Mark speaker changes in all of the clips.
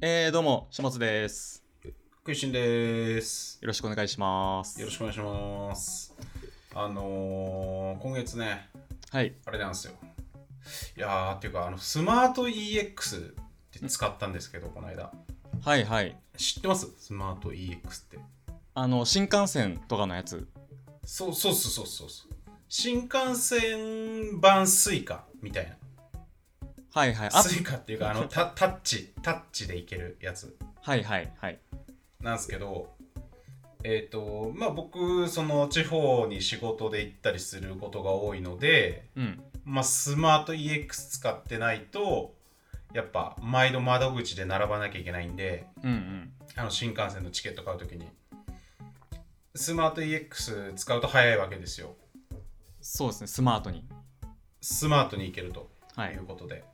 Speaker 1: えー、どうも、下津です。
Speaker 2: 食いしんです。
Speaker 1: よろしくお願いします。
Speaker 2: よろしくお願いします。あのー、今月ね、
Speaker 1: はい。
Speaker 2: あれなんですよ。いやー、っていうか、あのスマート EX って使ったんですけど、この間。
Speaker 1: はいはい。
Speaker 2: 知ってますスマート EX って。
Speaker 1: あの、新幹線とかのやつ。
Speaker 2: そうそうそうそうそう。新幹線版スイカみたい
Speaker 1: はいはい。
Speaker 2: な。
Speaker 1: あ
Speaker 2: スイカっていうか、あのタタッチ、タッチでいけるやつ。
Speaker 1: はいはいはい。
Speaker 2: なんですけど、えっ、と、まあ僕、その地方に仕事で行ったりすることが多いので、
Speaker 1: うん。
Speaker 2: まあスマート EX 使ってないと、やっぱ毎度窓口で並ばなきゃいけないんで、
Speaker 1: うんうん。
Speaker 2: あの新幹線のチケット買うときに。スマート EX 使うと早いわけですよ。
Speaker 1: そうですね、スマートに。
Speaker 2: スマートに行けると。
Speaker 1: はいいう
Speaker 2: ことで。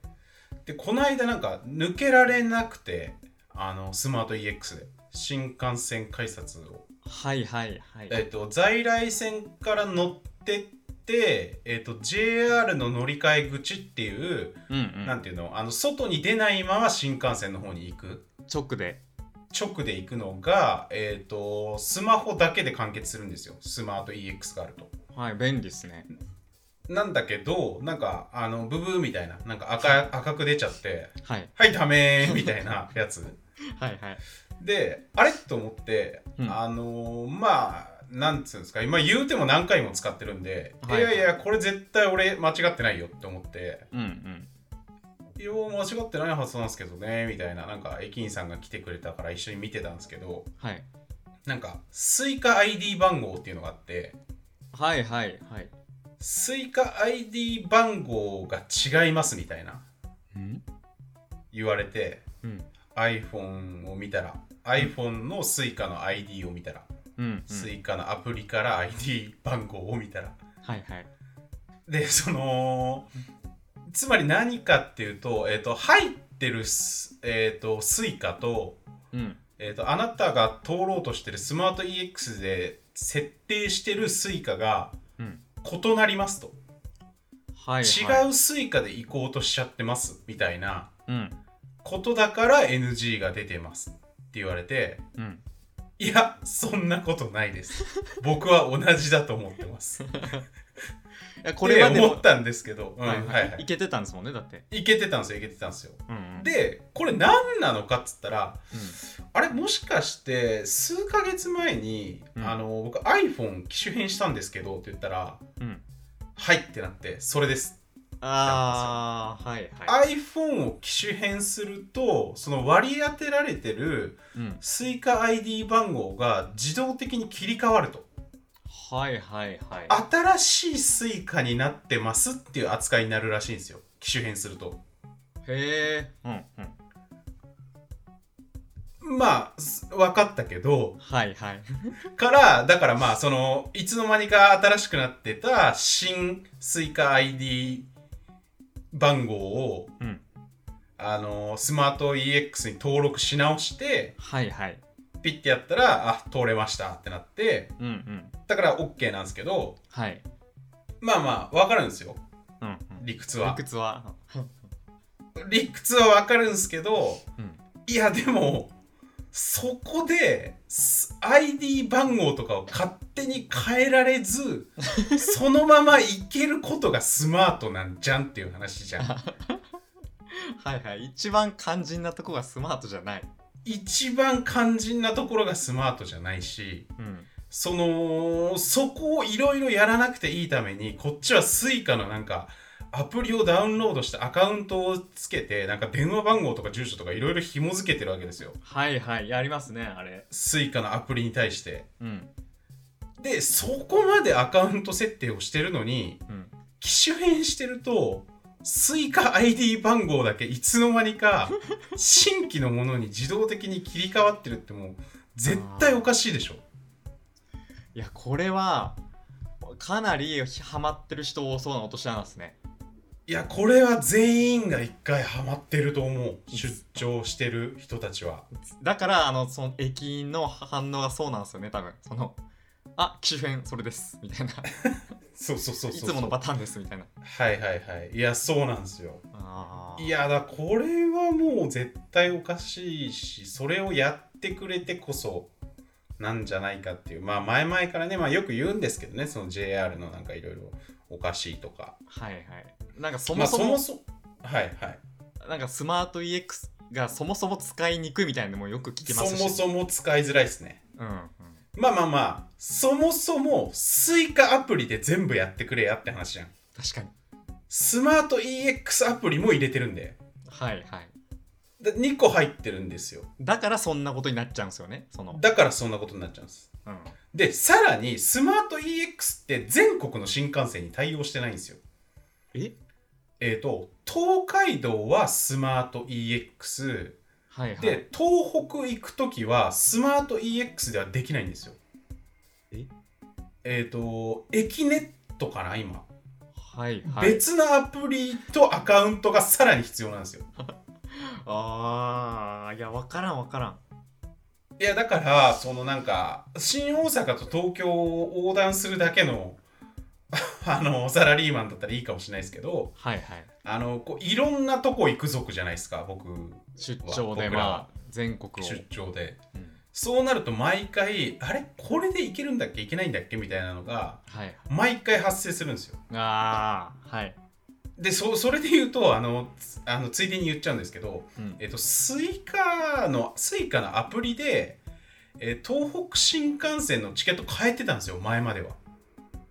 Speaker 2: で、この間なんか抜けられなくて、あのスマート EX で新幹線改札を
Speaker 1: はいはいはい。
Speaker 2: えっと、在来線から乗ってって、えっと、JR の乗り換え口っていう、
Speaker 1: うんう
Speaker 2: なん
Speaker 1: ん。
Speaker 2: ていうのあの外に出ないまま新幹線の方に行く
Speaker 1: 直で。
Speaker 2: 直で行くのが、えっとスマホだけで完結するんですよスマート EX があると。
Speaker 1: はい、便利ですね。
Speaker 2: なんだけどなんかあのブブーみたいななん か赤赤く出ちゃって「
Speaker 1: はい。
Speaker 2: はいダメー」みたいなやつ。
Speaker 1: はいはい。
Speaker 2: であれと思って、
Speaker 1: うん
Speaker 2: あのーまあなんつうんですか今言うても何回も使ってるんで、
Speaker 1: はい
Speaker 2: いやいやこれ絶対俺間違ってないよって思って
Speaker 1: うんうん。
Speaker 2: 「いや間違ってないはずなんですけどね」みたいななんか駅員さんが来てくれたから一緒に見てたんですけど
Speaker 1: はい。
Speaker 2: なんかスイカ ID 番号っていうのがあって
Speaker 1: はいはいはい。
Speaker 2: スイカ ID 番号が違いますみたいな
Speaker 1: うん
Speaker 2: 言われて
Speaker 1: うん。
Speaker 2: iPhone を見たら iPhone のスイカの ID を見たら
Speaker 1: うんうん。
Speaker 2: スイカのアプリから ID 番号を見たら
Speaker 1: はいはい。
Speaker 2: でそのつまり何かっていうと,、えー、と入ってるス,、えー、とスイカと,、
Speaker 1: うん。
Speaker 2: えー、とあなたが通ろうとしてるスマート EX で設定してるスイカが
Speaker 1: うん。
Speaker 2: 異なりますと、
Speaker 1: はいはい。
Speaker 2: 違うスイカで行こうとしちゃってますみたいな
Speaker 1: うん。
Speaker 2: ことだから NG が出てますって言われて
Speaker 1: うん。
Speaker 2: いやそんなことないです僕は同じだと思ってますっ
Speaker 1: いや、 これ
Speaker 2: て
Speaker 1: はで
Speaker 2: 思
Speaker 1: も
Speaker 2: っ、たんですけど、うん
Speaker 1: は
Speaker 2: はいい
Speaker 1: は。
Speaker 2: はい
Speaker 1: い
Speaker 2: い、
Speaker 1: けてたんですもんね、だって。
Speaker 2: いけてたんですよいけてたんですよ
Speaker 1: うんうん。
Speaker 2: でこれ何なのかっつったら
Speaker 1: うん、
Speaker 2: あれもしかして数ヶ月前に、
Speaker 1: うん
Speaker 2: あの僕 iPhone 機種変したんですけどって言ったら「
Speaker 1: うん。
Speaker 2: はい」ってなってそれです、
Speaker 1: ああ、はいはい。
Speaker 2: iPhone を機種変するとその割り当てられてる
Speaker 1: うん。
Speaker 2: Suica ID 番号が自動的に切り替わると
Speaker 1: はいはいはい。
Speaker 2: 新しい Suica になってますっていう扱いになるらしいんですよ機種変すると
Speaker 1: へえ。うんうん。
Speaker 2: まあす分かったけど
Speaker 1: はいはい。
Speaker 2: から、だからまあ、その、いつの間にか新しくなってた新スイカ ID 番号を、
Speaker 1: うん。
Speaker 2: あの、スマート EX に登録し直して、
Speaker 1: はいはい。
Speaker 2: ピッてやったら、あ、通れましたってなって、
Speaker 1: うんうん。
Speaker 2: だから OK なんですけど、
Speaker 1: はい。
Speaker 2: まあまあ、わかるんですよ、
Speaker 1: うんうん。
Speaker 2: 理屈
Speaker 1: 理
Speaker 2: は。
Speaker 1: 屈は。
Speaker 2: 理屈はわかるんですけど、
Speaker 1: うん。
Speaker 2: いや、でも、そこで、す ID 番号とかを勝手に変えられ ず、そのままいけることがスマートなんじゃんっていう話じゃん。
Speaker 1: はいはい。一番肝心なとこがスマートじゃない。
Speaker 2: 一番肝心なところがスマートじゃないし、
Speaker 1: うん。
Speaker 2: その、そこをいろいろやらなくていいために、こっちは Suica のなんか、アプリをダウンロードしてアカウントをつけて、なんか電話番号とか住所とかいろいろ紐付けてるわけですよ。
Speaker 1: はいはい。やりますね、あれ。
Speaker 2: Suica のアプリに対して。
Speaker 1: うん。
Speaker 2: でそこまでアカウント設定をしてるのに
Speaker 1: うん。
Speaker 2: 機種変してるとスイカ ID 番号だけいつの間にか新規のものに自動的に切り替わってるってもう絶対おかしいでしょ
Speaker 1: いや、これは、かなりハマってる人多そうな落とし穴ですね。
Speaker 2: いやこれは全員が一回ハマってると思う出張してる人たちは
Speaker 1: だから、あの、その駅員の反応がそうなんですよね、多分。その、あ機種変それですみたいな
Speaker 2: そうそうそう
Speaker 1: い
Speaker 2: そう
Speaker 1: つものパターンですみたいな
Speaker 2: はいはいはいいやそうなんですよ
Speaker 1: あー
Speaker 2: いやだこれはもう絶対おかしいしそれをやってくれてこそなんじゃないかっていうまあ前々からね、まあ、よく言うんですけどねその JR のなんかいろいろおかしいとか
Speaker 1: はいはいなんかそもそも,、
Speaker 2: まあ、そもそはいはい
Speaker 1: なんかスマート EX がそもそも使いにくいみたいなのもよく聞きま
Speaker 2: そ
Speaker 1: すし
Speaker 2: もそも使いづらいですね
Speaker 1: うんうん、
Speaker 2: まあまあまあそもそもスイカアプリで全部やってくれやって話じゃん
Speaker 1: 確かに
Speaker 2: スマート EX アプリも入れてるんで
Speaker 1: はいはい
Speaker 2: で2個入ってるんですよ
Speaker 1: だからそんなことになっちゃうんですよねその、
Speaker 2: だからそんなことになっちゃうんです
Speaker 1: うん、
Speaker 2: でさらにスマート EX って全国の新幹線に対応してないんですよ
Speaker 1: え
Speaker 2: えっ、と東海道はスマート EX
Speaker 1: はいはい
Speaker 2: で東北行く時はスマート EX ではできないんですよ
Speaker 1: え
Speaker 2: えっ、と駅ネットかな今、
Speaker 1: はいはい
Speaker 2: 別のアプリとアカウントがさらに必要なんですよ
Speaker 1: ああいや分からん分からん
Speaker 2: いやだからそのなんか新大阪と東京を横断するだけの あのサラリーマンだったらいいかもしれないですけど
Speaker 1: はいはい
Speaker 2: あのこういろんなとこ行く族じゃないですか僕
Speaker 1: 出張で
Speaker 2: 僕らは
Speaker 1: まあ全国を、
Speaker 2: 出張で
Speaker 1: うん
Speaker 2: そうなると毎回あれこれで行けるんだっけ行けないんだっけみたいなのが
Speaker 1: はい
Speaker 2: 毎回発生するんですよ
Speaker 1: ああはい、
Speaker 2: でそそれで言うとあのつあのついでに言っちゃうんですけど、
Speaker 1: うん、
Speaker 2: えっと、スイカのスイカのアプリで、えー東北新幹線のチケット変えてたんですよ前までは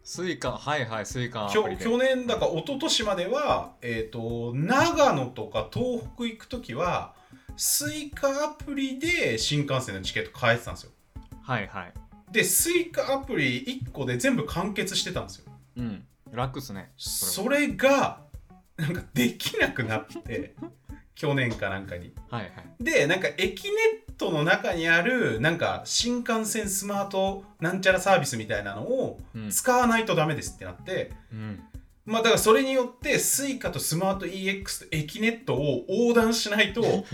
Speaker 1: スイカはいはいスイカア
Speaker 2: きょ
Speaker 1: プリで
Speaker 2: 去年だか一昨年までは、えー、と長野とか東北行く時はスイカアプリで新幹線のチケット変えてたんですよ
Speaker 1: はいはい
Speaker 2: でスイカアプリ1個で全部完結してたんですよ
Speaker 1: うん楽っすね
Speaker 2: それがなんかできなくなって 去年かなんかに
Speaker 1: はいはい
Speaker 2: でなんか駅ネットの中にあるなんか新幹線スマートなんちゃらサービスみたいなのを
Speaker 1: うん、
Speaker 2: 使わないとダメですってなって、
Speaker 1: うん、
Speaker 2: まあだからそれによってスイカとスマート EX と駅ネットを横断しないと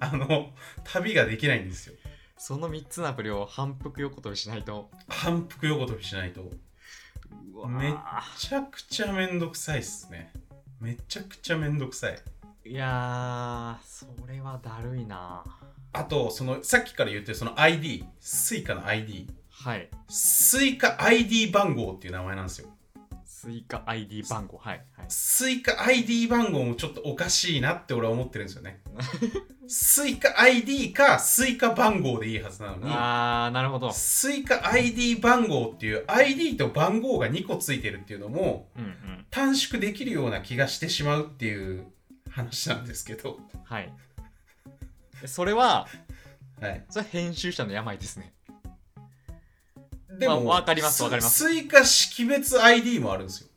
Speaker 2: あの旅ができないんですよ
Speaker 1: その3つのアプリを反復横跳びしないと
Speaker 2: 反復横跳びしないとめ
Speaker 1: うわ
Speaker 2: め
Speaker 1: ー
Speaker 2: ちゃくちゃめんどくさいっすねめちゃくちゃめんどくさい
Speaker 1: いやーそれはだるいな
Speaker 2: あとそのさっきから言ってるその ID スイカの ID
Speaker 1: はい
Speaker 2: スイカ ID 番号っていう名前なんですよ
Speaker 1: スイカ ID 番号はいはい
Speaker 2: スイカ ID 番号もちょっとおかしいなって俺は思ってるんですよねスイカ ID かスイカ番号でいいはずなのに
Speaker 1: あーなるほど
Speaker 2: スイカ ID 番号っていう ID と番号が2個ついてるっていうのも
Speaker 1: うんうん
Speaker 2: 短縮できるような気がしてしまうっていう話なんですけど、
Speaker 1: はいえそれは
Speaker 2: はい、
Speaker 1: それは編集者の病ですね
Speaker 2: でも、
Speaker 1: まあわかりますわかります
Speaker 2: スイカ識別 ID もあるんですよ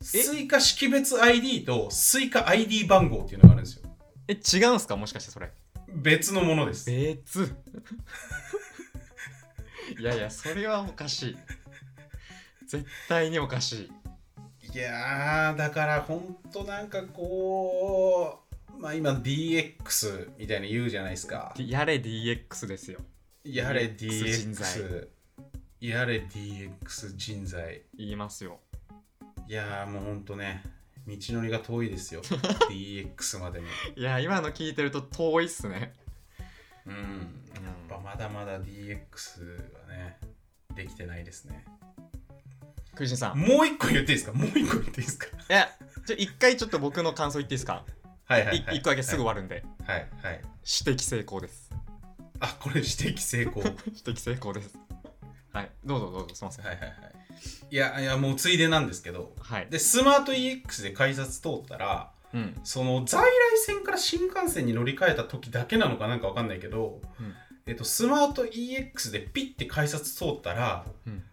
Speaker 2: スイカ識別 ID とスイカ ID 番号っていうのがあるんですよ
Speaker 1: え違うんすかもしかしてそれ
Speaker 2: 別のものです
Speaker 1: 別 いやいやそれはおかしい絶対におかしい
Speaker 2: いやーだからほんとなんかこうまあ今 DX みたいに言うじゃないですか
Speaker 1: でやれ DX ですよ
Speaker 2: やれ
Speaker 1: DX 人材
Speaker 2: DX やれ DX 人材
Speaker 1: 言いますよ
Speaker 2: いやーもうほんとね道のりが遠いで すよ DX までに
Speaker 1: いや今の聞いてると遠いっすね、
Speaker 2: うんやっぱまだまだ DX はねできてないですね
Speaker 1: クイジンさんい
Speaker 2: もう一個言っていいですかもう一個言っていい ですか
Speaker 1: やちょ一回ちょっと僕の感想言っていいですか
Speaker 2: はいはいい、はい、
Speaker 1: 一個だけすぐ終わるんで、
Speaker 2: はいはい
Speaker 1: 指摘成功です
Speaker 2: あこれ指摘成功はい
Speaker 1: 指摘成功ですはいどうぞどうぞすいません
Speaker 2: はいはいいやいやもうついでなんですけど
Speaker 1: はい
Speaker 2: でスマート EX で改札通ったら
Speaker 1: うん
Speaker 2: その在来線から新幹線に乗り換えた時だけなのかなんかわかんないけど、
Speaker 1: うん
Speaker 2: えっと、スマート EX でピッて改札通ったら
Speaker 1: うん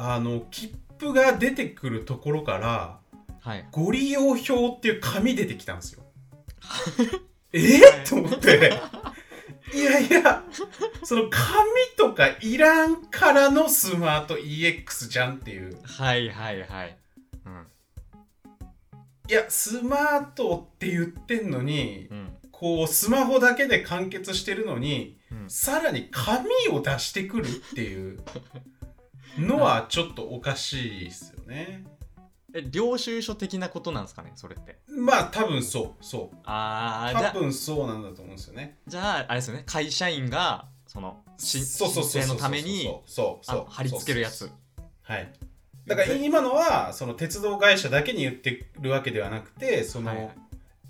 Speaker 2: あの切符が出てくるところから
Speaker 1: はい
Speaker 2: ご利用表っていう紙出てきたんです よ。え
Speaker 1: はい
Speaker 2: ー、と思っていやいやその紙とかいらんからのスマート EX じゃんっていう
Speaker 1: はいはいはいうん
Speaker 2: いやスマートって言ってんのに
Speaker 1: うん
Speaker 2: こうスマホだけで完結してるのに
Speaker 1: うんうん
Speaker 2: さらに紙を出してくるっていうのはちょっとおかしいですよね。
Speaker 1: え領収書的なことなんですかねそれって
Speaker 2: まあ多分そうそう
Speaker 1: ああじゃ
Speaker 2: 多
Speaker 1: あ
Speaker 2: 分そうなんだと思うんですよね。
Speaker 1: じゃああれですよね会社員がそのし
Speaker 2: そうそうそう
Speaker 1: 申
Speaker 2: そ
Speaker 1: 請の
Speaker 2: う
Speaker 1: ために
Speaker 2: そうそう
Speaker 1: あ
Speaker 2: そう
Speaker 1: の貼り付けるやつ
Speaker 2: はい。だから今のはその鉄道会社だけに言ってるわけではなくてその、
Speaker 1: はいはい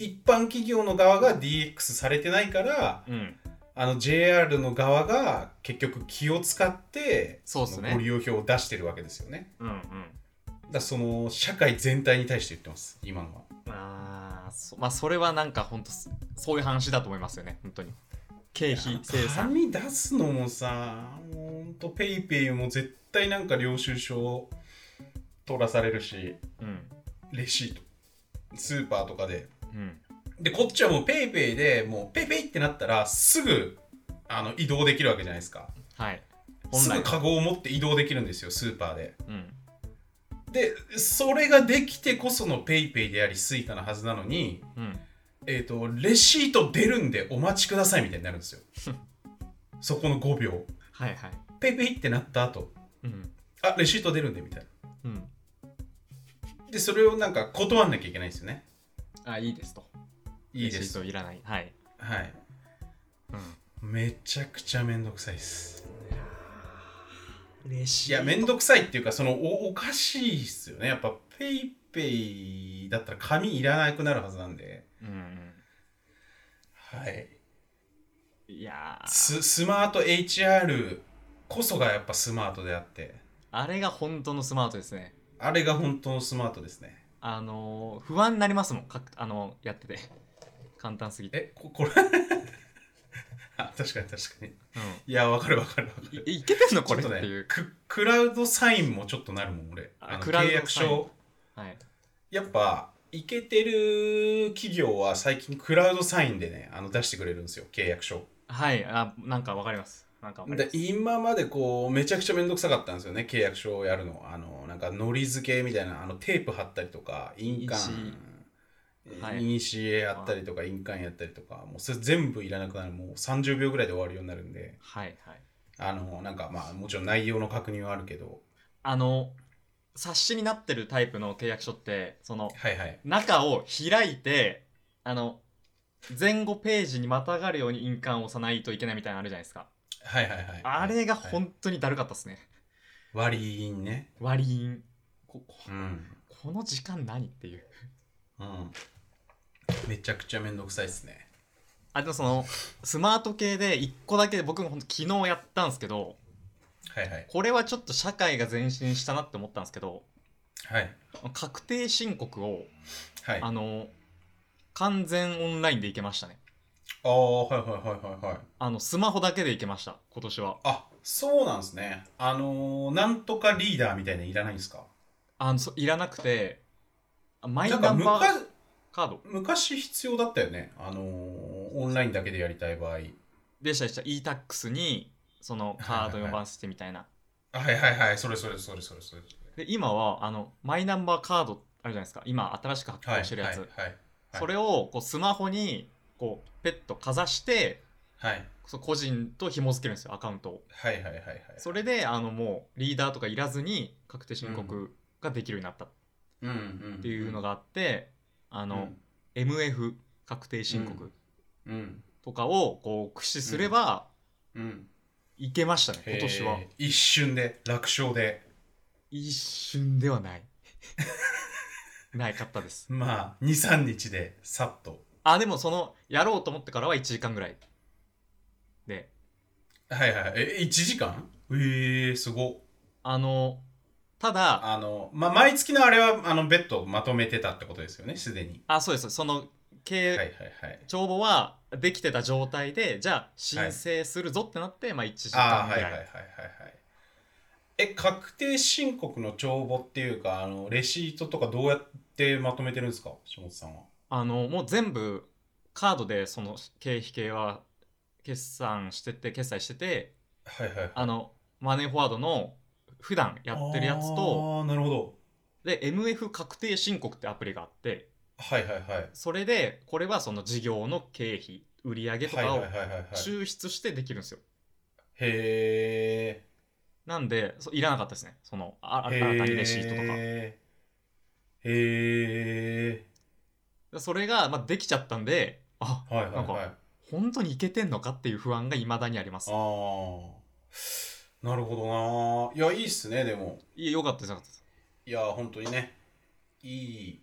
Speaker 2: 一般企業の側が DX されてないから
Speaker 1: うん
Speaker 2: あの JR の側が結局気を使って
Speaker 1: そうっすね
Speaker 2: のご利用票を出してるわけですよね。
Speaker 1: うんうん
Speaker 2: だからその社会全体に対して言ってます今のは。
Speaker 1: あーそまあそれはなんか本当そういう話だと思いますよね本当に経費生産
Speaker 2: 紙出すのもさほんとペイペイも絶対なんか領収書取らされるし
Speaker 1: うん
Speaker 2: レシートスーパーとかで
Speaker 1: うん
Speaker 2: でこっちはもうペイペイでもうペイペイってなったらすぐあの移動できるわけじゃないですか
Speaker 1: はい
Speaker 2: す
Speaker 1: は
Speaker 2: ぐカゴを持って移動できるんですよスーパーで
Speaker 1: うん
Speaker 2: でそれができてこそのペイペイでありスイカのはずなのに
Speaker 1: うん
Speaker 2: えっ、とレシート出るんでお待ちくださいみたいになる んですよそこの5秒
Speaker 1: はいはい
Speaker 2: ペイペイってなった後
Speaker 1: うん
Speaker 2: あレシート出るんでみたい
Speaker 1: うん
Speaker 2: なでそれをなんか断んなきゃいけないんですよね
Speaker 1: あいいですと
Speaker 2: いいで
Speaker 1: レシー
Speaker 2: す
Speaker 1: トいらないはい
Speaker 2: はい
Speaker 1: うん
Speaker 2: めちゃくちゃめんどくさいです
Speaker 1: レシ
Speaker 2: いやめんどくさいっていうかそのおおかしいっすよねやっぱペイペイだったら紙いらなくなるはずなんで
Speaker 1: うんうん
Speaker 2: はい
Speaker 1: いやー
Speaker 2: ススマート HR こそがやっぱスマートであって
Speaker 1: あれが本当のスマートですね
Speaker 2: あれが本当のスマートですね
Speaker 1: あのー不安になりますもんかあのやってて簡単すぎて
Speaker 2: えこ これあ確かに確か
Speaker 1: うん
Speaker 2: にいやわかるわかるわかる
Speaker 1: いいけてんのこれっ
Speaker 2: ちょ
Speaker 1: て
Speaker 2: っと
Speaker 1: いう、
Speaker 2: ねククラウドサインもちょっとなるもん俺
Speaker 1: あ
Speaker 2: あの
Speaker 1: クラウド
Speaker 2: 契約
Speaker 1: サイン
Speaker 2: 書
Speaker 1: はい
Speaker 2: やっぱいけてる企業は最近クラウドサインでねあの出してくれるんですよ契約書
Speaker 1: はいあなんかわかりますなんかわかり
Speaker 2: で
Speaker 1: ます
Speaker 2: 今までこうめちゃくちゃめんどくさかったんですよね契約書をやるのあのなんかのり付けみたいなあのテープ貼ったりとか印鑑
Speaker 1: はい
Speaker 2: イニシエやったりとか印鑑やったりとかもうそれ全部いらなくなるもう30秒ぐらいで終わるようになるんで
Speaker 1: はいはい
Speaker 2: あのなんかまあもちろん内容の確認はあるけど
Speaker 1: あの冊子になってるタイプの契約書ってその
Speaker 2: はいはい
Speaker 1: 中を開いてあの前後ページにまたがるように印鑑を押さないといけないみたいなのあるじゃないですか
Speaker 2: はいはいはい
Speaker 1: あれが
Speaker 2: はい
Speaker 1: 本当にだるかったですね、
Speaker 2: 割り印ね
Speaker 1: 割り印ここ
Speaker 2: うん
Speaker 1: この時間何っていう
Speaker 2: うんめちゃくちゃめんどくさいっすね
Speaker 1: あでもそのスマート系で1個だけ僕も本当昨日やったんですけど
Speaker 2: はいはい
Speaker 1: これはちょっと社会が前進したなって思ったんですけど
Speaker 2: はい
Speaker 1: 確定申告を
Speaker 2: はい
Speaker 1: あの完全オンラインでいけましたね
Speaker 2: ああはいはいはいはいはい
Speaker 1: あのスマホだけでいけました今年は
Speaker 2: あそうなんですねあのーなんとかリーダーみたいなのいらないんですか
Speaker 1: あのそいらなくてあマイ
Speaker 2: な
Speaker 1: ナ
Speaker 2: んか
Speaker 1: ンバー
Speaker 2: 昔
Speaker 1: カード
Speaker 2: 昔必要だったよねあのーオンラインだけでやりたい場合はい
Speaker 1: でしたでした e-tax にそのカード
Speaker 2: はいはいはい
Speaker 1: 読ませてみたいな
Speaker 2: はいはいそれそれそれそれそれ
Speaker 1: で今はあのマイナンバーカードあるじゃないですか今新しく発
Speaker 2: はい
Speaker 1: 行してるやつ、
Speaker 2: はいはいはい
Speaker 1: それをこうスマホにこうペットかざして
Speaker 2: はい
Speaker 1: そう個人と紐付けるんですよアカウントを
Speaker 2: はいはいはいはい
Speaker 1: それであのもうリーダーとかいらずに確定申告ができるようになったっ
Speaker 2: うんうんって
Speaker 1: いうのがあって、あ
Speaker 2: あ
Speaker 1: の、MF 確定申告
Speaker 2: うんうん
Speaker 1: とかをこう駆使すれば
Speaker 2: うん
Speaker 1: いけましたね、今
Speaker 2: 今
Speaker 1: 年
Speaker 2: 年
Speaker 1: は
Speaker 2: は一瞬で楽勝で
Speaker 1: 一瞬ではない ないかったです
Speaker 2: まあ23日でさっと
Speaker 1: あでもそのやろうと思ってからは1時間ぐらいで
Speaker 2: はいはいえ1時間ええすごっ
Speaker 1: あのただあ
Speaker 2: あの、まあ、毎月のあれは、あの、別途まとめてたってことですよね、すでに。
Speaker 1: そうですその経営、
Speaker 2: はいはいはい。
Speaker 1: 帳簿はできてた状態でじゃあ申請するぞってなって、まあ1時
Speaker 2: あ
Speaker 1: 間
Speaker 2: あー、は
Speaker 1: ぐ
Speaker 2: いは
Speaker 1: ら
Speaker 2: い
Speaker 1: い
Speaker 2: はいはいはい。え、確定申告の帳簿っていうか、あの、レシートとかどうやってまとめてるんですか、下本さんは。
Speaker 1: あのもう全部カードでその経費系は決算してて決済してて
Speaker 2: はいはい。
Speaker 1: あのマネーフォワードの普段やってるやつと
Speaker 2: ああ、なるほど。
Speaker 1: で MF 確定申告ってアプリがあって
Speaker 2: はいはいはい。
Speaker 1: それでこれはその事業の経費売上と
Speaker 2: は
Speaker 1: か
Speaker 2: いはい
Speaker 1: を
Speaker 2: はいはいはい。
Speaker 1: 抽出してできるんですよ、
Speaker 2: へ
Speaker 1: なんでそういらなかったですねそのあ
Speaker 2: ー
Speaker 1: 新たにレシートとか
Speaker 2: へーへ
Speaker 1: でそれが、まあ、できちゃったんであ
Speaker 2: ーはいはい
Speaker 1: なん
Speaker 2: はい
Speaker 1: か本当にいけてんのかっていう不安がいまだにあります
Speaker 2: ああなるほどないやいいっすねでも
Speaker 1: いやよかったですよかったです
Speaker 2: いや本当にねいい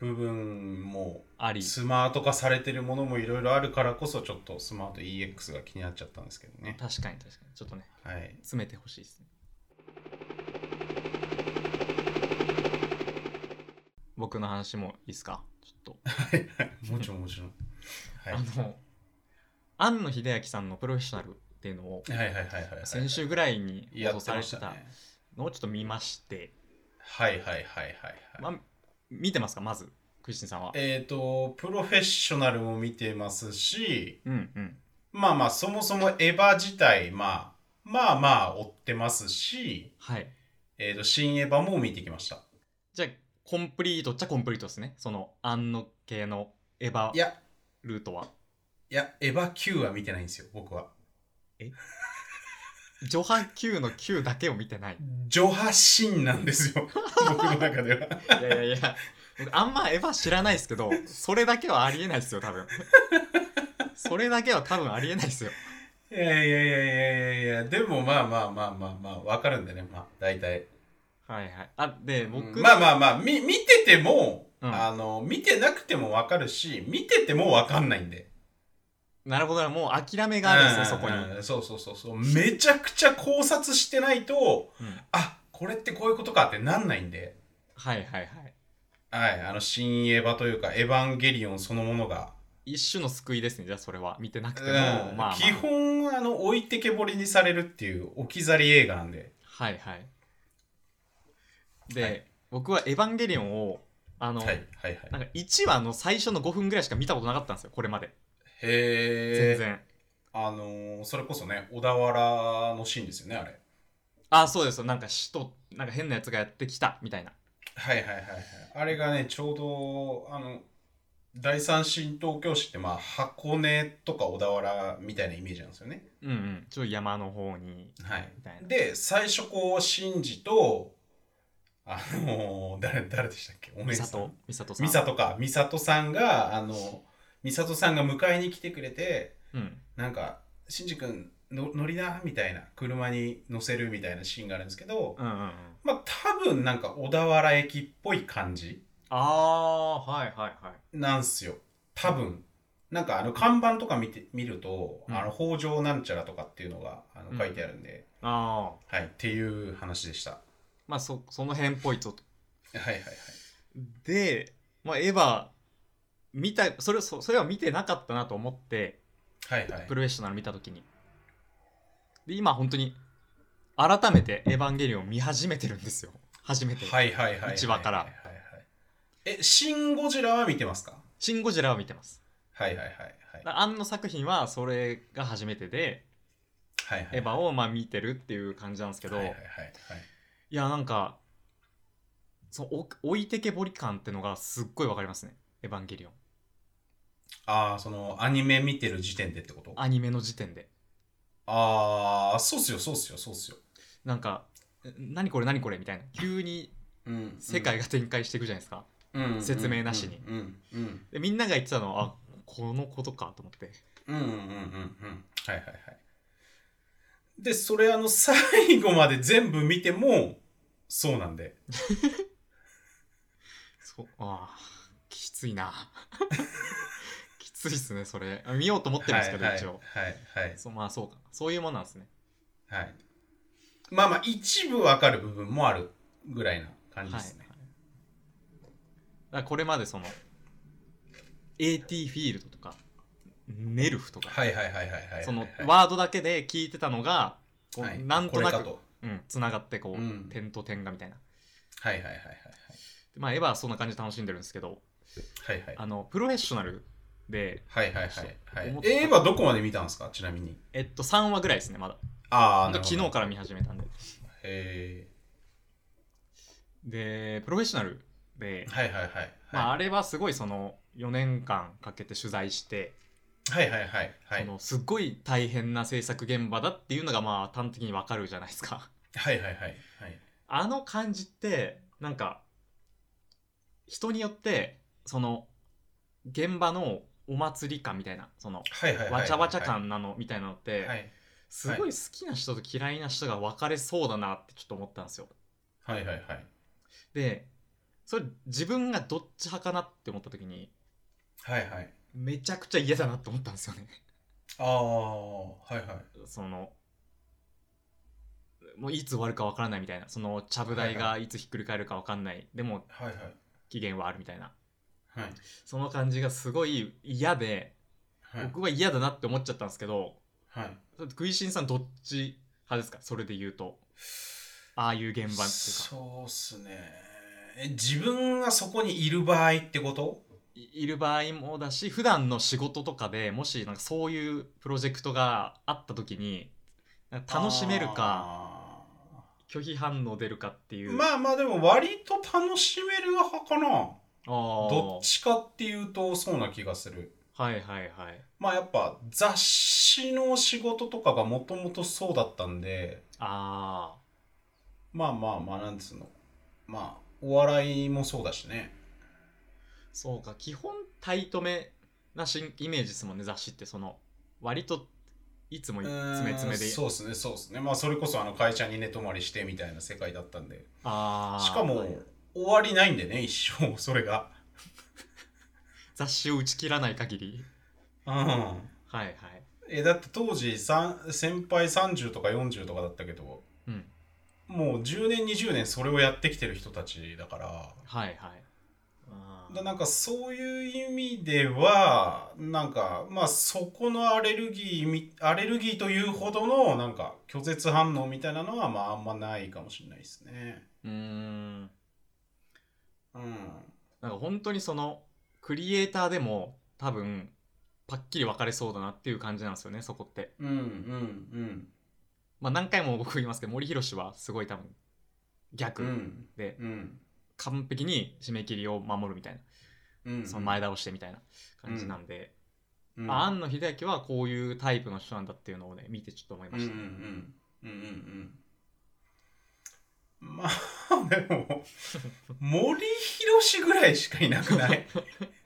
Speaker 2: 部分も
Speaker 1: あり
Speaker 2: スマート化されてるものもいろいろあるからこそちょっとスマート EX が気になっちゃったんですけどね
Speaker 1: 確かに確かにちょっとね
Speaker 2: はい
Speaker 1: 詰めてほしいですね僕の話もいいですかちょっと、
Speaker 2: もちろんもちろんはい
Speaker 1: あの庵野秀明さんの「プロフェッショナル」っていうのを
Speaker 2: はいはいはいはいはい
Speaker 1: 先週ぐらいに
Speaker 2: や
Speaker 1: 放送
Speaker 2: って
Speaker 1: さ
Speaker 2: ま
Speaker 1: れ
Speaker 2: してた
Speaker 1: た
Speaker 2: ね
Speaker 1: のをちょっと見まして
Speaker 2: はいはいはいはいはい、
Speaker 1: まあ見てますかまずクリスティンさんは
Speaker 2: えっ、とプロフェッショナルも見てますし
Speaker 1: うんうん
Speaker 2: まあまあそもそもエヴァ自体まあまあまあ追ってますし
Speaker 1: はい
Speaker 2: えー、と新エヴァも見てきました
Speaker 1: じゃあコンプリートっちゃコンプリートですねその庵野系のエヴ
Speaker 2: い
Speaker 1: ァ
Speaker 2: や
Speaker 1: ルートはい
Speaker 2: やエヴァ Q は見てないんですよ僕は
Speaker 1: 序波 Q の Q だけを見てない
Speaker 2: ジョハシンなんです よ僕の中ではい
Speaker 1: やいやいや、僕あんまエヴァ知らないですけど、それだけはありえないですよ、多分。それだけは多分ありえないですよ。
Speaker 2: いやいやいやいやいやいやでもまあまあまあまあまあわかるんでねまあ大体
Speaker 1: はいはい。あ、で、僕、
Speaker 2: まあまあまあみ見てても、
Speaker 1: うん
Speaker 2: あの見てなくてもわかるし見ててもわかんないんで
Speaker 1: なるほどな、もう諦めがあるんですね、そこに。
Speaker 2: うんうんそうそうそうそうめちゃくちゃ考察してないと
Speaker 1: うん
Speaker 2: あこれってこういうことかってなんないんで
Speaker 1: はいはいはい。
Speaker 2: はいあの新エヴァというかエヴァンゲリオンそのものが
Speaker 1: 一種の救いですね、じゃあそれは。見てなくても、
Speaker 2: うん
Speaker 1: まあ、まあ。
Speaker 2: 基本あの置いてけぼりにされるっていう置き去り映画なんで
Speaker 1: はいはい。で、
Speaker 2: はい
Speaker 1: 僕はエヴァンゲリオンを、あの、
Speaker 2: はいはいはい
Speaker 1: なんか1話の最初の5分ぐらいしか見たことなかったんですよ、これまで。
Speaker 2: へ
Speaker 1: 全
Speaker 2: え
Speaker 1: 然。
Speaker 2: あのーそれこそね小田原のシーンですよねあれ
Speaker 1: あ、そうですよ、なんか死と、なんか変なやつがやってきた、みたいな。
Speaker 2: はいはいはいはいあれがねちょうどあの第三新東京市ってまあ箱根とか小田原みたいなイメージなんですよね
Speaker 1: うんうん、ちょっと山の方に
Speaker 2: はい
Speaker 1: みたいな。
Speaker 2: で最初こう新次とあのー誰誰でしたっけお
Speaker 1: 美
Speaker 2: 姉さん
Speaker 1: 里、美里さん。
Speaker 2: 美里か美里さんがあの美里さんが迎えに来てくれて
Speaker 1: うん。
Speaker 2: なんか「しんじ君の乗りな」みたいな車に乗せるみたいなシーンがあるんですけど、
Speaker 1: うんうんうん。あ
Speaker 2: まあ多分なんか小田原駅っぽい感じ
Speaker 1: あー、はいはいはい。
Speaker 2: なんすよ多分なんかあの看板とか見て見ると「
Speaker 1: うん
Speaker 2: あの北条なんちゃら」とかっていうのがあ
Speaker 1: うん
Speaker 2: の書いてあるんで、
Speaker 1: ああ。
Speaker 2: はいっていう話でしたは
Speaker 1: まあそ、その辺っぽいと。
Speaker 2: いはいはい
Speaker 1: で、まあ、エヴァ、見た、それ、そそれは見てなかったなと思って、
Speaker 2: はいはい
Speaker 1: プロフェッショナル見たときに。で、今本当に、改めてエヴァンゲリオン見始めてるんですよ。初めて。
Speaker 2: はいはいはいはい
Speaker 1: 一話から
Speaker 2: はいはいはいえシン・ゴジラは見てますか
Speaker 1: シン・ゴジラを見てます。
Speaker 2: はいはいはいはい
Speaker 1: あんの作品はそれが初めてで、
Speaker 2: はいはい
Speaker 1: エヴァをまあ見てるっていう感じなんですけど、
Speaker 2: はいはいはいはい
Speaker 1: いやなんかそのお置いてけぼり感ってのがすっごいわかりますね「エヴァンゲリオン
Speaker 2: ああそのアニメ見てる時点でってこと」
Speaker 1: アニメの時点で
Speaker 2: ああそうっすよそうっすよそうっすよ、
Speaker 1: なんか「え何これ何これ」みたいな急に
Speaker 2: うん
Speaker 1: 世界が展開していくじゃないですか、
Speaker 2: うん
Speaker 1: 説明なしに
Speaker 2: うんうん
Speaker 1: でみんなが言ってたのはあこのことかと思って
Speaker 2: うんうんうんうんうんはいはいはいでそれあの最後まで全部見てもそうなんで
Speaker 1: そうあーきついな きついっすねそれあ見ようと思ってるんですけど、
Speaker 2: はい
Speaker 1: 一応
Speaker 2: はいはい
Speaker 1: そうまあそうかそういうもんなんですね
Speaker 2: はい、はい、まあまあ一部わかる部分もあるぐらいな感じ
Speaker 1: は
Speaker 2: で
Speaker 1: い、
Speaker 2: すね、
Speaker 1: だからこれまでその AT フィールドとかネルフとか、
Speaker 2: はい、はいはいはいはいはい
Speaker 1: その
Speaker 2: は
Speaker 1: ワードだけで聞いてたのがこう、
Speaker 2: い
Speaker 1: なんとな
Speaker 2: これ
Speaker 1: く
Speaker 2: かと
Speaker 1: うん、つながってこう、
Speaker 2: うん
Speaker 1: 点と点がみたいな
Speaker 2: はいはいはいはい
Speaker 1: でまあエヴァはそんな感じで楽しんでるんですけど
Speaker 2: はいはいはい
Speaker 1: あのプロフェッショナルで
Speaker 2: はいはい
Speaker 1: そう
Speaker 2: はい
Speaker 1: 思っ
Speaker 2: はい。
Speaker 1: た
Speaker 2: えー、今どこまで見たんですかちなみに。
Speaker 1: えっと3話ぐらいですねまだ
Speaker 2: あ
Speaker 1: ほん
Speaker 2: あ、
Speaker 1: と昨日
Speaker 2: か。
Speaker 1: から見始めたんで
Speaker 2: え
Speaker 1: でプロフェッショナルで、
Speaker 2: ー、はいはいはい。
Speaker 1: まあ、
Speaker 2: あ、
Speaker 1: あれはすごいその4年間かけて取材して
Speaker 2: はいはいはいはい
Speaker 1: そのすっごい大変な制作現場だっていうのがまあ端的にわかるじゃないですか
Speaker 2: はいはいはいはい
Speaker 1: あの感じってなんか人によってその現場のお祭り感みたいなその
Speaker 2: はいはいはい
Speaker 1: わちゃわちゃ感なのみたいなのっ
Speaker 2: はいは
Speaker 1: て
Speaker 2: い
Speaker 1: すごい好きな人と嫌いな人が分かれそうだなってちょっと思ったんですよ
Speaker 2: はいはいはい
Speaker 1: でそれ自分がどっち派かなって思った時に
Speaker 2: はいはい
Speaker 1: めちゃくちゃ嫌だなって思ったんですよね
Speaker 2: ああはいはい
Speaker 1: そのもういつ終わるか分からないみたいなそのちゃぶ台がいつひっくり返るか分かんないでも
Speaker 2: はいはい
Speaker 1: 期限はあるみたいな
Speaker 2: はい
Speaker 1: その感じがすごい嫌で
Speaker 2: はい
Speaker 1: 僕は嫌だなって思っちゃったんですけど
Speaker 2: はい
Speaker 1: 食いしんさんどっち派ですかそれで言うとああいう現場っていうか
Speaker 2: そうっすねえ自分がそこにいる場合ってこと
Speaker 1: いいる場合もだし普段の仕事とかでもしなんかそういうプロジェクトがあった時になんか楽しめるか
Speaker 2: あ
Speaker 1: 拒否反応出るかってい
Speaker 2: ー
Speaker 1: う、
Speaker 2: まあまあでも割と楽しめる派かな
Speaker 1: あー
Speaker 2: どっちかっていうとそうな気がする
Speaker 1: はいはいはい
Speaker 2: まあやっぱ雑誌の仕事とかがもともとそうだったんで
Speaker 1: あ
Speaker 2: まあまあまあなんつうのまあお笑いもそうだしね
Speaker 1: ーそうか基本タイトめなしイメージですもんね雑誌ってその割といつも詰め詰めで
Speaker 2: うーんそうですねそうですねまあそれこそあの会社に寝泊まりしてみたいな世界だったんで
Speaker 1: あー
Speaker 2: しかも終わりないんでね一生それが
Speaker 1: 雑誌を打ち切らない限り
Speaker 2: うん
Speaker 1: はいはい
Speaker 2: えだって当時さん先輩30とか40とかだったけど
Speaker 1: うん
Speaker 2: もう10年20年それをやってきてる人たちだから
Speaker 1: はいはいあー
Speaker 2: だなんかそういう意味ではなんかまあそこのアレルギーみアレルギーというほどのなんか拒絶反応みたいなのはまああんまないかもしれないですね。
Speaker 1: うーん
Speaker 2: うん、
Speaker 1: なんか本当にそのクリエイターでも多分パッキリ分かれそうだなっていう感じなんですよねそこって。
Speaker 2: うんうんうん
Speaker 1: まあ何回も僕言いますけど森博はすごい多分逆
Speaker 2: うん
Speaker 1: で
Speaker 2: うん
Speaker 1: 完璧に締め切りを守るみたい
Speaker 2: うん
Speaker 1: なその前倒してみたいな感じなんで、
Speaker 2: うん
Speaker 1: まあ、庵野秀明はこういうタイプの人なんだっていうのをね見てちょっと思いま
Speaker 2: うんう
Speaker 1: し
Speaker 2: ん
Speaker 1: た。
Speaker 2: うんうんうんまあでも森博ぐらいしかいなく ない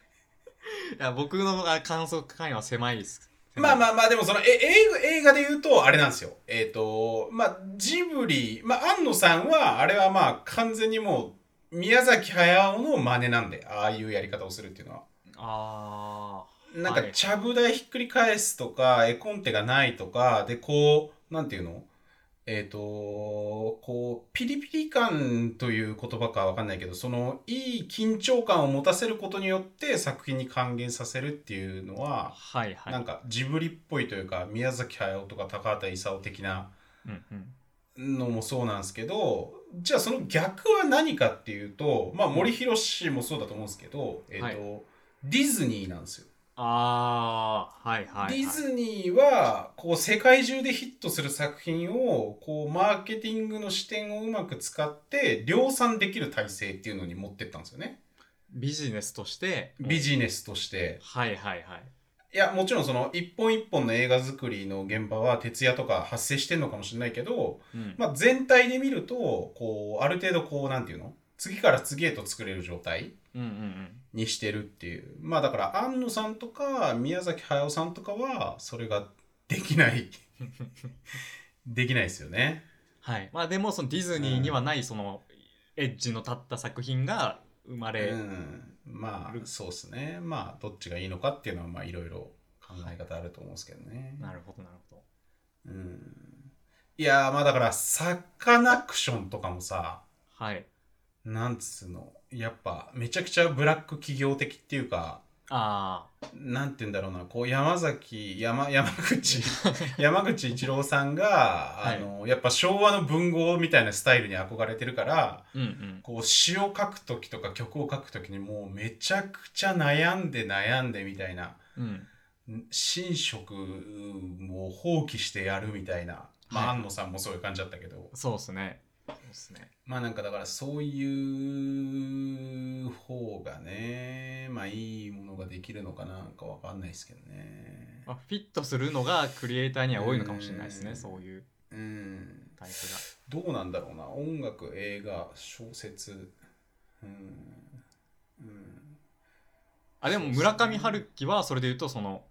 Speaker 1: いや僕のあ観測範囲は狭いです。
Speaker 2: まあまあまあでもそのえ映画映画で言うとあれなんですよえっ、とまあジブリまあ庵野さんはあれはまあ完全にもう宮崎駿の真似なんでああいうやり方をするっていうのは
Speaker 1: あ
Speaker 2: なんか
Speaker 1: はい
Speaker 2: ちゃぶ台ひっくり返すとか絵コンテがないとかでこうなんていうのえっ、とこうピリピリ感という言葉かわかんないけどそのいい緊張感を持たせることによって作品に還元させるっていうの
Speaker 1: あ
Speaker 2: は、
Speaker 1: はいはい。
Speaker 2: なんかジブリっぽいというか宮崎駿とか高畑勲的な
Speaker 1: うんうん
Speaker 2: のもそうなんですけどじゃあその逆は何かっていうとまあ森博もそうだと思うんですけど、えっと
Speaker 1: はい
Speaker 2: ディズニーなんですよ。
Speaker 1: ああはいはい、はい。
Speaker 2: ディズニーはこう世界中でヒットする作品をこうマーケティングの視点をうまく使って量産できる体制っていうのに持ってったんですよね
Speaker 1: ビジネスとして
Speaker 2: ビジネスとして
Speaker 1: はいはいはい
Speaker 2: いやもちろんその一本一本の映画作りの現場は徹夜とか発生してんのかもしれないけど、
Speaker 1: うん、
Speaker 2: まあ、全体で見るとこうある程度こうなんていうの次から次へと作れる状態
Speaker 1: うんうんうん
Speaker 2: にしてるっていうまあだから庵野さんとか宮崎駿さんとかはそれができない できないですよね
Speaker 1: はいまあでもそのディズニーにはないそのエッジの立った作品が生ま
Speaker 2: う
Speaker 1: れ、
Speaker 2: んまあそうですねまあどっちがいいのかっていうのはまあいろいろ考え方あると思うんですけどね、
Speaker 1: なるほどなるほど
Speaker 2: うん、いやーまあだからサカナクションとかもさ
Speaker 1: はい
Speaker 2: なんつうのやっぱめちゃくちゃブラック企業的っていうか
Speaker 1: あ
Speaker 2: なんて言うんだろうなこう山崎山山口山口一郎さんが、
Speaker 1: はい
Speaker 2: あのやっぱ昭和の文豪みたいなスタイルに憧れてるから
Speaker 1: ーうんうん
Speaker 2: こう詩を書く時とか曲を書く時にもうめちゃくちゃ悩んで悩んでみたいな
Speaker 1: うん
Speaker 2: 寝食を放棄してやるみたいな、ま
Speaker 1: は
Speaker 2: あ
Speaker 1: い
Speaker 2: 安野さんもそういう感じだったけど
Speaker 1: そうっすねそうですね
Speaker 2: まあなんかだからそういう方がね、まあいいものができるのかなんかわかんないですけどね。
Speaker 1: まあ、フィットするのがクリエイターには多いのかもしれないです
Speaker 2: う
Speaker 1: ね
Speaker 2: ん
Speaker 1: そういう
Speaker 2: うん。
Speaker 1: タイプが
Speaker 2: どうなんだろうな。音楽、映画、小説。うん。
Speaker 1: あでも村上春樹はそれで言うとその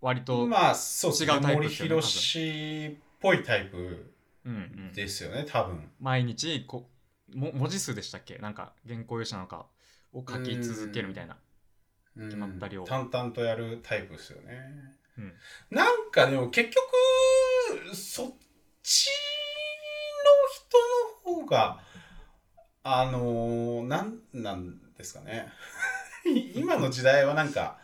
Speaker 1: 割
Speaker 2: う
Speaker 1: と、
Speaker 2: ん、まあそうです
Speaker 1: 違
Speaker 2: ね。
Speaker 1: うタイプ
Speaker 2: 森
Speaker 1: ですよね
Speaker 2: 博っぽいタイプ
Speaker 1: うんうん、
Speaker 2: ですよね、多分。
Speaker 1: 毎日こも文字数でしたっけなんか原稿用紙なのかを書き続けるみたいな
Speaker 2: 決
Speaker 1: まった量
Speaker 2: 淡々とやるタイプですよね。
Speaker 1: うん
Speaker 2: なんかでも結局そっちの人の方があのーなんなんですかね 今の時代はなんか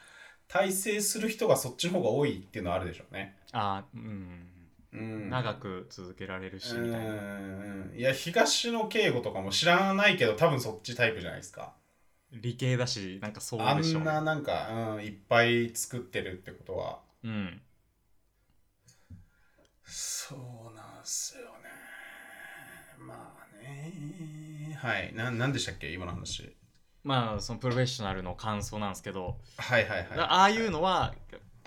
Speaker 2: 大成する人がそっちの方が多いっていうのはあるでしょうね。
Speaker 1: あーうん
Speaker 2: うん、
Speaker 1: 長く続けられるし
Speaker 2: う
Speaker 1: みたいな、
Speaker 2: んいや東野圭吾とかも知らないけど多分そっちタイプじゃないですか。
Speaker 1: 理系だしなんかそう
Speaker 2: あ
Speaker 1: でしょ
Speaker 2: んななんか、うん、いっぱい作ってるってことは。
Speaker 1: うん
Speaker 2: そうなんすよね。まあね。はい。ななんでしたっけ今の話。
Speaker 1: まあそのプロフェッショナルの感想なんですけど、
Speaker 2: はいはいはい。
Speaker 1: だああいうのは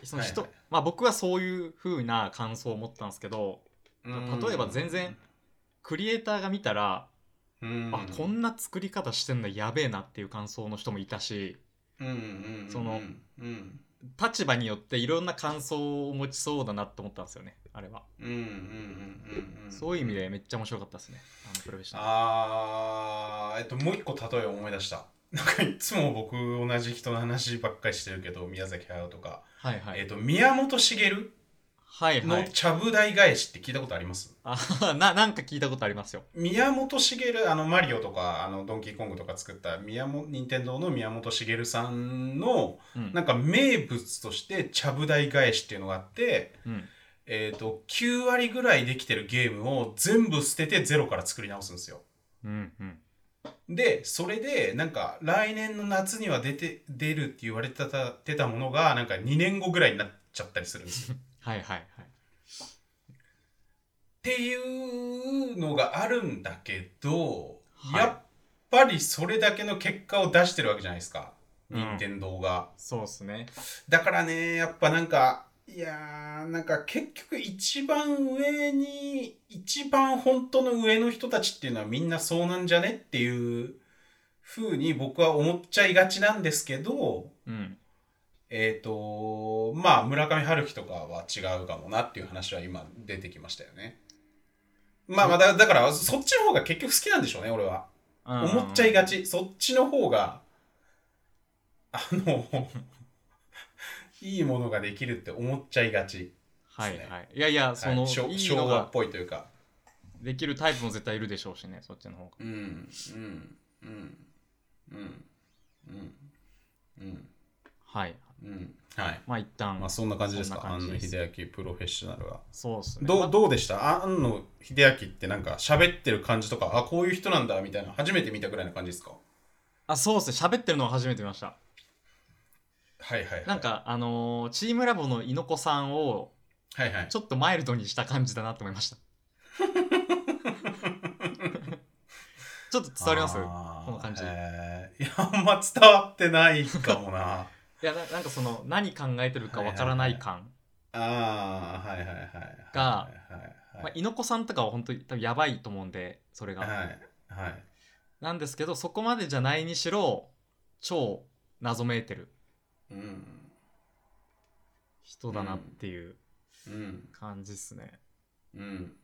Speaker 1: その人、
Speaker 2: はいは
Speaker 1: まあ僕はそういう風な感想を持ったんですけど
Speaker 2: うん
Speaker 1: 例えば全然、クリエイターが見たら、
Speaker 2: うん、
Speaker 1: あこんな作り方してんのやべえなっていう感想の人もいたし
Speaker 2: うんうんうん、
Speaker 1: その
Speaker 2: うん、
Speaker 1: 立場によっていろんな感想を持ちそうだなと思ったんですよねあれは、
Speaker 2: うんうんうんうんうん。
Speaker 1: そういう意味でめっちゃ面白かったですねあのプロフェッショナル
Speaker 2: あーえっともう一個例えを思い出した。なんかいつも僕同じ人の話ばっかりしてるけど宮崎駿とか、
Speaker 1: はいはい、
Speaker 2: えっと宮本茂
Speaker 1: はいは
Speaker 2: の
Speaker 1: い
Speaker 2: 「ちゃぶ台返し」って聞いたことあります、
Speaker 1: あはは ななんか聞いたことありますよ
Speaker 2: 宮本茂あのマリオとかあのドンキーコングとか作った宮本任天堂の宮本茂さんの
Speaker 1: うん
Speaker 2: なんか名物としてちゃぶ台返しっていうのがあって、
Speaker 1: うん
Speaker 2: えー、と9割ぐらいできてるゲームを全部捨ててゼロから作り直すんですよ。
Speaker 1: うんうん
Speaker 2: でそれでなんか来年の夏には出て出るって言われてたてたものがなんか2年後ぐらいになっちゃったりするんですよ
Speaker 1: はいはいはい
Speaker 2: っていうのがあるんだけど、
Speaker 1: はい
Speaker 2: やっぱりそれだけの結果を出してるわけじゃないですか
Speaker 1: うん
Speaker 2: 任天堂が、
Speaker 1: そうですね
Speaker 2: だからねやっぱなんかいやーなんか結局一番上に一番本当の上の人たちっていうのはみんなそうなんじゃねっていう風に僕は思っちゃいがちなんですけど
Speaker 1: うん
Speaker 2: えっ、とまあ村上春樹とかは違うかもなっていう話は今出てきましたよね。まあまあだだからそっちの方が結局好きなんでしょうね俺は。思っちゃいが
Speaker 1: ち
Speaker 2: ちそっちの方があのいいものができるって思っちゃいがち、
Speaker 1: はいはいいやいやその、
Speaker 2: はいしょ
Speaker 1: い、い
Speaker 2: 昭
Speaker 1: の
Speaker 2: 和
Speaker 1: が
Speaker 2: っぽいというか。
Speaker 1: できるタイプも絶対いるでしょうしねそっちの方が
Speaker 2: うんうんうんうんうんうん
Speaker 1: はい
Speaker 2: うんはい。
Speaker 1: まあ一旦、
Speaker 2: まあそんな感じです
Speaker 1: そ
Speaker 2: か
Speaker 1: んな感
Speaker 2: 庵
Speaker 1: じ
Speaker 2: 野
Speaker 1: です
Speaker 2: 秀明プロフェッショナルは。
Speaker 1: そうですね
Speaker 2: ど
Speaker 1: ま
Speaker 2: うどうでしたあんの秀明ってなんか喋ってる感じとかあこういう人なんだみたいな初めて見たぐらいの感じですか
Speaker 1: あそうですね喋ってるのを初めて見ました
Speaker 2: はいはい、はい、
Speaker 1: なんかあのーチームラボの猪子さんを
Speaker 2: はいはい
Speaker 1: ちょっとマイルドにした感じだなと思いました ちょっと伝わります
Speaker 2: あー
Speaker 1: この感じ
Speaker 2: えーいやあんま伝わってないか もな
Speaker 1: いやななんかその何考えてるかわからない感、
Speaker 2: あーはいはいはい
Speaker 1: が
Speaker 2: はいはい
Speaker 1: まあ、猪子さんとかは本当に多分やばいと思うんでそれが、
Speaker 2: はいはい
Speaker 1: なんですけどそこまでじゃないにしろ超謎めいてる
Speaker 2: うん
Speaker 1: 人だなっていう
Speaker 2: うん
Speaker 1: 感じっすね、
Speaker 2: うん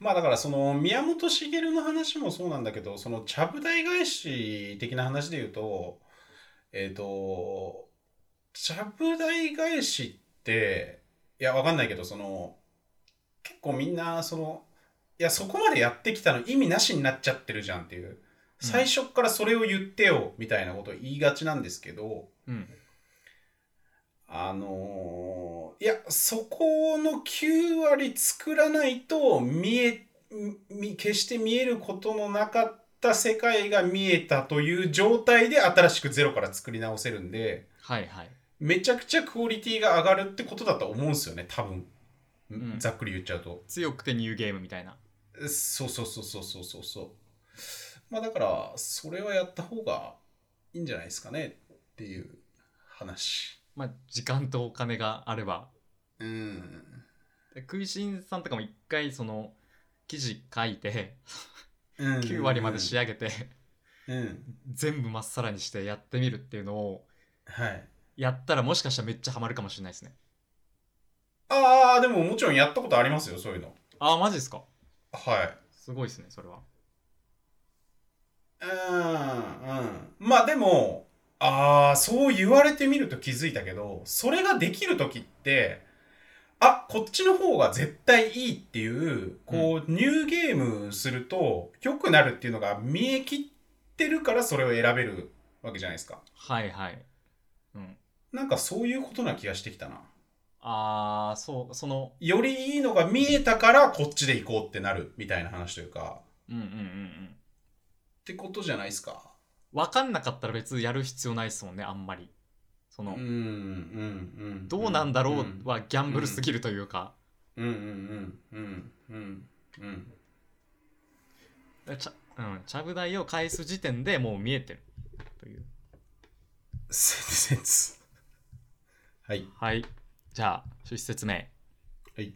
Speaker 2: まあだからその宮本茂の話もそうなんだけどそのちゃぶ台返し的な話で言うとえっ、とちゃぶ台返しっていやわかんないけどその結構みんなそのいやそこまでやってきたの意味なしになっちゃってるじゃんっていう最初っからそれを言ってよみたいなことを言いがちなんですけど、
Speaker 1: うん
Speaker 2: あのーいやそこの9割作らないと見えみ決して見えることのなかった世界が見えたという状態で新しくゼロから作り直せるんで
Speaker 1: はいはい
Speaker 2: めちゃくちゃクオリティが上がるってことだと思うんですよね多分、
Speaker 1: ん
Speaker 2: ざっくり言っちゃうと
Speaker 1: 強くてニューゲームみたいな
Speaker 2: そうそうそうそうそうそうそうまあだからそれはやった方がいいんじゃないですかねっていう話
Speaker 1: まあ時間とお金があれば
Speaker 2: うん
Speaker 1: で食いしんさんとかも一回その記事書いて
Speaker 2: 9
Speaker 1: 9割まで仕上げて
Speaker 2: うん
Speaker 1: 全部まっさらにしてやってみるっていうのを
Speaker 2: はい
Speaker 1: やったらもしかしたらめっちゃハマるかもしれないですね
Speaker 2: ああでももちろんやったことありますよそういうの
Speaker 1: ああマジですか
Speaker 2: はい
Speaker 1: すごいですねそれは
Speaker 2: うんうんまあでもああそう言われてみると気づいたけどそれができる時ってあこっちの方が絶対いいっていうこう、ニューゲームすると良くなるっていうのが見えきってるからそれを選べるわけじゃないですか
Speaker 1: はいはいうん
Speaker 2: なんかそういうことな気がしてきたな
Speaker 1: ああそうその
Speaker 2: よりいいのが見えたからこっちで行こうってなるみたいな話というか
Speaker 1: うんうんうんうん
Speaker 2: ってことじゃないですか
Speaker 1: 分かんなかったら別にやる必要ないですもんねあんまりそ
Speaker 2: うん
Speaker 1: の、
Speaker 2: うんうん
Speaker 1: どうなんだろ
Speaker 2: ん
Speaker 1: うはギャンブルすぎるというか、
Speaker 2: うんうんうんうんうん
Speaker 1: ちゃうんちゃぶ台を返す時点でもう見えてるという
Speaker 2: 切々はい
Speaker 1: はいじゃあ趣旨説明
Speaker 2: はい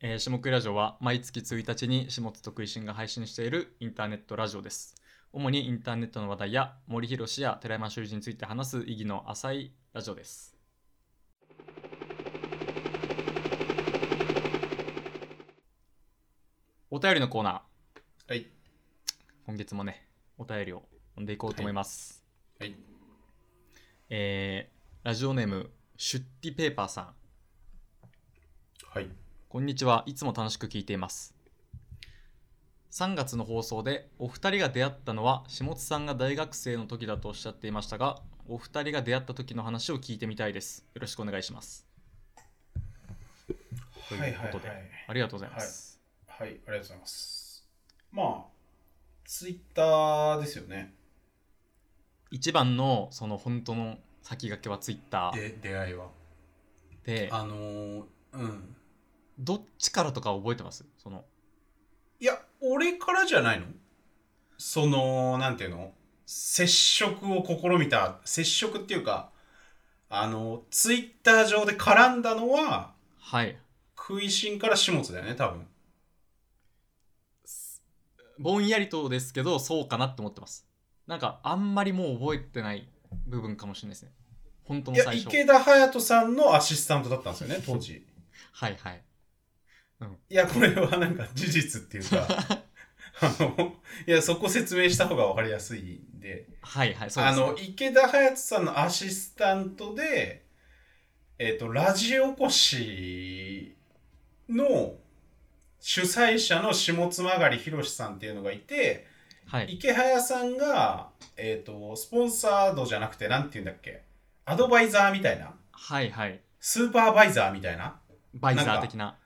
Speaker 1: えー、下食いラジオは毎月1日に下津徳井新が配信しているインターネットラジオです。主にインターネットの話題や森博氏や寺山修司について話す意義の浅いラジオです。お便りのコーナー、
Speaker 2: はい
Speaker 1: 今月もね、お便りを読んでいこうと思います。
Speaker 2: はい
Speaker 1: えーラジオネーム、シュッティペーパーさん。
Speaker 2: はい
Speaker 1: こんにちは。いつも楽しく聞いています。3月の放送でお二人が出会ったのは下津さんが大学生の時だとおっしゃっていましたが、お二人が出会った時の話を聞いてみたいです。よろしくお願いします。ということで、
Speaker 2: はいはいはい
Speaker 1: ありがとうございます。
Speaker 2: はいありがとうございますまあツイッターですよね
Speaker 1: 一番のその本当の先駆けはツイッター
Speaker 2: で出会いは
Speaker 1: で、
Speaker 2: あのーうん
Speaker 1: どっちからとか覚えてますその
Speaker 2: いや俺からじゃないのそのなんていうの接触を試みた接触っていうかあのツイッター上で絡んだのは
Speaker 1: はい。
Speaker 2: 食いしんから始末だよね多分
Speaker 1: ぼんやりとですけどそうかなって思ってますなんかあんまりもう覚えてない部分かもしれないですね本当
Speaker 2: い
Speaker 1: の
Speaker 2: や
Speaker 1: 最初
Speaker 2: 池田隼人さんのアシスタントだったんですよね当時
Speaker 1: はいはい
Speaker 2: いやこれはなんか事実っていう かあのいやそこ説明した方が分かりやすいんで
Speaker 1: はいはいそうで
Speaker 2: あ
Speaker 1: すね
Speaker 2: の池田隼人さんのアシスタントで、えっとラジオコシの主催者の下妻狩り博さんっていうのがいて
Speaker 1: はい
Speaker 2: 池早さんが、えっとスポンサードじゃなくてなんて言うんだっけアドバイザーみたいな
Speaker 1: はいはい
Speaker 2: スーパーバイザーみたいな
Speaker 1: バイザ
Speaker 2: なん
Speaker 1: ー
Speaker 2: か
Speaker 1: 的な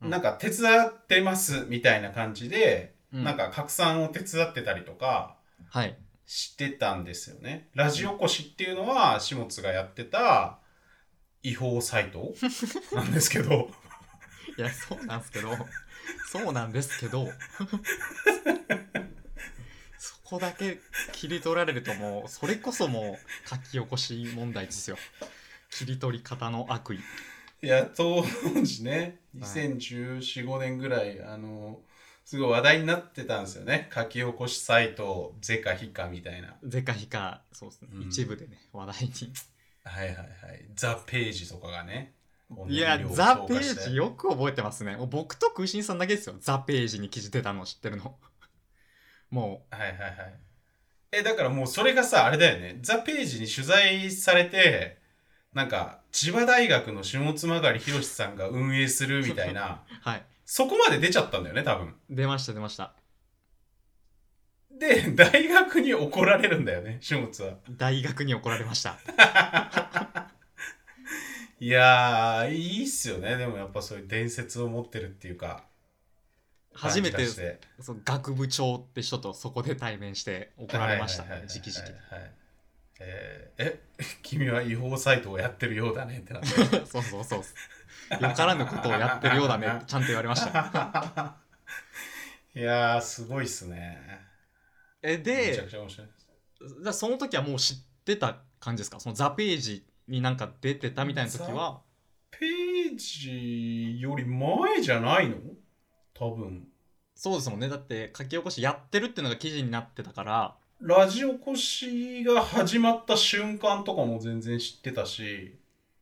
Speaker 1: うん
Speaker 2: なんか手伝ってますみたいな感じで、
Speaker 1: う
Speaker 2: なんか拡散を手伝ってたりとか
Speaker 1: はい
Speaker 2: してたんですよね。ラジオコシっていうのは、始末がやってた違法サ イトなんですけど、
Speaker 1: いやそうなんですけどそうなんですけど そこだけ切り取られるともうそれこそもう書き起こし問題ですよ切り取り方の悪意
Speaker 2: いや、当時ね、
Speaker 1: はい
Speaker 2: 2014、5年ぐらい、あの、すごい話題になってたんですよね。書き起こしサイト、ゼカヒカみたいな。
Speaker 1: ぜかひかそうですね、
Speaker 2: うん
Speaker 1: 一部でね話題に
Speaker 2: はいはいはい。ザ・ページとかがね。
Speaker 1: いや、ザ・ペ
Speaker 2: 同じ量を投下し
Speaker 1: ー
Speaker 2: て
Speaker 1: ジよく覚えてますね。もう僕と空心さんだけですよ。ザ・ページに記事出たの知ってるの。も
Speaker 2: はいはいはい。え、だからもうそれがさ、あれだよね。ザ・ページに取材されて、なんか、千葉大学の下妻狩り博さんが運営するみたいな、
Speaker 1: う、はい。
Speaker 2: そこまで出ちゃったんだよね、多分。
Speaker 1: 出ました、出ました。
Speaker 2: で、大学に怒られるんだよね、下津は。
Speaker 1: 大学に怒られました。
Speaker 2: いやー、いいっすよね。でもやっぱそういう伝説を持ってるっていうか、
Speaker 1: 初めて
Speaker 2: 感じが、して
Speaker 1: そう学部長って人とそこで対面して怒られました
Speaker 2: はいはい
Speaker 1: ね
Speaker 2: は、い
Speaker 1: 直々に。
Speaker 2: はいはいえーえ、 君は違法サイトをやってるようだねってなって。
Speaker 1: そうそうそう。よからぬことをやってるようだね、ちゃんと言われました。
Speaker 2: いいやー、すごいっすね。
Speaker 1: え
Speaker 2: めちゃ
Speaker 1: で
Speaker 2: くちゃ面白いです。
Speaker 1: だその時はもう知ってた感じですかそのザ・ページになんか出てたみたいな時は
Speaker 2: ページより前じゃないの多分。
Speaker 1: そうですもんねだって書き起こしやってるっていうのが記事になってたから
Speaker 2: ラジオコシが始まった瞬間とかも全然知ってたし、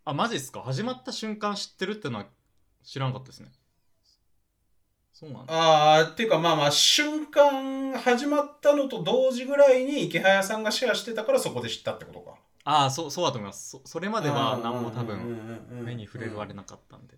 Speaker 1: あマジですか始まった瞬間知ってるってのは知らんかったですねそうなんだ
Speaker 2: あー、っていうかまあまあ、瞬間始まったのと同時ぐらいに池早さんがシェアしてたからそこで知ったってことか。
Speaker 1: ああそうそうだと思いますそそれまでは何も多分
Speaker 2: 分
Speaker 1: 目に触れるあれ
Speaker 2: な
Speaker 1: なかったんで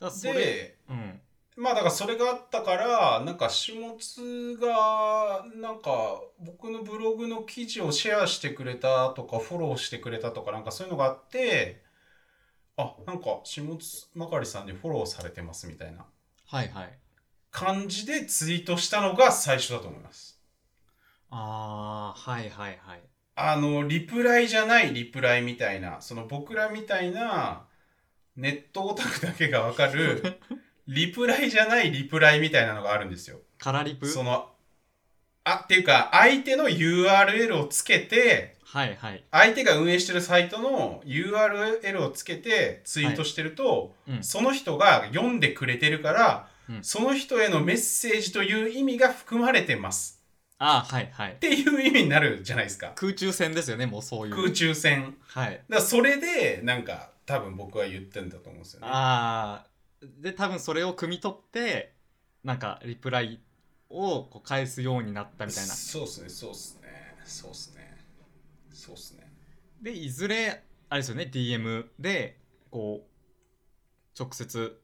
Speaker 1: だからそれ
Speaker 2: で、
Speaker 1: うん
Speaker 2: まあだからそれがあったから、なんか始末が、なんか僕のブログの記事をシェアしてくれたとか、フォローしてくれたとか、なんかそういうのがあって、あ、なんか始末まかりさんにフォローされてますみたいな
Speaker 1: はいはい
Speaker 2: 感じでツイートしたのが最初だと思います。
Speaker 1: ああはいはいはい
Speaker 2: あの、リプライじゃないリプライみたいな、その僕らみたいなネットオタクだけがわかる、リプライじゃないリプライみたいなのがあるんですよ。
Speaker 1: カラリプ
Speaker 2: そのあっていうか相手の URL をつけて
Speaker 1: はいはい
Speaker 2: 相手が運営してるサイトの URL をつけてツイートしてると、
Speaker 1: はいうん
Speaker 2: その人が読んでくれてるから、
Speaker 1: うん
Speaker 2: その人へのメッセージという意味が含まれてます
Speaker 1: ああはいはい
Speaker 2: っていう意味になるじゃないですか
Speaker 1: 空中戦ですよねもうそういう
Speaker 2: 空中戦
Speaker 1: はい
Speaker 2: だからそれでなんか多分僕は言ってんだと思うんですよね
Speaker 1: ああで多分それを汲み取ってなんかリプライをこう返すようになったみたいな
Speaker 2: そうっすねそうっすねそうっすねそうっすね
Speaker 1: でいずれあれですよね DM でこう直接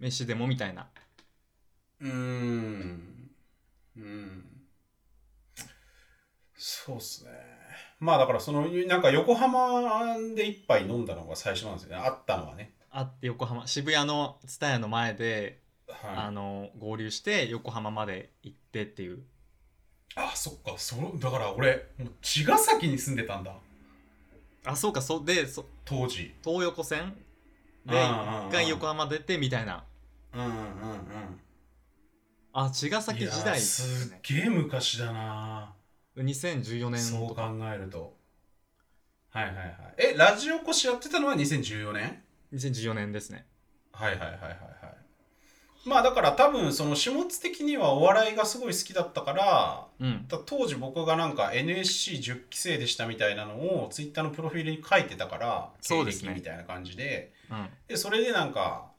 Speaker 1: 飯でもみたいな
Speaker 2: うーん。うん。そうっすね。まあだからその、なんか横浜で一杯飲んだのが最初なんですよね。あったのはね。
Speaker 1: あって横浜渋谷の蔦屋の前で、あ
Speaker 2: はい。
Speaker 1: の合流して横浜まで行ってっていう
Speaker 2: あ、そっか。そう、だから俺、もう茅ヶ崎に住んでたんだ。
Speaker 1: あそうかそうでそ
Speaker 2: 当時。
Speaker 1: 東横線で
Speaker 2: うんうんうん
Speaker 1: 一回横浜出てみたいな
Speaker 2: うんうんうん
Speaker 1: あ茅ヶ崎時代
Speaker 2: い
Speaker 1: で
Speaker 2: や
Speaker 1: す
Speaker 2: す
Speaker 1: ね
Speaker 2: っげえ昔だな
Speaker 1: 2014年
Speaker 2: そう
Speaker 1: と
Speaker 2: 考
Speaker 1: か
Speaker 2: えると。はいはいはい。え、ラジオコシやってたのは2014年
Speaker 1: 2014年ですね
Speaker 2: はいはいはいはいはいまあだから多分その始末的にはお笑いがすごい好きだったから
Speaker 1: うん
Speaker 2: だ当時僕がなんか NSC10 期生でしたみたいなのをツイッターのプロフィールに書いてたから
Speaker 1: そうですね
Speaker 2: 経歴みたいな感じで
Speaker 1: うん
Speaker 2: でそれでなんか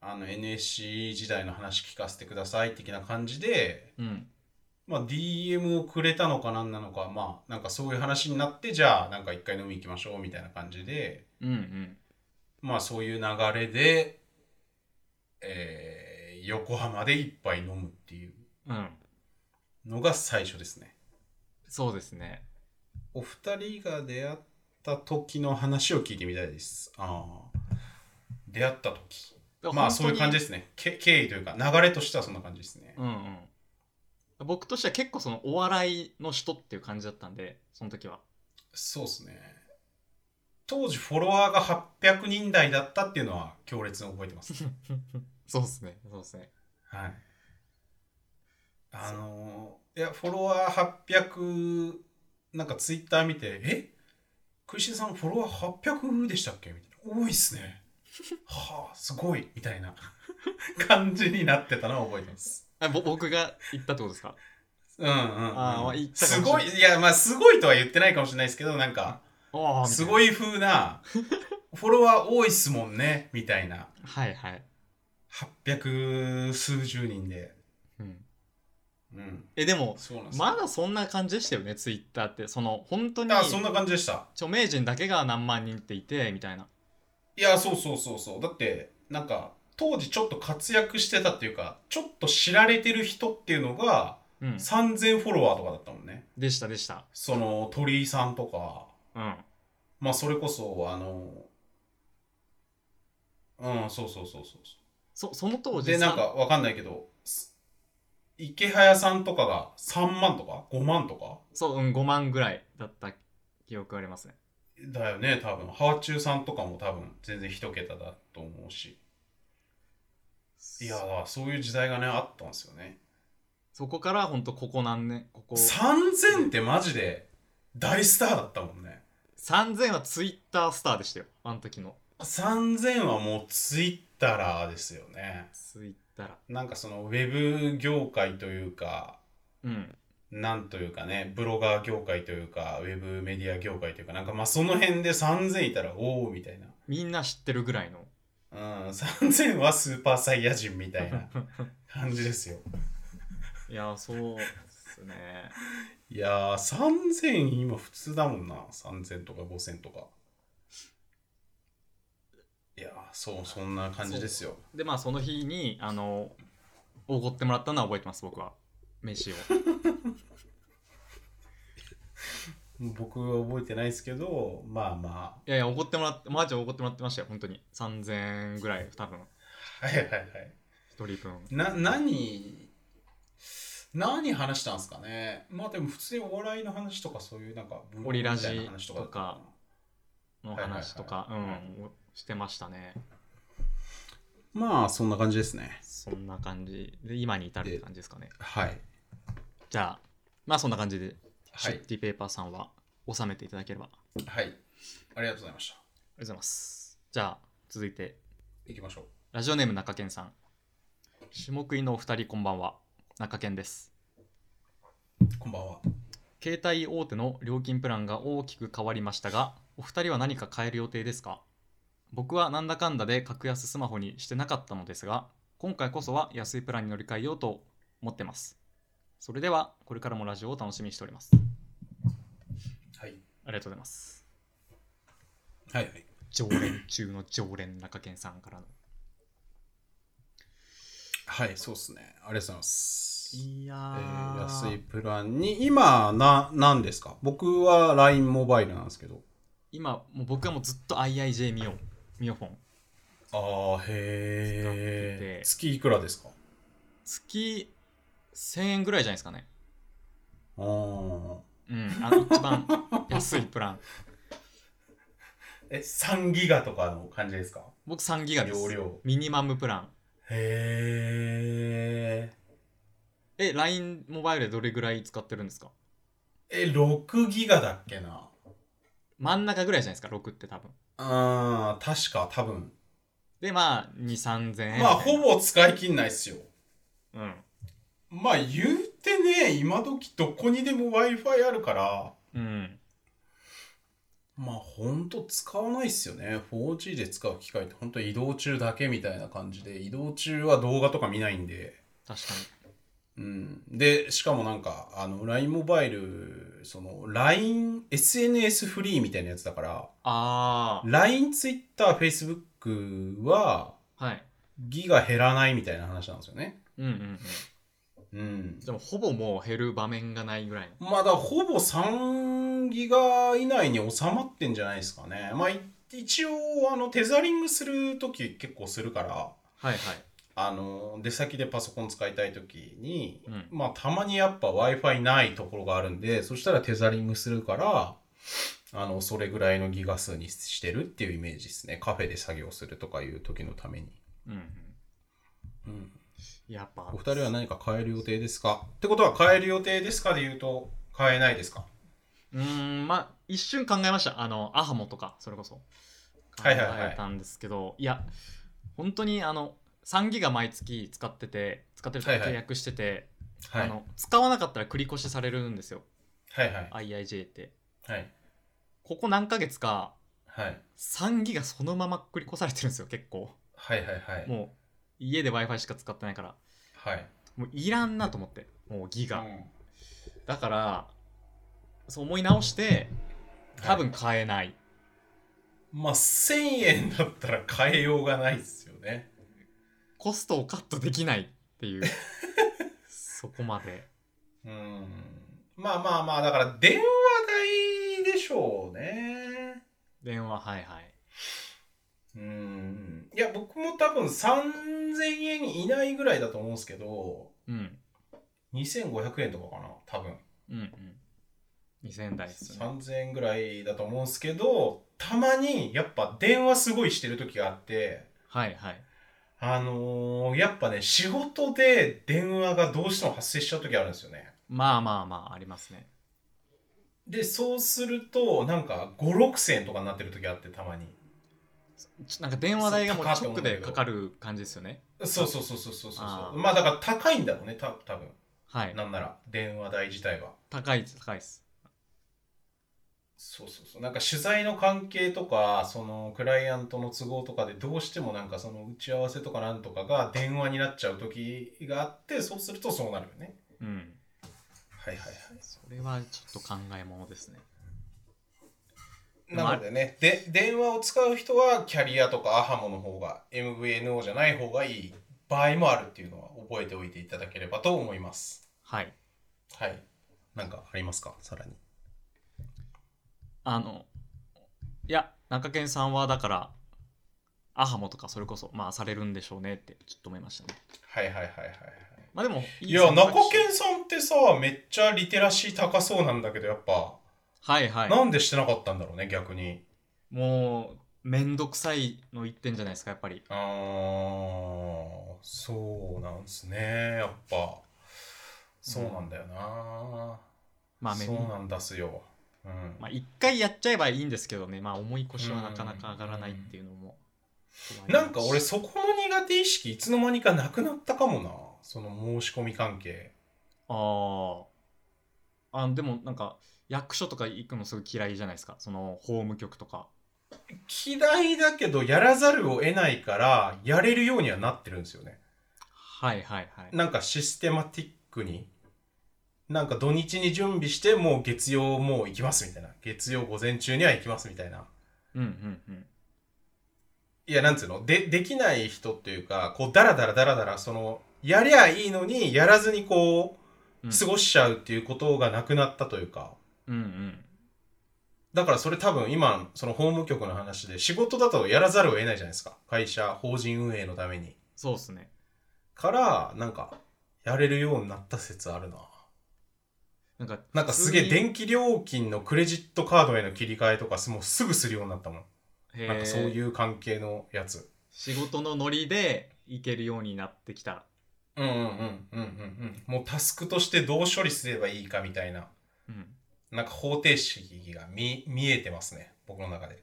Speaker 2: あの NSC 時代の話聞かせてください的な感じで、
Speaker 1: うん
Speaker 2: まあ、DM をくれたのかなんなのかまあなんかそういう話になってじゃあなんか一回飲み行きましょうみたいな感じで
Speaker 1: うんうん
Speaker 2: まあそういう流れで、えー横浜で一杯飲むっていう
Speaker 1: うん
Speaker 2: のが最初ですね。
Speaker 1: そうですね
Speaker 2: お二人が出会った時の話を聞いてみたいです。ああ。出会った時。まあそういう感じ
Speaker 1: す
Speaker 2: ですね。け経緯というか流れとしてはそんな感じですね。
Speaker 1: うんうん僕としては結構そのお笑いの人っていう感じだったんでその 時は
Speaker 2: そうですね。当時フォロワーが800人台だったっていうのは強烈に覚えてます。
Speaker 1: そうですねそうですね
Speaker 2: はい。あのーいや、フォロワー800、なんかツイッター見て、えクイシンさんフォロワー800でしたっけみたいな。多いっす ね。はあ、すごいみたいな感じになってたのを覚えてます。
Speaker 1: あぼ僕が言ったってことです か
Speaker 2: うんうん、うん。
Speaker 1: あーまあ言ったか
Speaker 2: す
Speaker 1: もしれ
Speaker 2: ご
Speaker 1: ない
Speaker 2: い、いや、まあ、すごいとは言ってないかもしれないですけど、なんか、
Speaker 1: ああ
Speaker 2: すご
Speaker 1: い
Speaker 2: い風な、フォロワー多いっすもんね、みたいな。
Speaker 1: はいはい、
Speaker 2: 800数十人で。
Speaker 1: うん、
Speaker 2: うん。
Speaker 1: えでも
Speaker 2: そうなんですよ
Speaker 1: まだそんな感じでしたよねツイッターってその本当に
Speaker 2: あそんな感じでした。
Speaker 1: 著名人だけが何万人っていてみたいない
Speaker 2: や、そうそうそうそう。だって、なんか、当時ちょっと活躍してたっていうか、ちょっと知られてる人っていうのが、
Speaker 1: うん
Speaker 2: 3000フォロワーとかだったもんね。
Speaker 1: でしたでした
Speaker 2: その、鳥居さんとか、
Speaker 1: うん
Speaker 2: まあ、それこそ、あの、うん、そうそうそうそうそ
Speaker 1: そその当
Speaker 2: う。
Speaker 1: 時
Speaker 2: で、なん
Speaker 1: さ
Speaker 2: か、わかんないけど、す池早さんとかが3万とか5万とか
Speaker 1: そう、うん、5万ぐらいだった記憶ありますね
Speaker 2: だよね、多分。ハーチューさんとかも多分、全然一桁だと思うし。いやーそういう時代がねあったんですよね
Speaker 1: そこから本当ここ何年ここ
Speaker 2: 3000ってマジで大スターだったもんね
Speaker 1: 3000はツイッタースターでしたよあの時の
Speaker 2: 3000はもうツイッターですよね
Speaker 1: ツイッター
Speaker 2: なんかそのウェブ業界というか
Speaker 1: うん
Speaker 2: なんというかねブロガー業界というかウェブメディア業界というかなんかまあその辺で3000いたらおおみたいな
Speaker 1: みんな知ってるぐらいの
Speaker 2: うん3000はスーパーサイヤ人みた いな感じですよ
Speaker 1: いやそうですね
Speaker 2: いやー3000今普通だもんな3000とか5000とかいやーそうそんな感じですよ
Speaker 1: でまあその日にあのおごってもらったのは覚えてます僕は飯を
Speaker 2: 僕は覚えてないですけどまあま
Speaker 1: いやいやおごってもらってマーちゃんおごってもらってましたよ本当に3000円ぐらい多分
Speaker 2: あはいはいはい
Speaker 1: 1人分
Speaker 2: な何何話したんですかねまあでも普通にお笑いの話とかそういうなんか文化
Speaker 1: オリラジ
Speaker 2: みたいな話だったな
Speaker 1: との話とか、
Speaker 2: はいはいはい
Speaker 1: うんしてましたね
Speaker 2: まあそんな感じですね
Speaker 1: そんな感じで今に至るって感じですかね
Speaker 2: はい
Speaker 1: じゃあまあそんな感じでシ
Speaker 2: は
Speaker 1: ュッ
Speaker 2: い
Speaker 1: ティペーパーさんは収めていただければ、あ
Speaker 2: はいありがとうございました
Speaker 1: りがとうございますじゃあ続いて
Speaker 2: 行きましょう
Speaker 1: ラジオネーム中堅さん下食いのお二人こんばんは中堅です
Speaker 2: こんばんは
Speaker 1: 携帯大手の料金プランが大きく変わりましたがお二人は何か変える予定ですか僕はなんだかんだで格安スマホにしてなかったのですが今回こそは安いプランに乗り換えようと思ってますそれではこれからもラジオを楽しみにしておりますあ
Speaker 2: はい
Speaker 1: りがとうございます
Speaker 2: はいはい
Speaker 1: 常連中の常連中堅さんからの
Speaker 2: はい、そうですね。ありがとうございます。
Speaker 1: いや
Speaker 2: え
Speaker 1: ー
Speaker 2: ー安いプランに、今、な、何ですか僕は LINE モバイルなんですけど。
Speaker 1: 今もう僕はもうずっと IIJ ミオミオフォン
Speaker 2: ああ、
Speaker 1: へー
Speaker 2: え。月いくらですか
Speaker 1: 月1000円ぐらいじゃないですかね
Speaker 2: ああ。
Speaker 1: うんあの一番安いプラン
Speaker 2: え、3ギガとかの感じですか
Speaker 1: 僕3ギガです
Speaker 2: 容量。
Speaker 1: ミニマムプラン。
Speaker 2: へー
Speaker 1: え、LINE モバイルでどれぐらい使ってるんですか
Speaker 2: え、6ギガだっけな
Speaker 1: 真ん中ぐらいじゃないですか、6って多分。
Speaker 2: ああ、確か、多分。
Speaker 1: で、まあ、2、3000円。
Speaker 2: まあ、ほ。ぼ使い切んないっすよ。
Speaker 1: うん。
Speaker 2: まあ、言うてね、今時どこにでも Wi-Fi あるから、
Speaker 1: うん。
Speaker 2: まあほんと使わないっすよね 4G で使う機会ってほんと移動中だけみたいな感じで移動中は動画とか見ないんで
Speaker 1: 確か
Speaker 2: うんでしかもなんかあの LINE モバイルその LINESNS フリーみたいなやつだから
Speaker 1: に。あ
Speaker 2: LINETwitterFacebook は
Speaker 1: あ。はい。
Speaker 2: ギガ減らないみたいな話なんですよね
Speaker 1: うんうんうん。
Speaker 2: うん
Speaker 1: でも、ほぼもう減る場面がないぐらいの。
Speaker 2: まあだからほぼ3ギガ以内に収まってんじゃないですかねまあい一応あのテザリングするとき結構するから
Speaker 1: はいはい。
Speaker 2: あの出先でパソコン使いたい時に、
Speaker 1: うん。
Speaker 2: まあたまにやっぱ w i f i ないところがあるんでそしたらテザリングするからあのそれぐらいのギガ数にしてるっていうイメージですねカフェで作業するとかいう時のために、
Speaker 1: うん、うん。
Speaker 2: うん、
Speaker 1: やっぱ
Speaker 2: お、二人は何か変える予定ですかってことは変える予定ですかで言うと変えないですか
Speaker 1: うーん、まあ、一瞬考えました。あの、アハモとか、それこそ。考
Speaker 2: はいはいはい
Speaker 1: えたんですけど、いや、本当にあの、3ギガ毎月使ってて、使ってるというか
Speaker 2: はいは
Speaker 1: 契
Speaker 2: い
Speaker 1: 約してて、
Speaker 2: は
Speaker 1: あ
Speaker 2: い
Speaker 1: の使わなかったら繰り越しされるんですよ
Speaker 2: はいはい
Speaker 1: IIJ って
Speaker 2: はい
Speaker 1: ここ何ヶ月か
Speaker 2: はい
Speaker 1: 3ギガそのまま繰り越されてるんですよ結構
Speaker 2: はいはいはい
Speaker 1: もう家で w i f i しか使ってないから
Speaker 2: はい
Speaker 1: もういらんなと思ってもうギ
Speaker 2: うん
Speaker 1: ガ、
Speaker 2: はい
Speaker 1: だからそう思い直して多分買えない、
Speaker 2: まあ1000円だったら変えようがないですよね
Speaker 1: コストをカットできないって いうそこまで
Speaker 2: うんまあまあまあ、だから電話代でしょうね。
Speaker 1: 電話はいはい
Speaker 2: うん。いや、僕も多分3000円以内ぐらいだと思うんですけど、
Speaker 1: うん
Speaker 2: 2500円とかかな、多分。
Speaker 1: うんうん2000台ですね
Speaker 2: 3000円ぐらいだと思うんですけど、たまにやっぱ電話すごいしてる時があって、
Speaker 1: はいはい
Speaker 2: あのーやっぱね、仕事で電話がどうしても発生しちゃう時あるんですよね。
Speaker 1: まあまあまあありますね
Speaker 2: で、そうすると、なんか、5、6000円とかになってる時あって、たまに。
Speaker 1: ちなんか電話代がもう
Speaker 2: そう
Speaker 1: 直
Speaker 2: 高いと思うんだけ
Speaker 1: で
Speaker 2: ど
Speaker 1: かかる感じですよね
Speaker 2: そうそうそうそうそうそう
Speaker 1: あー
Speaker 2: まあ、だから高いんだろうね、た多分
Speaker 1: はい
Speaker 2: なんなら、電話代自体は。
Speaker 1: 高いです高いです
Speaker 2: そうそうそう。なんか取材の関係とか、そのクライアントの都合とかでどうしてもなんかその打ち合わせとかなんとかが電話になっちゃう時があって、そうするとそうなるよね。
Speaker 1: うん
Speaker 2: はいはいはい。
Speaker 1: それはちょっと考えものですね
Speaker 2: なのでね、で、電話を使う人はキャリアとかアハモの方が MVNO じゃない方がいい場合もあるっていうのは覚えておいていただければと思います。
Speaker 1: はい
Speaker 2: はい。なんかありますかさらに。
Speaker 1: あのいや中堅さんはだからアハモとかそれこそまあされるんでしょうねってちょっと思いましたね
Speaker 2: はいはいはいはいはい。
Speaker 1: まあでもい
Speaker 2: いや、
Speaker 1: 選択肢
Speaker 2: 中堅さんってさ、めっちゃリテラシー高そうなんだけど、やっぱ、
Speaker 1: はいはい
Speaker 2: なんでしてなかったんだろうね、逆に。
Speaker 1: もうめんどくさいの言ってんじゃないですかやっぱり
Speaker 2: あー、そうなんすね、やっぱ。そうなんだよな。
Speaker 1: まあめん
Speaker 2: そうなんだすよ。うん。
Speaker 1: まあ一回やっちゃえばいいんですけどねまあ重い腰はなかなか上がらないっていうのも
Speaker 2: なんか俺
Speaker 1: そ
Speaker 2: そこの苦手意識いつの間にかなくなったかもなその申し込み関係
Speaker 1: あああでもなんか役所とか行くのすごい嫌いじゃないですかその法務局とか
Speaker 2: 嫌いだけどやらざるを得ないからやれるようにはなってるんですよね
Speaker 1: はいはいはい
Speaker 2: なんかシステマティックになんか土日に準備してもう月曜もう行きますみたいな月曜午前中には行きますみたいな
Speaker 1: うんうんうん
Speaker 2: いやなんつうのでできない人っていうかこうダラダラダラダラそのやりゃいいのにやらずにこ
Speaker 1: う
Speaker 2: うん過ごしちゃうっていうことがなくなったというか、
Speaker 1: うんうん
Speaker 2: だからそれ多分今、その法務局の話で、仕事だとやらざるを得ないじゃないですか。会社、法人運営のために。
Speaker 1: そうっすね
Speaker 2: から、なんか、やれるようになった説あるな。
Speaker 1: なんか
Speaker 2: なんかすげえ
Speaker 1: 普通に
Speaker 2: 電気料金のクレジットカードへの切り替えとかす、もうすぐするようになったもん。
Speaker 1: へー
Speaker 2: なんかそういう関係のやつ。
Speaker 1: 仕事のノリで行けるようになってきた
Speaker 2: うんうんうんうんうんうん。もうタスクとしてどう処理すればいいかみたいな。
Speaker 1: うん
Speaker 2: なんか方程式が見、見えてますね。僕の中で。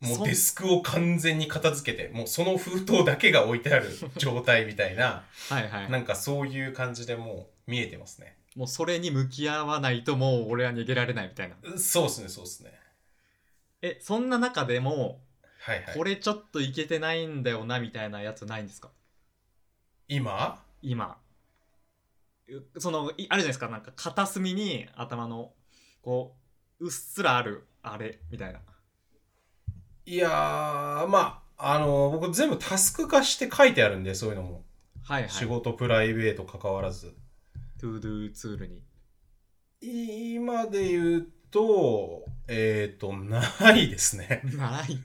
Speaker 2: も
Speaker 1: そうう
Speaker 2: デスクを完全に片付けて、もうその封筒だけが置いて ある状態みたいな、
Speaker 1: はいはい
Speaker 2: なんかそういう感じでもう見えてますね。
Speaker 1: もうそれに向き合わないともう俺は逃げられないみたいな
Speaker 2: そうっすね、そうっすね。
Speaker 1: えそんな中でも
Speaker 2: はいはい。
Speaker 1: これちょっといけてないんだよなみたいなやつないんですか
Speaker 2: 今
Speaker 1: 今うそのいあるじゃないですかなんか片隅に頭のこううっすらあるあれみたいない
Speaker 2: やー、まあ、あの僕全部タスク化して書いてあるんで、そういうのも。
Speaker 1: はいはい
Speaker 2: 仕事、プライベート関わらず。
Speaker 1: トゥードゥツールに。
Speaker 2: 今で言うと、えっ、ー、と、ないですね
Speaker 1: ない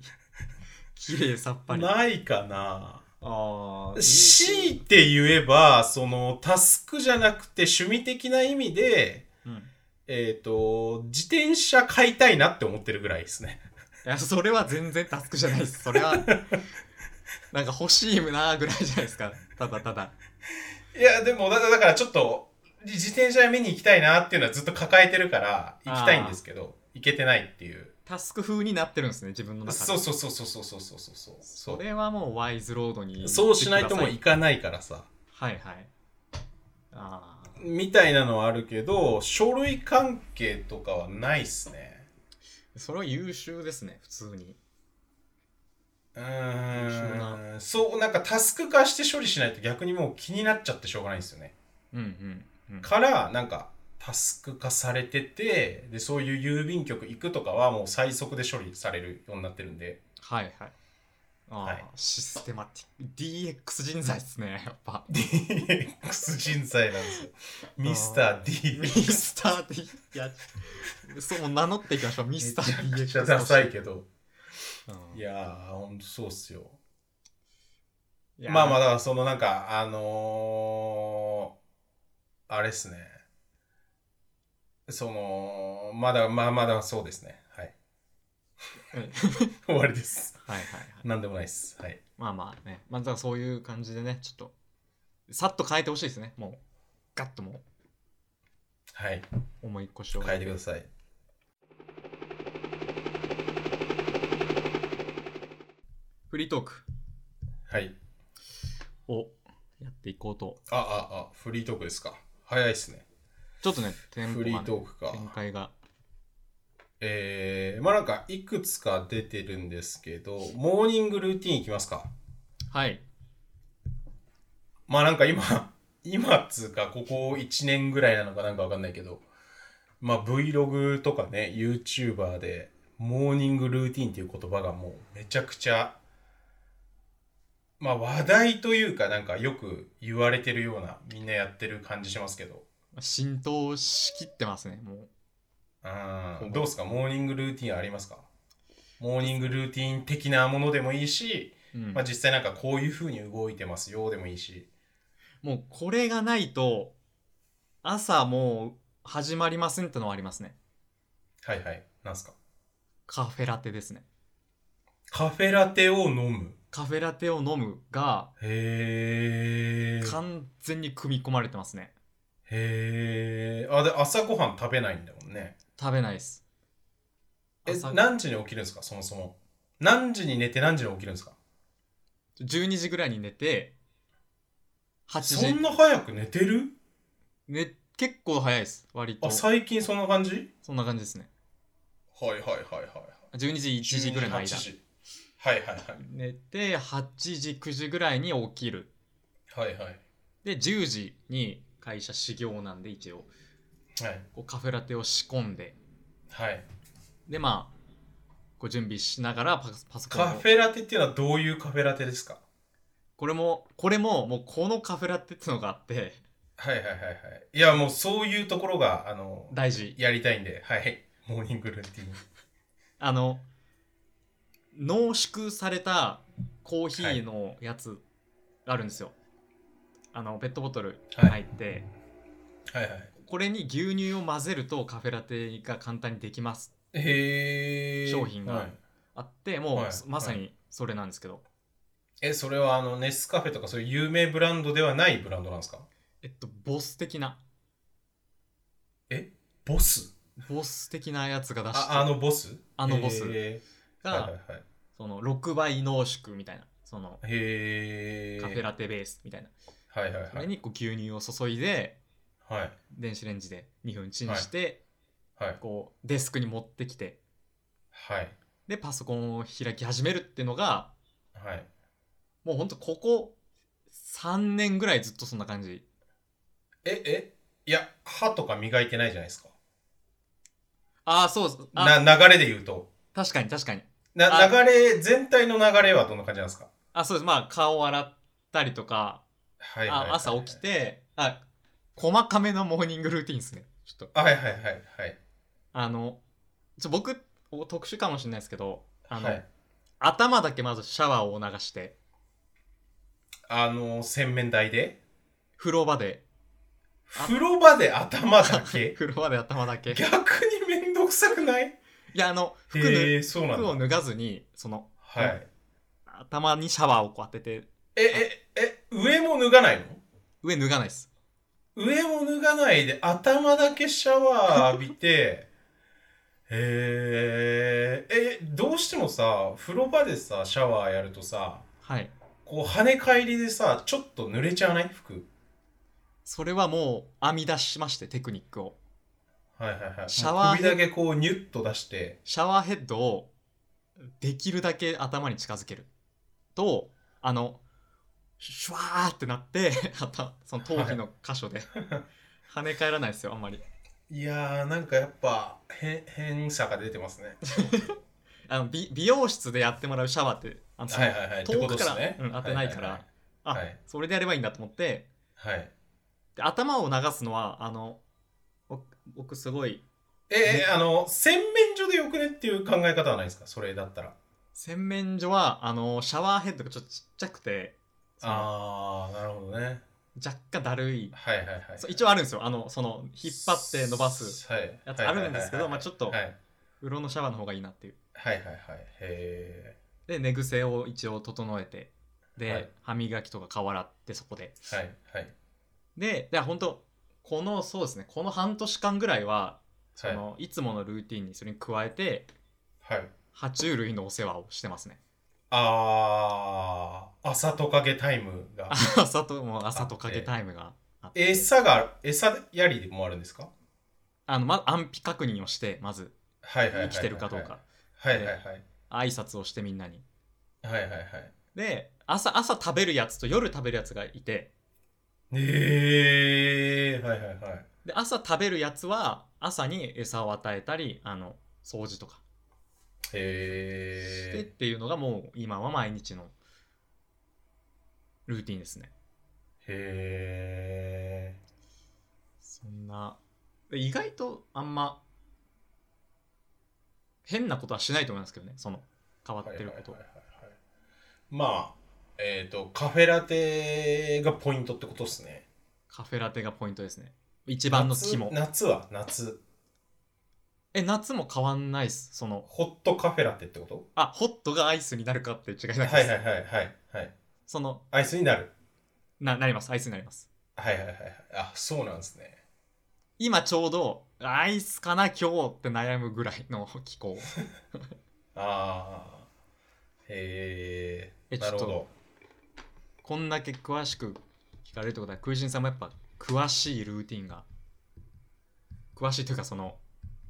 Speaker 1: 綺麗さっぱりあ
Speaker 2: ないかな。
Speaker 1: あー
Speaker 2: 強いて言えば、その、タスクじゃなくて趣味的な意味で、
Speaker 1: うん、い
Speaker 2: えっ、と、自転車買いたいなって思ってるぐらいですね。
Speaker 1: やそれは全然タスクじゃないですそ れはなんか欲しいなぐらいじゃないですかただただ
Speaker 2: いや、でも、だからだからちょっと、自転車見に行きたいなっていうのはずっと抱えてるから、行きたいんですけど、行けてないっていう。
Speaker 1: タスク風になってるんですね自分の中で
Speaker 2: そうそうそうそうそうそうそうそう。
Speaker 1: それはもうワイズロードに
Speaker 2: そうしないと
Speaker 1: 行
Speaker 2: もう
Speaker 1: って
Speaker 2: 行かないからさ。
Speaker 1: くださいはいはいああ
Speaker 2: みたいなのはあるけど、書類関係とかはないっすね。
Speaker 1: それは優秀ですね普通に
Speaker 2: うーんそうなんかタスク化して処理しないと逆にもう気になっちゃってしょうがないんですよね
Speaker 1: うんうんうん
Speaker 2: からなんかタスク化されててでそういう郵便局行くとかはもう最速で処理されるようになってる んで
Speaker 1: はいはいあー、
Speaker 2: はい
Speaker 1: システマティック DX 人材ですねやっぱ
Speaker 2: DX 人材なんですよミスター D
Speaker 1: ミスター D いやそう名乗っていきましょうミスター DX
Speaker 2: めちゃくちゃダサいけど
Speaker 1: うん
Speaker 2: いやーほんとそうっすよ
Speaker 1: いや
Speaker 2: まあまあだからそのなんかあのー、あれっすねそのまだまあまだそうですねはい
Speaker 1: うん
Speaker 2: 終わりです
Speaker 1: はいはい。
Speaker 2: なんでもないです。はい。
Speaker 1: まあまあね。まあ、だからそういう感じでね、ちょっと、さっと変えてほしいですね。もう、ガッとも
Speaker 2: はい。
Speaker 1: う、思い越しを。
Speaker 2: 変えてください。
Speaker 1: フリートーク
Speaker 2: はい。
Speaker 1: をやっていこうと。
Speaker 2: あ、あ、あ、フリートークですか。早いですね。
Speaker 1: ちょっとね、テンポ
Speaker 2: フ
Speaker 1: がね、
Speaker 2: リートークか。
Speaker 1: 展開が。
Speaker 2: えー、まあなんか、いくつか出てるんですけど、モーニングルーティンいきますか。
Speaker 1: はい。
Speaker 2: まあなんか今、 今っつうか、ここ1年ぐらいなのかなんかわかんないけど、まあ Vlog とかね、YouTuber で、モーニングルーティンっていう言葉がもうめちゃくちゃ、まあ話題というかなんかよく言われてるような、みんなやってる感じしますけど、
Speaker 1: 浸透しきってますね、もう。
Speaker 2: あーどうですかモーニングルーティンありますかモーニングルーティン的なものでもいいし、
Speaker 1: うん
Speaker 2: まあ実際なんかこういう風に動いてますよでもいいし。
Speaker 1: もうこれがないと朝もう始まりませんってのはありますね
Speaker 2: はいはい。なんすか
Speaker 1: カフェラテですね
Speaker 2: カフェラテを飲む。
Speaker 1: カフェラテを飲むが
Speaker 2: へえ。
Speaker 1: 完全に組み込まれてますね
Speaker 2: へえ。あ、で、朝ごはん食べないんだもんね。
Speaker 1: 食べないです
Speaker 2: え、
Speaker 1: 朝
Speaker 2: 何時に起きるんですか、そもそも。何時に寝て何時に起きるんですか
Speaker 1: 12時ぐらいに寝て8
Speaker 2: そん
Speaker 1: 時
Speaker 2: な早く寝てる
Speaker 1: ね結構早いです割と
Speaker 2: あ、最近そんな感じ
Speaker 1: そんな感じですね
Speaker 2: はいはいはいはいはい。
Speaker 1: 12時1時ぐらいの
Speaker 2: 12
Speaker 1: 間
Speaker 2: 時はいはいはい。
Speaker 1: 寝て8時9時ぐらいに起きる
Speaker 2: はいはい。
Speaker 1: で10時に会社始業なんで一応
Speaker 2: はい。
Speaker 1: こうカフェラテを仕込んで
Speaker 2: はい。
Speaker 1: でまあこう準備しながらパパソコンを
Speaker 2: カフェラテっていうのはどういうカフェラテですか
Speaker 1: これもこれももうこのカフェラテってのがあって
Speaker 2: はいはいはいはい。いや、もうそういうところが、あの、
Speaker 1: 大事
Speaker 2: やりたいんで、はい。モーニングルーティン。
Speaker 1: あの濃縮されたコーヒーのやつがあるんですよ、あのペットボトル
Speaker 2: はい
Speaker 1: 入って、
Speaker 2: はいはい。
Speaker 1: これに牛乳を混ぜるとカフェラテが簡単にできます
Speaker 2: へー
Speaker 1: 商品が
Speaker 2: はい
Speaker 1: あってもう、
Speaker 2: はい
Speaker 1: まさにそれなんですけど、
Speaker 2: え、それはあの、ネスカフェとかそういう有名ブランドではないブランドなんですか
Speaker 1: えっとボス的な
Speaker 2: ボス
Speaker 1: ボス的なやつが出して
Speaker 2: あ、あのボス
Speaker 1: あのボス
Speaker 2: へー
Speaker 1: が、
Speaker 2: はいはいはい。
Speaker 1: その6倍濃縮みたいなその
Speaker 2: へー
Speaker 1: カフェラテベースみたいな、
Speaker 2: はいはい
Speaker 1: そ
Speaker 2: は
Speaker 1: れ
Speaker 2: い。
Speaker 1: にこう牛乳を注いで
Speaker 2: はい。
Speaker 1: 電子レンジで2分チンして、
Speaker 2: はい。
Speaker 1: こうデスクに持ってきて
Speaker 2: はい。
Speaker 1: でパソコンを開き始めるっていうのが
Speaker 2: はい。
Speaker 1: もうほんとここ3年ぐらいずっとそんな感じ
Speaker 2: え、えいや、歯とか磨いてないじゃないですか。
Speaker 1: ああそうそうあ
Speaker 2: な、流れで言うと。
Speaker 1: 確かに確かに
Speaker 2: な、
Speaker 1: あ
Speaker 2: 流れ、全体の流れはどんな感じなんですか
Speaker 1: あそうですまあ顔を洗ったりとか、
Speaker 2: はいはいはいはい。
Speaker 1: あ朝起き。てあ細かめのモーニングルーティンですねちょっと
Speaker 2: はいはいはいはい。
Speaker 1: あのちょ僕お特殊かもしれないですけどあの、
Speaker 2: はい、
Speaker 1: 頭だけまずシャワーを流して
Speaker 2: あの、洗面台で
Speaker 1: 風呂場で
Speaker 2: 風呂場で頭だけ
Speaker 1: 風呂場で頭だけい
Speaker 2: 逆にめんどくさくない
Speaker 1: やあの服,、
Speaker 2: へえ、そうなん
Speaker 1: 服
Speaker 2: だ
Speaker 1: を。脱がずにその
Speaker 2: はい。
Speaker 1: 頭にシャワーをこう当てて
Speaker 2: え、え、え、上も脱がないの
Speaker 1: 上脱がないです
Speaker 2: 上も脱がないで頭だけシャワー浴び て、えー、え、どうしてもさ、風呂場でさ、シャワーやるとさ、
Speaker 1: はい
Speaker 2: こう跳ね返りでさ、ちょっと濡れちゃわない服。
Speaker 1: それはもう編み出しましてテクニックを
Speaker 2: はいはいはい。
Speaker 1: シャワー
Speaker 2: 首だけこうニュッと出して、
Speaker 1: シャワーヘッドをできるだけ頭に近づけるとあのシュワーってなって 頭その頭皮の箇所で跳ね返らないですよあんまり
Speaker 2: いやー、なんかやっぱ、変、変さが出てますね。
Speaker 1: あの美美容室でやってもらうシャワーってあのその
Speaker 2: はいはいはい。
Speaker 1: 遠く
Speaker 2: ってことっ
Speaker 1: から
Speaker 2: すね
Speaker 1: うん当てないから
Speaker 2: はい
Speaker 1: あ、
Speaker 2: はい
Speaker 1: それでやればいいんだと思って
Speaker 2: はいはい。はい
Speaker 1: で頭を流すのはあのお僕すごい
Speaker 2: え、えあの、洗面所でよくねっていう考え方はないですかそれだったら。
Speaker 1: 洗面所はあのシャワーヘッドがちょっとちっちゃくてその
Speaker 2: あー、なるほどね。
Speaker 1: 若干だるい、
Speaker 2: はいはいはい。
Speaker 1: そう一応あるんですよあのその引っ張って伸ばす、
Speaker 2: はい、
Speaker 1: やつあるんですけどまあちょっと
Speaker 2: はい、はい
Speaker 1: 風呂のシャワーの方がいいなっていう
Speaker 2: はいはい。へえ。
Speaker 1: で寝癖を一応整えてで、
Speaker 2: はい
Speaker 1: 歯磨きとか顔洗ってそこで
Speaker 2: はいはい
Speaker 1: でだから本当このそうですねこの半年間ぐらいはそ
Speaker 2: はい
Speaker 1: の、い、つものルーティンにそれに加えて
Speaker 2: はい
Speaker 1: 爬虫類のお世話をして ますね
Speaker 2: あー朝トカゲタイム が
Speaker 1: 朝ともう朝とかけタイムがあって
Speaker 2: 餌が餌やりでもあるんですか
Speaker 1: あの、ま、安否確認をしてまず
Speaker 2: はいはい
Speaker 1: 生
Speaker 2: はいはい
Speaker 1: きてるかどうか
Speaker 2: はいはいはいはい
Speaker 1: 挨拶をしてみんなに
Speaker 2: はいはい
Speaker 1: で朝朝食べるやつと夜食べるやつがいて
Speaker 2: えー、はいはいはい
Speaker 1: で朝食べるやつは朝に餌を与えたりあの掃除とかしてっ
Speaker 2: へ
Speaker 1: ていうのがもう今は毎日のルーティンですね
Speaker 2: えへ
Speaker 1: そんなで意外とあんま変なことはしないと思いますけどねその変わ
Speaker 2: ー
Speaker 1: ってること、
Speaker 2: はいはいはいはいまあえっ、とカフェラテがポイントってことですね
Speaker 1: カフェラテがポイントですね一番の肝
Speaker 2: 夏夏は夏
Speaker 1: え夏も変わんないっすその
Speaker 2: ホットカフェラテってこと
Speaker 1: あホットがアイスになるかっていう違いだけです、
Speaker 2: はいはいはいはいはい
Speaker 1: その
Speaker 2: アイスになる
Speaker 1: ななりますアイスになります
Speaker 2: はいはいはいはいあそうなんですね
Speaker 1: 今ちょうどアイスかな今日って悩むぐらいの気候
Speaker 2: ああへえ
Speaker 1: え
Speaker 2: なるほ
Speaker 1: ち
Speaker 2: ど
Speaker 1: こんだけ詳しく聞かれるってことは空人さんもやっぱ詳しいルーティンが詳しいというかその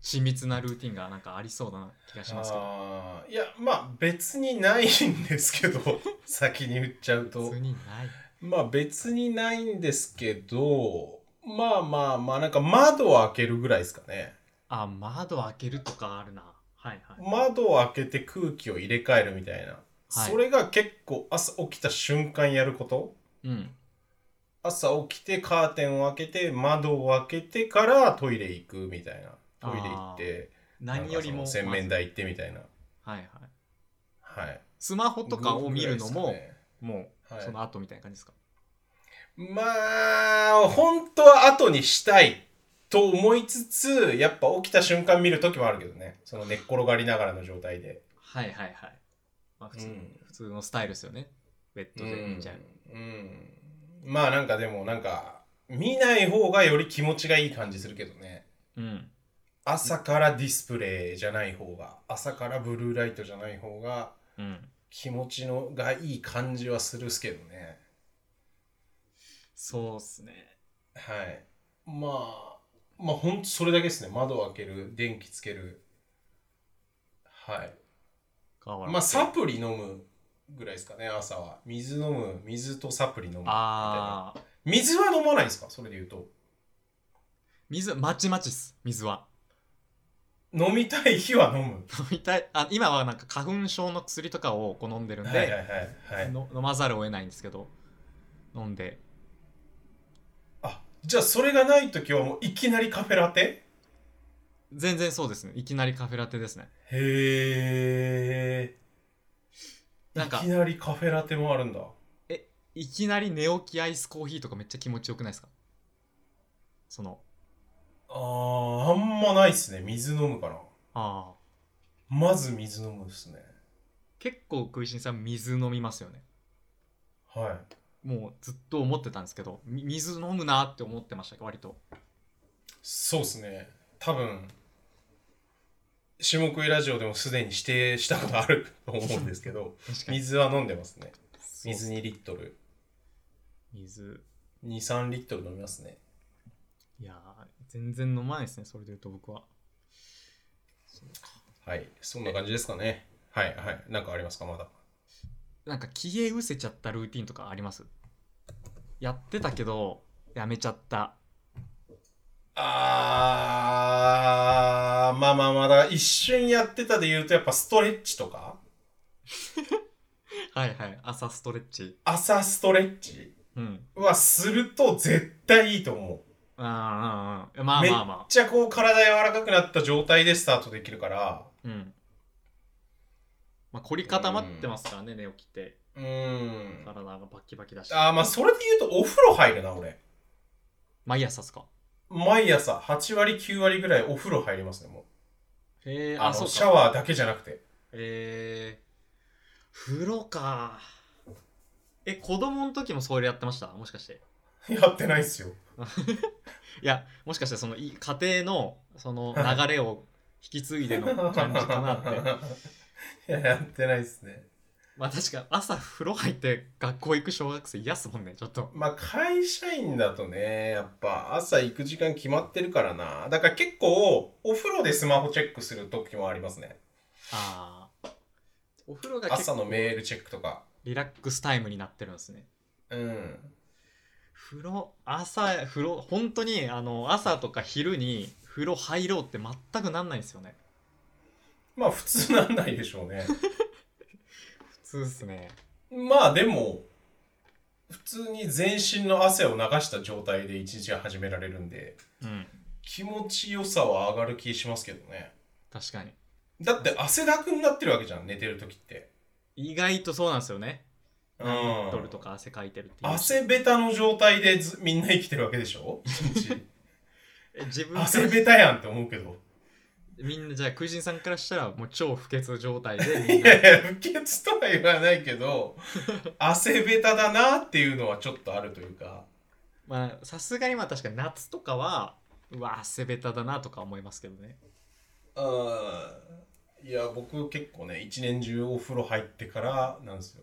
Speaker 1: 緻密なルーティンがなんかありそうな気がしますけど
Speaker 2: あーいやまあ別にないんですけど 先に言っちゃうと
Speaker 1: 普通にない
Speaker 2: まあ別にないんですけどまあまあまあなんか窓を開けるぐらいですかね
Speaker 1: あ窓開けるとかあるなはいはい
Speaker 2: 窓を開けて空気を入れ替えるみたいな、
Speaker 1: はい
Speaker 2: それが結構朝起きた瞬間やること
Speaker 1: うん
Speaker 2: 朝起きてカーテンを開けて窓を開けてからトイレ行くみたいなトイレ行って
Speaker 1: 何より
Speaker 2: な
Speaker 1: も
Speaker 2: んかその洗面台行ってみたいな
Speaker 1: まずはいはい
Speaker 2: はい
Speaker 1: スマホとかを見るのも
Speaker 2: ぐらいです
Speaker 1: も
Speaker 2: かねは
Speaker 1: う
Speaker 2: い
Speaker 1: その後みたいな感じですか
Speaker 2: まあ本当は後にしたいと思いつつやっぱ起きた瞬間見る時もあるけどねその寝っ転がりながらの状態で
Speaker 1: はいはいはいまあ普通
Speaker 2: うん
Speaker 1: 普通のスタイルですよねベッドで見ちゃう
Speaker 2: うんまあなんかでもなんか見ない方がより気持ちがいい感じするけどね
Speaker 1: うん
Speaker 2: 朝からディスプレイじゃない方が朝からブルーライトじゃない方が
Speaker 1: うん
Speaker 2: 気持ちのがいい感じはするっすけどね
Speaker 1: そうっすね。
Speaker 2: はいまあまあほんとそれだけですね窓を開ける電気つけるはいまあサプリ飲むぐらいですかね朝は水飲む水とサプリ飲むみたいな
Speaker 1: あー
Speaker 2: 水は飲まないんですかそれで言うと
Speaker 1: 水、まちまちっす、水は。
Speaker 2: 飲みたい日は飲む
Speaker 1: 飲みたいあ今はなんか花粉症の薬とかをこう飲んでるんで、
Speaker 2: はいはいはいはい
Speaker 1: の飲まざるを得ないんですけど、飲んで。
Speaker 2: あじゃあそれがない時はもういきなりカフェラテ
Speaker 1: 全然そうですね。いきなりカフェラテですね。
Speaker 2: へえ
Speaker 1: ないんか
Speaker 2: きなりカフェラテもあるんだ
Speaker 1: いきなり寝起きアイスコーヒーとかめっちゃ気持ちよくないですかその、
Speaker 2: あーあんまないっすね水飲むかな
Speaker 1: ああ。
Speaker 2: まず水飲むっすね
Speaker 1: 結構食いしんさん水飲みますよね。
Speaker 2: はい
Speaker 1: もうずっと思ってたんですけど、み水飲むなって思ってました、割と。
Speaker 2: そうですね多分下食いラジオでもすでに指定したことあると思うんです けど
Speaker 1: 確かに。
Speaker 2: 水は飲んでますね水
Speaker 1: そうっ
Speaker 2: 2リットル
Speaker 1: す水。
Speaker 2: 23リットル飲みますね
Speaker 1: いやー、全然飲まないですね、それで言うと僕は。
Speaker 2: はいそんな感じですかねはいはいなんかありますかまだ
Speaker 1: なんか、消え失せちゃったルーティンとかありますやってたけど、やめちゃった。
Speaker 2: あーまあまあまあだから一瞬やってたで言うとやっぱストレッチとか
Speaker 1: はいはい、朝ストレッチ。
Speaker 2: 朝ストレッチ
Speaker 1: うん。
Speaker 2: はすると絶対いいと
Speaker 1: う
Speaker 2: 思う
Speaker 1: んうんうん。まあ
Speaker 2: めっ
Speaker 1: まあま
Speaker 2: ちゃこう体柔らかくなった状態でスタートできるから
Speaker 1: あ。うん。まあ、凝り固まってますからね、寝起きて。
Speaker 2: うーん
Speaker 1: 体がバキバキだし。
Speaker 2: あーまあそれで言うとお風呂入るな俺
Speaker 1: 毎朝っすか。
Speaker 2: 毎朝8割9割ぐらいお風呂入りますねも
Speaker 1: へ
Speaker 2: う
Speaker 1: え、
Speaker 2: あ
Speaker 1: あ、
Speaker 2: の
Speaker 1: そう
Speaker 2: シャ
Speaker 1: か。
Speaker 2: ワーだけじゃなくて
Speaker 1: えー。風呂かえ子供の時もそれやってましたもしかして
Speaker 2: やってないっすよ
Speaker 1: いやもしかしてそのい家庭のその流れを引き継いでの感じかなって
Speaker 2: いややってないっすね
Speaker 1: まあ確か朝風呂入って学校行く小学生嫌っすもんねちょっと
Speaker 2: まあ会社員だとねやっぱ朝行く時間決まってるからなだから結構お風呂でスマホチェックする時もありますね
Speaker 1: ああお風呂が結
Speaker 2: 朝
Speaker 1: 構
Speaker 2: のメールチェックとか
Speaker 1: リラックスタイムになってるんですね
Speaker 2: うん
Speaker 1: 風呂朝風呂本当にあの朝とか昼に風呂入ろうって全くなんないんですよね
Speaker 2: まあ普通なんないでしょうね
Speaker 1: 普通っすね
Speaker 2: まあでも普通に全身の汗を流した状態で一日が始められるんで
Speaker 1: うん
Speaker 2: 気持ちよさは上がる気しますけどね
Speaker 1: 確かに
Speaker 2: だって汗だくになってるわけじゃん寝てる時って
Speaker 1: 意外とそうなんですよね
Speaker 2: うん
Speaker 1: 何リットルとか汗かいてるっていう
Speaker 2: 汗ベタの状態でずみんな生きてるわけでしょ一日
Speaker 1: え自分から
Speaker 2: 汗ベタやんって思うけど
Speaker 1: みんなじゃあ空人さんからしたらもう超不潔状態でみ
Speaker 2: い
Speaker 1: んな
Speaker 2: やいや不潔とは言わないけど汗ベタだなっていうのはちょっとあるというか
Speaker 1: まあさすがにまあ確かに夏とかはうわ汗べただなとか思いますけどね
Speaker 2: うんいや僕結構ね一年中お風呂入ってからなんですよ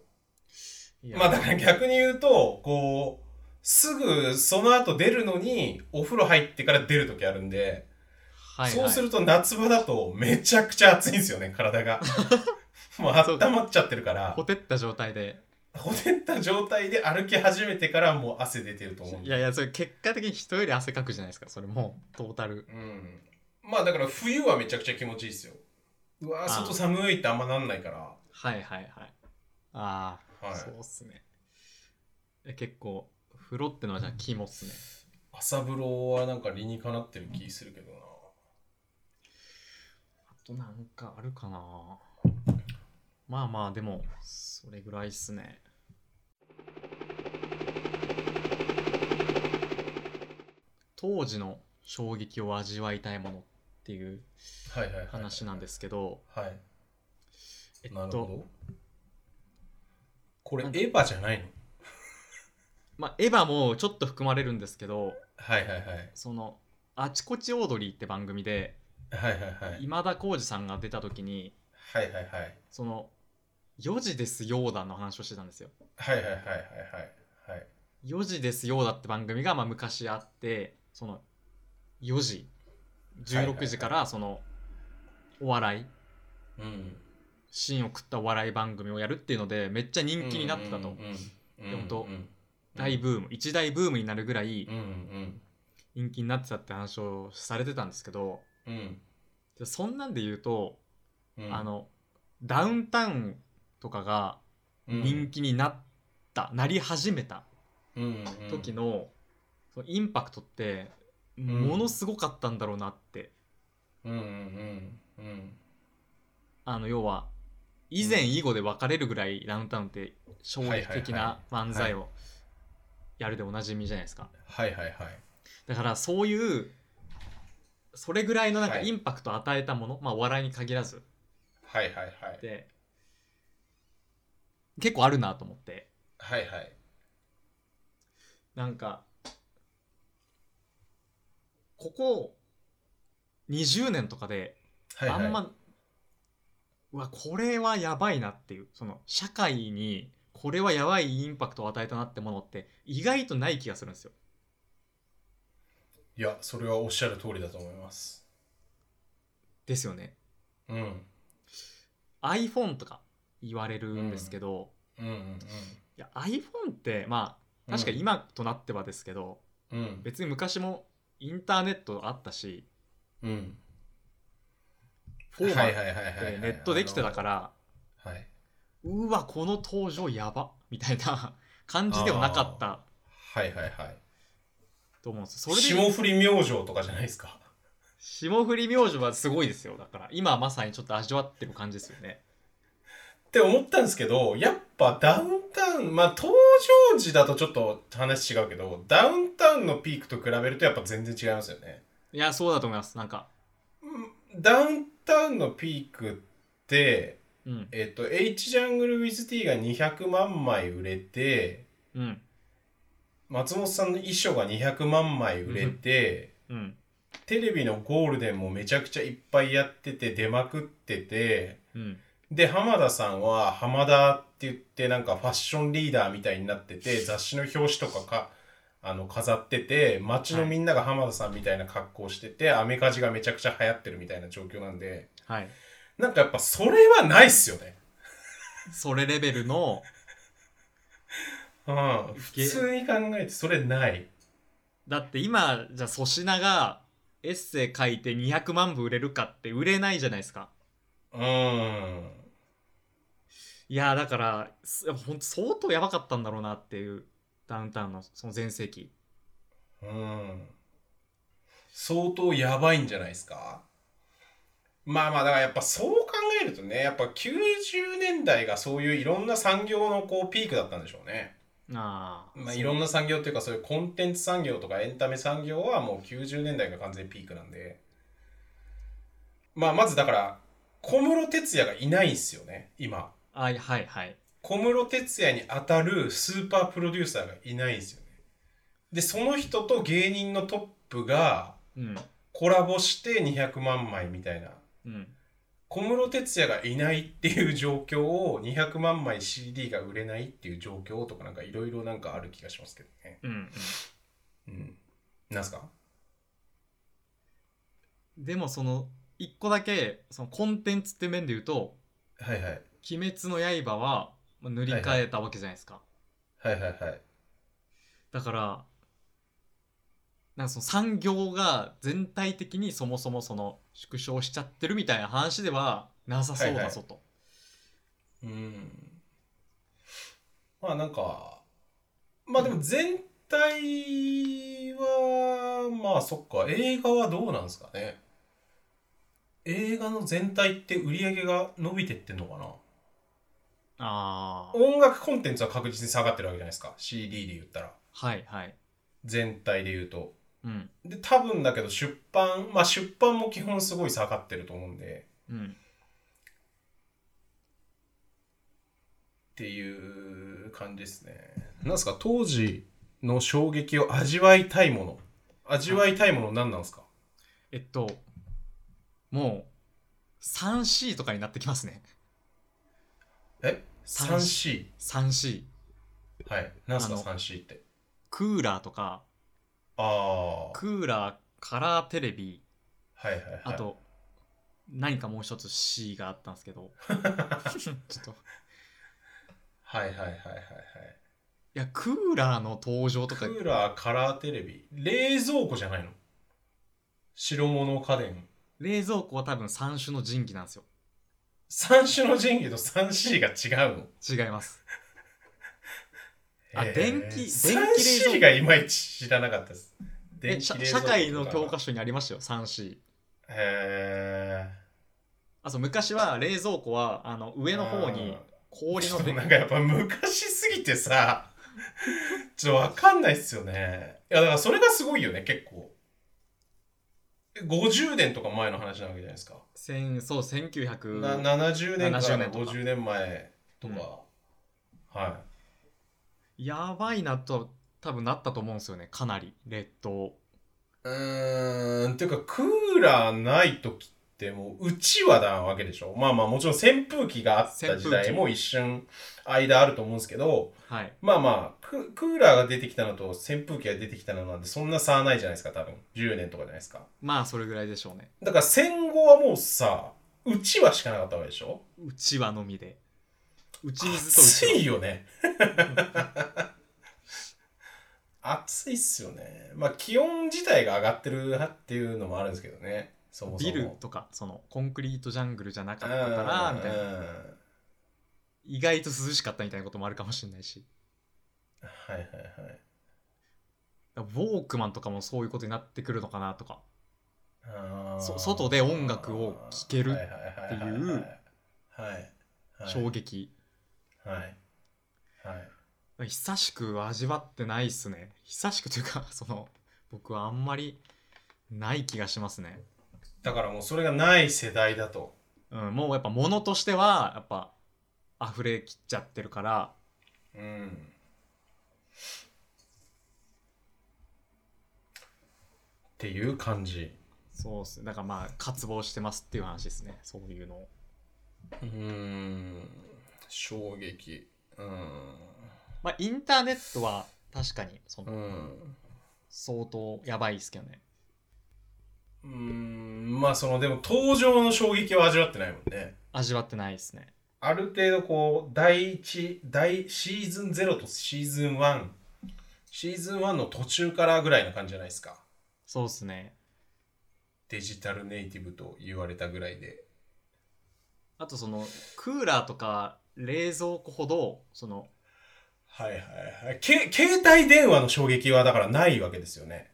Speaker 1: いや
Speaker 2: まあだから逆に言うとこうすぐその後出るのにお風呂入ってから出る時あるんで、
Speaker 1: はいはい
Speaker 2: そうすると夏場だとめちゃくちゃ暑いんですよね体 がもう温まっちゃってるから
Speaker 1: ほてった状態で
Speaker 2: ほてった状態で歩き始めてからもう汗出てると思うん
Speaker 1: い
Speaker 2: で
Speaker 1: やいやそれ結果的に人より汗かくじゃないですかそれもうトータル
Speaker 2: うんまあだから冬はめちゃくちゃ気持ちいいですようわー
Speaker 1: あー
Speaker 2: 外寒いってあんまなんないから
Speaker 1: はいはいはいああ、
Speaker 2: はい
Speaker 1: そうっすねえ結構風呂ってのはじゃあ肝っすね
Speaker 2: 朝風呂はなんか理にかなってる気するけどな
Speaker 1: あとなんかあるかなまあまあでもそれぐらいっすね当時の衝撃を味わいたいものっていう
Speaker 2: はいはいはい
Speaker 1: 話なんですけど、
Speaker 2: はい
Speaker 1: えっ
Speaker 2: なるほ
Speaker 1: と、
Speaker 2: どこれエ
Speaker 1: なんか
Speaker 2: ヴァじゃないの
Speaker 1: まあ、エヴァもちょっと含まれるんですけど
Speaker 2: はいはいはい
Speaker 1: その「あちこちオードリー」って番組で
Speaker 2: はいはいはい
Speaker 1: 今田耕司さんが出た時に
Speaker 2: はいはいはい
Speaker 1: その「4時ですヨーダ」の話をしてたんですよ。
Speaker 2: はいはいはいはいはいはい
Speaker 1: 4時ですよーだって番組がまあ昔あってその4時
Speaker 2: はいはいは
Speaker 1: 16
Speaker 2: い
Speaker 1: 時からそのお笑い
Speaker 2: うん
Speaker 1: 芯を食ったお笑い番組をやるっていうのでめっちゃ人気になってたと、
Speaker 2: うん
Speaker 1: でもと
Speaker 2: うんうん
Speaker 1: 大ブーム一大ブームになるぐらい
Speaker 2: うんうん
Speaker 1: 人気になってたって話をされてたんですけど
Speaker 2: うん
Speaker 1: でそんなんで言うと、
Speaker 2: うん
Speaker 1: あのダウンタウンとかが人気になった、なり始めた時
Speaker 2: の
Speaker 1: の,、そのインパクトって
Speaker 2: ん
Speaker 1: ものすごかったんだろうなって、
Speaker 2: うんうんうんうん
Speaker 1: あの要は以前以後で分かれるぐらいダウンタウンって衝撃的な漫才をやるでおなじみじゃないですか
Speaker 2: はいはいはい
Speaker 1: だからそういうそれぐらいのなんか
Speaker 2: はい
Speaker 1: インパクトを与えたもの、まあお笑いに限らず
Speaker 2: はいはいはい
Speaker 1: で結構あるなと思って
Speaker 2: はいはい
Speaker 1: なんかここ20年とかで
Speaker 2: はいはい
Speaker 1: あんまうわこれはやばいなっていうその社会にこれはやばいインパクトを与えたなってものって意外とない気がするんですよ
Speaker 2: いやそれはおっしゃる通りだと思います
Speaker 1: ですよね
Speaker 2: うんうん
Speaker 1: iPhone とか言われるんですけど、
Speaker 2: うんうん
Speaker 1: いや iPhone ってまあ確かに今となってはですけど、
Speaker 2: うん
Speaker 1: 別に昔もインターネットあったし
Speaker 2: うん
Speaker 1: フォーマ
Speaker 2: は
Speaker 1: ッ
Speaker 2: いはいはいはい
Speaker 1: ト
Speaker 2: は
Speaker 1: で
Speaker 2: い
Speaker 1: ネットできてたから、
Speaker 2: はい。
Speaker 1: うわこの登場やばみたいな 感じではなかった
Speaker 2: はいはいはい。
Speaker 1: と思うんですよそれで言うと
Speaker 2: 霜降り明星とかじゃないですか。
Speaker 1: 霜降り明星はすごいですよだから今まさにちょっと味わってる感じですよね
Speaker 2: って思ったんですけど、やっぱダウンタウン、まあ登場時だとちょっと話違うけど、ダウンタウンのピークと比べるとやっぱ全然違いますよね。
Speaker 1: いやそうだと思いますなんか
Speaker 2: うんダウンタウンのピークって、
Speaker 1: うん
Speaker 2: えっと、H ジャングル WithT が200万枚売れて、
Speaker 1: うん
Speaker 2: 松本さんの衣装が200万枚売れて、
Speaker 1: うん
Speaker 2: テレビのゴールデンもめちゃくちゃいっぱいやってて、出まくってて、
Speaker 1: うん
Speaker 2: で、浜田さんは、浜田って言って、なんかファッションリーダーみたいになってて、雑誌の表紙とかか、あの、飾ってて、街のみんなが浜田さんみたいな格好してて、アメカジがめちゃくちゃ流行ってるみたいな状況なんで、
Speaker 1: はい
Speaker 2: なんかやっぱそれはないっすよね。
Speaker 1: それレベルの
Speaker 2: うん。普通に考えてそれない。
Speaker 1: だって今じゃあ粗品がエッセイ書いて200万部売れるかって売れないじゃないですか
Speaker 2: うん。
Speaker 1: いやーだからすやっぱほんと相当やばかったんだろうなっていうダウンタウンのその全盛期
Speaker 2: うん。相当やばいんじゃないですかまあまあだからやっぱそう考えるとねやっぱ90年代がそういういろんな産業のこうピークだったんでしょうね。
Speaker 1: ああ
Speaker 2: まあいろんな産業っていうかそういうコンテンツ産業とかエンタメ産業はもう90年代が完全にピークなんで。まあまずだから小室哲也がいないんですよね今。
Speaker 1: あいはいはい
Speaker 2: 小室哲也に当たるスーパープロデューサーがいないんですよね。でその人と芸人のトップが
Speaker 1: うん
Speaker 2: コラボして200万枚みたいな
Speaker 1: うん
Speaker 2: 小室哲也がいないっていう状況を200万枚 CD が売れないっていう状況とかなんかいろいろなんかある気がしますけどね。
Speaker 1: うんうん
Speaker 2: うん。なんすか
Speaker 1: でもその一個だけそのコンテンツって面で言うと
Speaker 2: はいはい。
Speaker 1: 「鬼滅の刃」はまあ塗り替えたわけじゃないですか、
Speaker 2: はいはいはい。
Speaker 1: だからなんかその産業が全体的にそもそもその縮小しちゃってるみたいな話ではなさそうだぞと、
Speaker 2: うん。まあなんか、まあでも全体は、まあそっか、映画はどうなんですかね。映画の全体って売り上げが伸びてってんのかな
Speaker 1: ああ
Speaker 2: 音楽コンテンツは確実に下がってるわけじゃないですか CD で言ったら
Speaker 1: はいはい
Speaker 2: 全体で言うと
Speaker 1: うん
Speaker 2: で多分だけど出版まあ出版も基本すごい下がってると思うんで
Speaker 1: うん
Speaker 2: っていう感じですねなんですか当時の衝撃を味わいたいもの味わいたいもの何なんですか
Speaker 1: えっともう 3C とかになってきますね
Speaker 2: え
Speaker 1: 3C 3C
Speaker 2: はい何すか
Speaker 1: あの
Speaker 2: 3C って
Speaker 1: クーラーとか
Speaker 2: ああー
Speaker 1: クーラーカラーテレビ
Speaker 2: はいはいはい
Speaker 1: あと、何かもう一つ C があったんですけど ちょっと
Speaker 2: はいはいはいはいはい
Speaker 1: いやクーラーの登場と
Speaker 2: ク
Speaker 1: か
Speaker 2: ーラーカラーテレビ冷蔵庫じゃないの白物家電
Speaker 1: 冷蔵庫は多分三種の神器なんですよ
Speaker 2: 三種の神器と 3C が違うの。
Speaker 1: 違いますあ
Speaker 2: へー
Speaker 1: 電気電気冷蔵庫
Speaker 2: 3C がいまいち知らなかったです。
Speaker 1: え
Speaker 2: 電気
Speaker 1: 社
Speaker 2: 冷蔵庫
Speaker 1: 社会の教科
Speaker 2: 書。
Speaker 1: 書にありましたよ 3C
Speaker 2: へ
Speaker 1: あそう昔は冷蔵庫はあの
Speaker 2: ー
Speaker 1: 上の方に。
Speaker 2: うん
Speaker 1: 氷
Speaker 2: ちょ
Speaker 1: の
Speaker 2: っ と
Speaker 1: で
Speaker 2: なんかやっぱ昔すぎてさ、ちょっとわかんないっすよね。いやだからそれがすごいよね、結構。50年とか前の話なわけじゃないですか。
Speaker 1: 千そう1900
Speaker 2: な70年から
Speaker 1: 70年とか
Speaker 2: 50年前とか。はい。
Speaker 1: やばいなと多分なったと思うんですよねかなり列島
Speaker 2: うーん、ていうか、クーラーない時ってもう、うちわなわけでしょ。まあまあ、もちろん扇風機があった時代も一瞬、間あると思うんですけど、
Speaker 1: はい
Speaker 2: まあまあク、クーラーが出てきたのと扇風機が出てきたのなんで、そんな差はないじゃないですか、多分。10年とかじゃないですか。
Speaker 1: まあそれぐらいでしょうね
Speaker 2: だから戦後はもうさ、うちわしかなかったわけでしょ。
Speaker 1: うちわのみでうち水とう
Speaker 2: 暑
Speaker 1: ちわ
Speaker 2: いよね。暑いっすよね。まあ、気温自体が上がってるっていうのもあるんですけどね。そもそも。
Speaker 1: ビルとかそのコンクリートジャングルじゃなか
Speaker 2: だ
Speaker 1: ったからみたいな
Speaker 2: はい
Speaker 1: 意外と涼しかったみたいなこともあるかもしれないし
Speaker 2: はいはい。
Speaker 1: ウォークマンとかもそういうことになってくるのかなとか
Speaker 2: あー
Speaker 1: そ外で音楽を聴けるっていう
Speaker 2: はいはいはいはいはい。はい。
Speaker 1: 衝撃、
Speaker 2: はい。はい。
Speaker 1: 久しく味わってないっすね久しくというか その僕はあんまりない気がしますね
Speaker 2: だからもうそれがない世代だと。
Speaker 1: うん、もうやっぱ物としてはやっぱ溢れきっちゃってるから
Speaker 2: うんっていう感じ
Speaker 1: そうっすだからまあ渇望してますっていう話ですねそういうのを
Speaker 2: うん衝撃うん
Speaker 1: まあインターネットは確かにその
Speaker 2: うん
Speaker 1: 相当やばいですけどね
Speaker 2: うんまあそのでも登場の衝撃は味わってないもんね
Speaker 1: 味わってないですね
Speaker 2: ある程度こう第1第シーズン0とシーズン1シーズン1の途中からぐらいな感じじゃないですか
Speaker 1: そうっすね
Speaker 2: デジタルネイティブと言われたぐらいで
Speaker 1: あとそのクーラーとか冷蔵庫ほどその
Speaker 2: はいはいはいけ携帯電話の衝撃はだからないわけですよね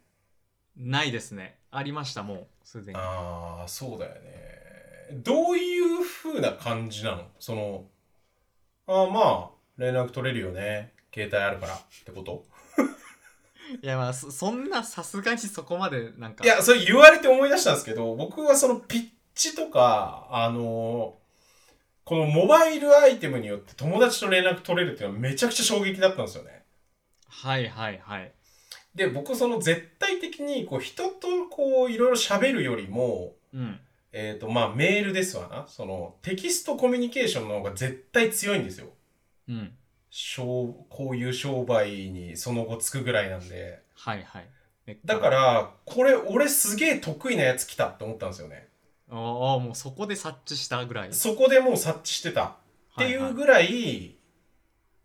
Speaker 1: ないですねありましたもうすでに
Speaker 2: ああそうだよねどういう風な感じなのそのああまあ連絡取れるよね携帯あるからってこと
Speaker 1: いやまあそそんなさすがにそこまでなんか
Speaker 2: いや、それ言われて思い出したんですけど、僕はそのピッチとか、あのこのモバイルアイテムによって友達と連絡取れるっていうのはめちゃくちゃ衝撃だったんですよね。
Speaker 1: はいはいはい
Speaker 2: で、僕その絶対的にこう人とこういろいろ喋るよりも、
Speaker 1: うん
Speaker 2: えっ、とまあメールですわな。そのテキストコミュニケーションの方が絶対強いんですよ。
Speaker 1: うん
Speaker 2: 商こういう商売にその後つくぐらいなんで。
Speaker 1: はいはいえ
Speaker 2: だから、これ俺すげえ得意なやつ来たって思ったんですよね。
Speaker 1: ああもうそこで察知したぐらいっ
Speaker 2: そこでもう察知してた。っていうぐらい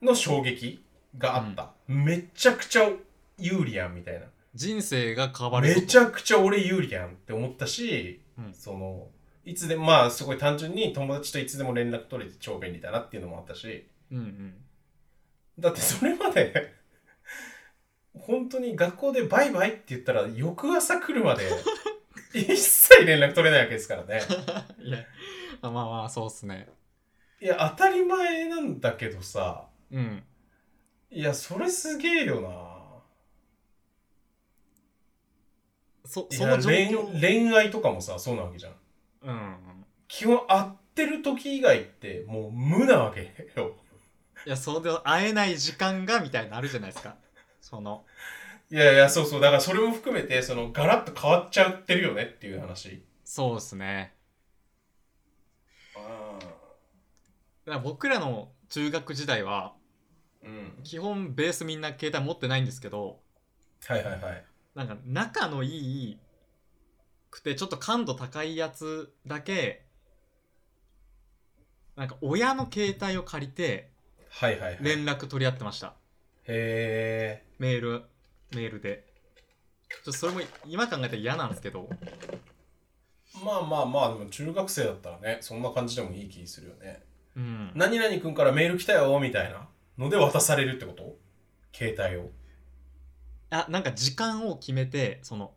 Speaker 2: の衝撃があった、めちゃくちゃ有利やんみたいな
Speaker 1: 人生が変わる
Speaker 2: めちゃくちゃ俺有利やんって思ったし、
Speaker 1: うん
Speaker 2: そのいつでもまあすごい単純に友達といつでも連絡取れて超便利だなっていうのもあったし
Speaker 1: うんうん
Speaker 2: だってそれまで 本当に学校でバイバイって言ったら翌朝来 るまで一切連絡取れないわけですからね
Speaker 1: いやあまあまあそうっすね
Speaker 2: いや当たり前なんだけどさ
Speaker 1: うん
Speaker 2: いやそれすげえよな
Speaker 1: そ
Speaker 2: い
Speaker 1: そ
Speaker 2: や
Speaker 1: の状況
Speaker 2: 恋恋愛とかもさそうなわけじゃん
Speaker 1: うんうん
Speaker 2: 基本会ってる時以外ってもう無なわけよ
Speaker 1: いやそれで会えない時間がみたいなのあるじゃないですかその
Speaker 2: いやいやそうそうだからそれも含めてそのガラッと変わっちゃってるよねっていう話
Speaker 1: そうですね
Speaker 2: あ
Speaker 1: だから僕らの中学時代は
Speaker 2: うん
Speaker 1: 基本ベースみんな携帯持ってないんですけど
Speaker 2: はいはいはい
Speaker 1: なんか仲のいいくてちょっと感度高いやつだけなんか親の携帯を借りて
Speaker 2: はいはいはいへ
Speaker 1: 連絡取り合ってました
Speaker 2: え
Speaker 1: メールメールでちょっとそれも今考えたら嫌なんですけど
Speaker 2: まあまあまあでも中学生だったらねそんな感じでもいい気するよね
Speaker 1: うん
Speaker 2: 何々くんからメール来たよみたいなので渡されるってこと携帯を
Speaker 1: あなんか時間を決めてその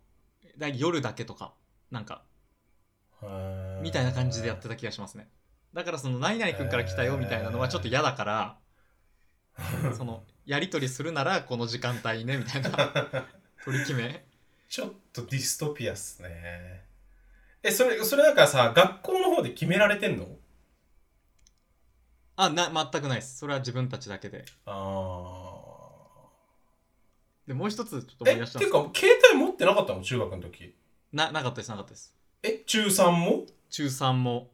Speaker 1: だ夜だけとかなんかみたいな感じでやってた気がしますねだからその「何々くんから来たよ」みたいなのはちょっと嫌だ から
Speaker 2: た
Speaker 1: そのやり取りするならこの時間帯ねみたい な取り決め
Speaker 2: ちょっとディストピアっすね。え、それ、それなんかさ、学校の方で決められてんの
Speaker 1: あな全くないですそれは自分たちだけで
Speaker 2: あ
Speaker 1: でもう一つちょっと思
Speaker 2: あ。
Speaker 1: い
Speaker 2: え、
Speaker 1: 出してたんですけど
Speaker 2: か、携帯持ってなかったの中学の時。
Speaker 1: ななかったですなかったです
Speaker 2: え、中3も
Speaker 1: 中3もほ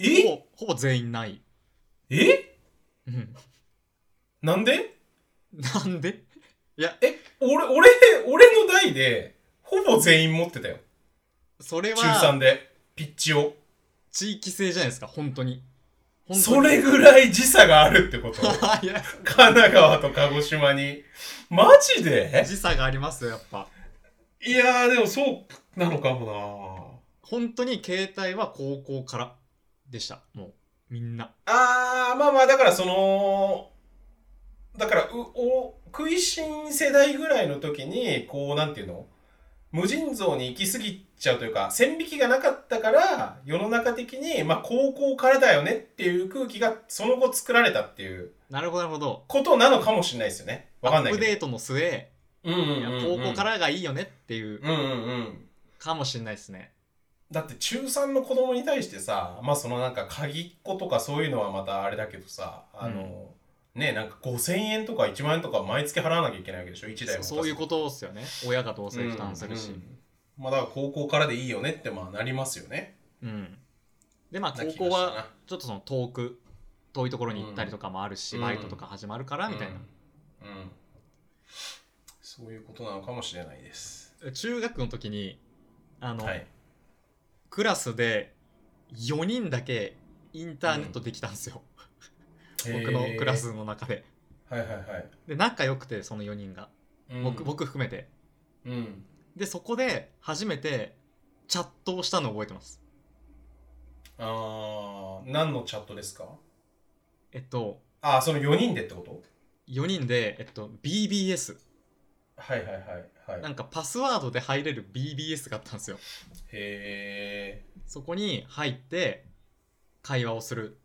Speaker 2: え
Speaker 1: ぼほぼ全員ない
Speaker 2: え
Speaker 1: うん
Speaker 2: なんで
Speaker 1: なんでいや
Speaker 2: 俺、俺、俺の代で、ほぼ全員持ってたよ。
Speaker 1: それ
Speaker 2: 中
Speaker 1: は
Speaker 2: 3で。ピッチを。
Speaker 1: 地域性じゃないですか本当に本当に
Speaker 2: それぐらい時差があるってこと
Speaker 1: いや
Speaker 2: 神奈川と鹿児島に。マジで
Speaker 1: 時差がありますよやっぱ
Speaker 2: いやー、でもそうなのかも
Speaker 1: 本当に携帯は高校からでしたもうみんな
Speaker 2: なあー、まあまあ、だからその、だから、う、お、食いしん世代ぐらいの時に、こう、なんていうの無尽蔵に行き過ぎちゃうというか、線引きがなかったから、世の中的に、まあ、高校からだよねっていう空気が、その後作られたっていう
Speaker 1: なるほどなるほど
Speaker 2: ことなのかもしれないですよね。わかんない
Speaker 1: アッ
Speaker 2: け
Speaker 1: プ
Speaker 2: ど。
Speaker 1: デートの末
Speaker 2: うんうんうんうん
Speaker 1: いや高校か。らがいいよねっていう
Speaker 2: うんうんうん。
Speaker 1: かもしれないですね
Speaker 2: だって中3の子供に対してさまあそのなんか鍵っ子とかそういうのはまたあれだけどさあの、ねなんか5,000円とか1万円とか毎月払わなきゃいけないわけでしょ1台
Speaker 1: そ
Speaker 2: も
Speaker 1: そういうことですよね親がどうせ負担するし、
Speaker 2: うんうんまあだから高校からでいいよねってまあなりますよね
Speaker 1: うんでまあ
Speaker 2: な気が
Speaker 1: 高校
Speaker 2: した
Speaker 1: は
Speaker 2: な
Speaker 1: ちょっとその遠く遠いところに行ったりとかもあるし、
Speaker 2: うん
Speaker 1: バイトとか始まるからみたいな、
Speaker 2: うん、うんそういうことなのかもしれないです
Speaker 1: 中学の時にあの、
Speaker 2: はい
Speaker 1: クラスで4人だけインターネットできたんですよ、僕のクラスの中で
Speaker 2: はいはいはい
Speaker 1: で仲良くてその4人が僕,、
Speaker 2: うん
Speaker 1: 僕含めて
Speaker 2: うん
Speaker 1: でそこで初めてチャットをしたのを覚えてます
Speaker 2: あー何のチャットですか
Speaker 1: えっと
Speaker 2: ああその4人でってこと
Speaker 1: 4人で、えっと、BBS
Speaker 2: はいはいはいは
Speaker 1: ないんかパスワードで入れる BBS があったんですよ
Speaker 2: へ
Speaker 1: そこに入って会話をする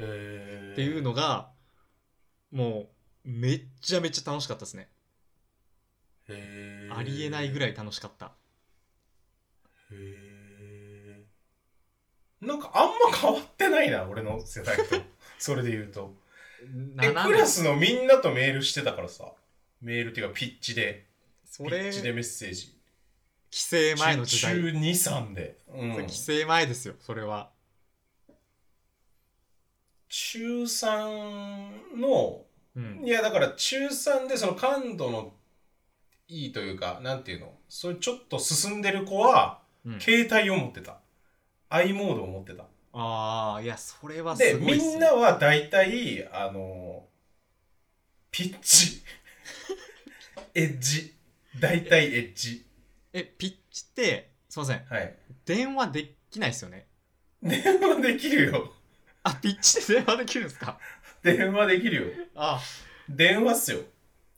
Speaker 2: ーへー
Speaker 1: っていうのがもうめっちゃめっちゃ楽しかったですね
Speaker 2: へー
Speaker 1: ありえないぐらい楽しかった
Speaker 2: へーなんかあんま変わってないな俺の世代 とそれで言うとえ
Speaker 1: な
Speaker 2: クラスのみんなとメールしてたからさメールっていうかピッチで
Speaker 1: そ
Speaker 2: ピ
Speaker 1: れ
Speaker 2: ッチでメッセージ
Speaker 1: 規制前の時代
Speaker 2: 中23で、うん
Speaker 1: 規制前ですよそれは
Speaker 2: 中3の
Speaker 1: うん
Speaker 2: いやだから中3でその感度のいいというかなんていうのそれちょっと進んでる子は
Speaker 1: うん
Speaker 2: 携帯を持ってた、i モードを持ってた
Speaker 1: ああいやそれは
Speaker 2: です
Speaker 1: ごいっすね
Speaker 2: みんなは大体あのピッ チエッジ大体エッジ
Speaker 1: えピッチってすいません
Speaker 2: はい
Speaker 1: 電話できないですよね
Speaker 2: 電話できるよ
Speaker 1: あピッチで電話できるんですか
Speaker 2: 電話できるよ
Speaker 1: あ
Speaker 2: 電話っすよ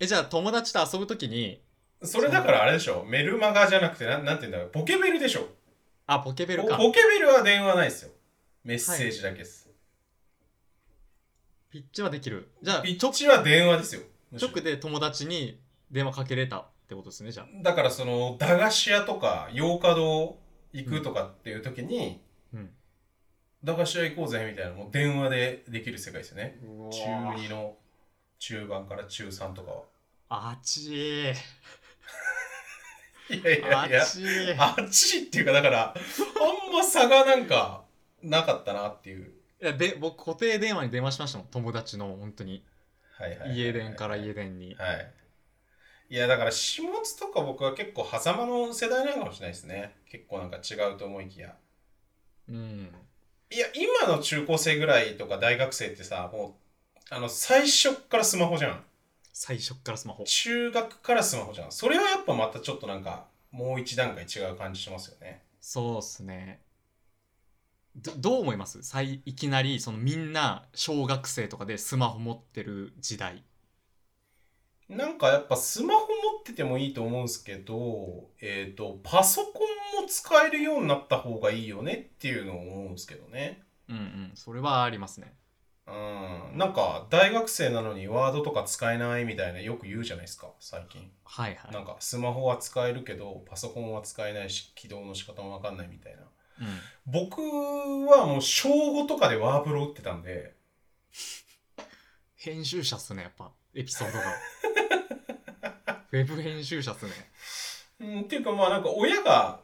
Speaker 1: えじゃあ友達と遊ぶときに
Speaker 2: それだからあれでしょメルマガじゃなくてなんなんていうんだろうポケベルでしょ
Speaker 1: あポケベル
Speaker 2: ポ
Speaker 1: か
Speaker 2: ポケベルは電話ないですよメッセージだけです、
Speaker 1: ピッチはできるじゃあ
Speaker 2: ピッ
Speaker 1: 直
Speaker 2: チは電話ですよ。
Speaker 1: 直で友達に電話かけれたってことですねじゃあ
Speaker 2: だからその、駄菓子屋とか、洋華堂行くとかっていう時に、
Speaker 1: うん
Speaker 2: 駄菓子屋行こうぜみたいな、もう電話でできる世界ですよね。
Speaker 1: う
Speaker 2: 中2の中盤から中3とか は。
Speaker 1: あちー
Speaker 2: いやい
Speaker 1: あ
Speaker 2: やいや、
Speaker 1: ちーい
Speaker 2: あっちっていうか、だから、あんま差がなんか、なかったなっていう。
Speaker 1: やで僕固定電話に電話しましたもん友達の本当に
Speaker 2: はいはいはいはい
Speaker 1: 家電から家電に
Speaker 2: はい。いや、だから、始末とか僕は結構、狭間の世代なのかもしれないですね。結構なんか違うと思いきや。
Speaker 1: うん
Speaker 2: いや、今の中高生ぐらいとか大学生ってさ、もう、あの、最初っからスマホじゃん。
Speaker 1: 最初っからスマホ
Speaker 2: 中学からスマホじゃん。それはやっぱまたちょっとなんか、もう一段階違う感じしますよね。
Speaker 1: そうっすねどどう思います最いきなりそのみんな小学生とかでスマホ持ってる時代
Speaker 2: なんかやっぱスマホ持っててもいいと思うんですけど、えっ、と、パソコンも使えるようになった方がいいよねっていうのを思うんですけどね。
Speaker 1: うんうんそれはありますね
Speaker 2: うん。なんか、大学生なのにワードとか使えないみたいなよく言うじゃないですか、最近。
Speaker 1: はいはい
Speaker 2: なんかスマホは使えるけどパソコンは使えないし起動の仕方もわかんないみたいな
Speaker 1: うん、
Speaker 2: 僕はもう小5とかでワープロ打ってたんで
Speaker 1: 編集者っすねやっぱエピソードが ウェブ編集者っすね
Speaker 2: うんっていうかまあなんか親が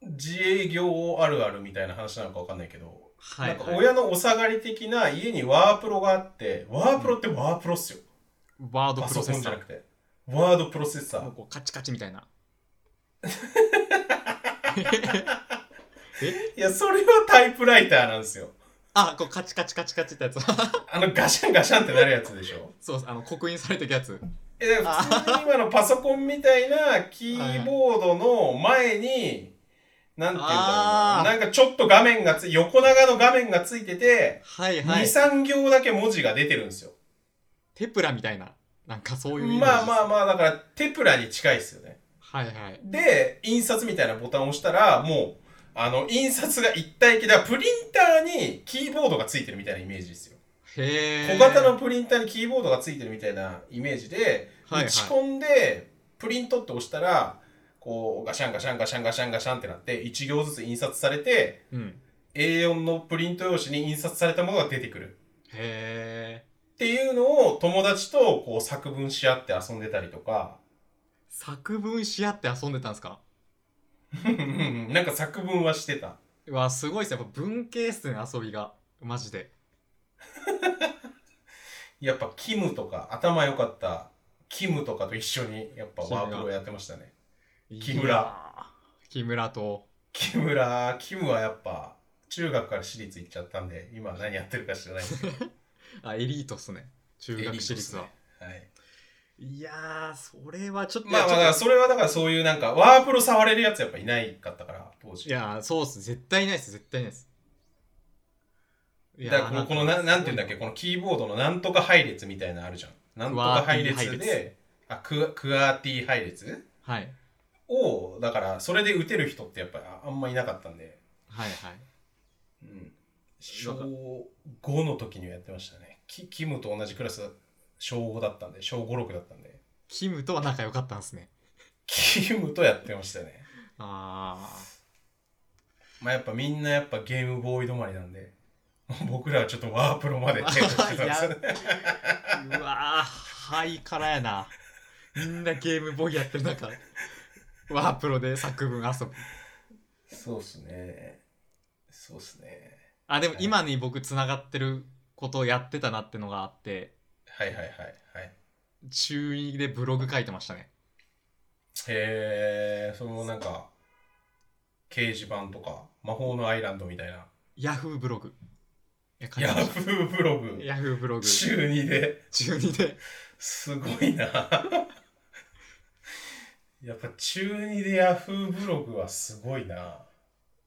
Speaker 2: 自営業あるあるみたいな話なのかわかんないけど、
Speaker 1: はい、
Speaker 2: なんか
Speaker 1: はい、
Speaker 2: 親のお下がり的な家にワープロがあってワープロってワープロっすよ、
Speaker 1: ワード
Speaker 2: パ
Speaker 1: プロ
Speaker 2: ソ
Speaker 1: セ
Speaker 2: コ
Speaker 1: ッ
Speaker 2: ンじ
Speaker 1: サ
Speaker 2: ゃな
Speaker 1: ー
Speaker 2: くてワードプロセッサ
Speaker 1: もう
Speaker 2: ー
Speaker 1: こうカチカチみたいなえ
Speaker 2: いやそれはタイプライターなんですよ
Speaker 1: あこうカチカチカチカチってやつ
Speaker 2: あのガシャンガシャンってなるやつでしょ
Speaker 1: そうっすあの刻印されてるやつ
Speaker 2: えだから普通に今のパソコンみたいなキーボードの前に、なんて言うんだろ
Speaker 1: あ
Speaker 2: うな
Speaker 1: ー
Speaker 2: なんかちょっと画面がつい、横長の画面がついてて、
Speaker 1: はい
Speaker 2: 2、
Speaker 1: はい
Speaker 2: 3行だけ文字が出てるんですよ。
Speaker 1: テプラみたいななんかそういうイメージ
Speaker 2: まあまあまあ、だからテプラに近いですよね。
Speaker 1: はいはい
Speaker 2: で、印刷みたいなボタンを押したら、もう、あの、印刷が一体化だ、プリンターにキーボードがついてるみたいなイメージですよ。
Speaker 1: へえ
Speaker 2: 小型のプリンターにキーボードがついてるみたいなイメージで、
Speaker 1: はいはい
Speaker 2: 打ち込んでプリントって押したらこうガシャンガシャンガシャンガシャンガシャンってなって1行ずつ印刷されて
Speaker 1: うん
Speaker 2: A4 のプリント用紙に印刷されたものが出てくる
Speaker 1: へえ
Speaker 2: っていうのを友達とこう作文し合って遊んでたりとか
Speaker 1: 作文し合って遊んでたんですか
Speaker 2: なんか作文はしてた
Speaker 1: うわすごいですねやっぱ文系っすね遊びがマジで
Speaker 2: やっぱキムとか頭良かったキムとかと一緒にやっぱワープロやってましたね木村
Speaker 1: いやー木村と
Speaker 2: 木村キムはやっぱ中学から私立行っちゃったんで今は何やってるか知らないんですけど
Speaker 1: あエリートっすね中学私立は、
Speaker 2: はい
Speaker 1: いやーそれはちょっと、
Speaker 2: まあまあだ
Speaker 1: い
Speaker 2: か
Speaker 1: や
Speaker 2: ら
Speaker 1: ちょっ
Speaker 2: それはだからそういうなんかワープロ触れるやつやっぱいないかったから当
Speaker 1: と
Speaker 2: 時
Speaker 1: いやーそうっす絶対ないっす絶対ないっすい
Speaker 2: だからこのこのななんていうんだっけ
Speaker 1: す
Speaker 2: このキーボードのなんとか配列みたいなのあるじゃんなんとか配
Speaker 1: クワー
Speaker 2: 列
Speaker 1: ティ配
Speaker 2: であククワーティ配列
Speaker 1: ごいはい
Speaker 2: をだからそれで打てる人ってやっぱりあんまいなかったんで、
Speaker 1: はいはい
Speaker 2: うん、小5の時にはやってましたねキキムと同じクラス小5だったんで小56だったんで
Speaker 1: キムとは仲良かったんですね
Speaker 2: キムとやってましたね
Speaker 1: あ
Speaker 2: まあやっぱみんなやっぱゲームボーイ止まりなんで 僕らはちょっとワープロまで手を出してたん ですよね
Speaker 1: ーうわーハイカラやなみんなゲームボーイやってる中ワープロで作文遊ぶ
Speaker 2: そうっすね。そうっすね。
Speaker 1: あでも今に僕つながってることをやってたなってのがあって
Speaker 2: はいはいはいはい。へ
Speaker 1: 中2でブログ書いてましたね
Speaker 2: え、それもなんか、掲示板とか、魔法のアイランドみたいな。
Speaker 1: ヤフーブログいや書い
Speaker 2: ヤ
Speaker 1: てまし
Speaker 2: フーブロ
Speaker 1: た
Speaker 2: グ。
Speaker 1: ヤフーブログ中
Speaker 2: 中2で。
Speaker 1: 2です
Speaker 2: ごいな。 やっぱ中2でヤフーブログはすごいな。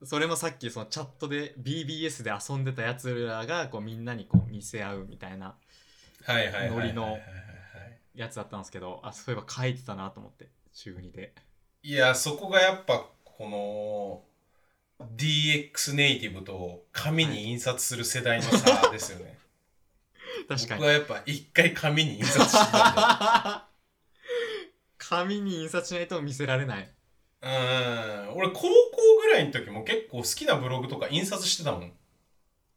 Speaker 1: それもさっきそのチャットで BBS で遊んでたやつらがこうみんなにこう見せ合うみたいな
Speaker 2: はいはいはいはいはい。
Speaker 1: ノリのやつだったんですけどあそういえば書いてたなと思って中2で
Speaker 2: いや、そこがやっぱ、この、DX ネイティブと紙に印刷する世代の 差ですよね。
Speaker 1: 確かに
Speaker 2: 僕はやっぱ一回紙に印刷して たんで
Speaker 1: 紙に印刷しないと見せられない。
Speaker 2: うーん俺高校ぐらいの時も結構好きなブログとか印刷してたもん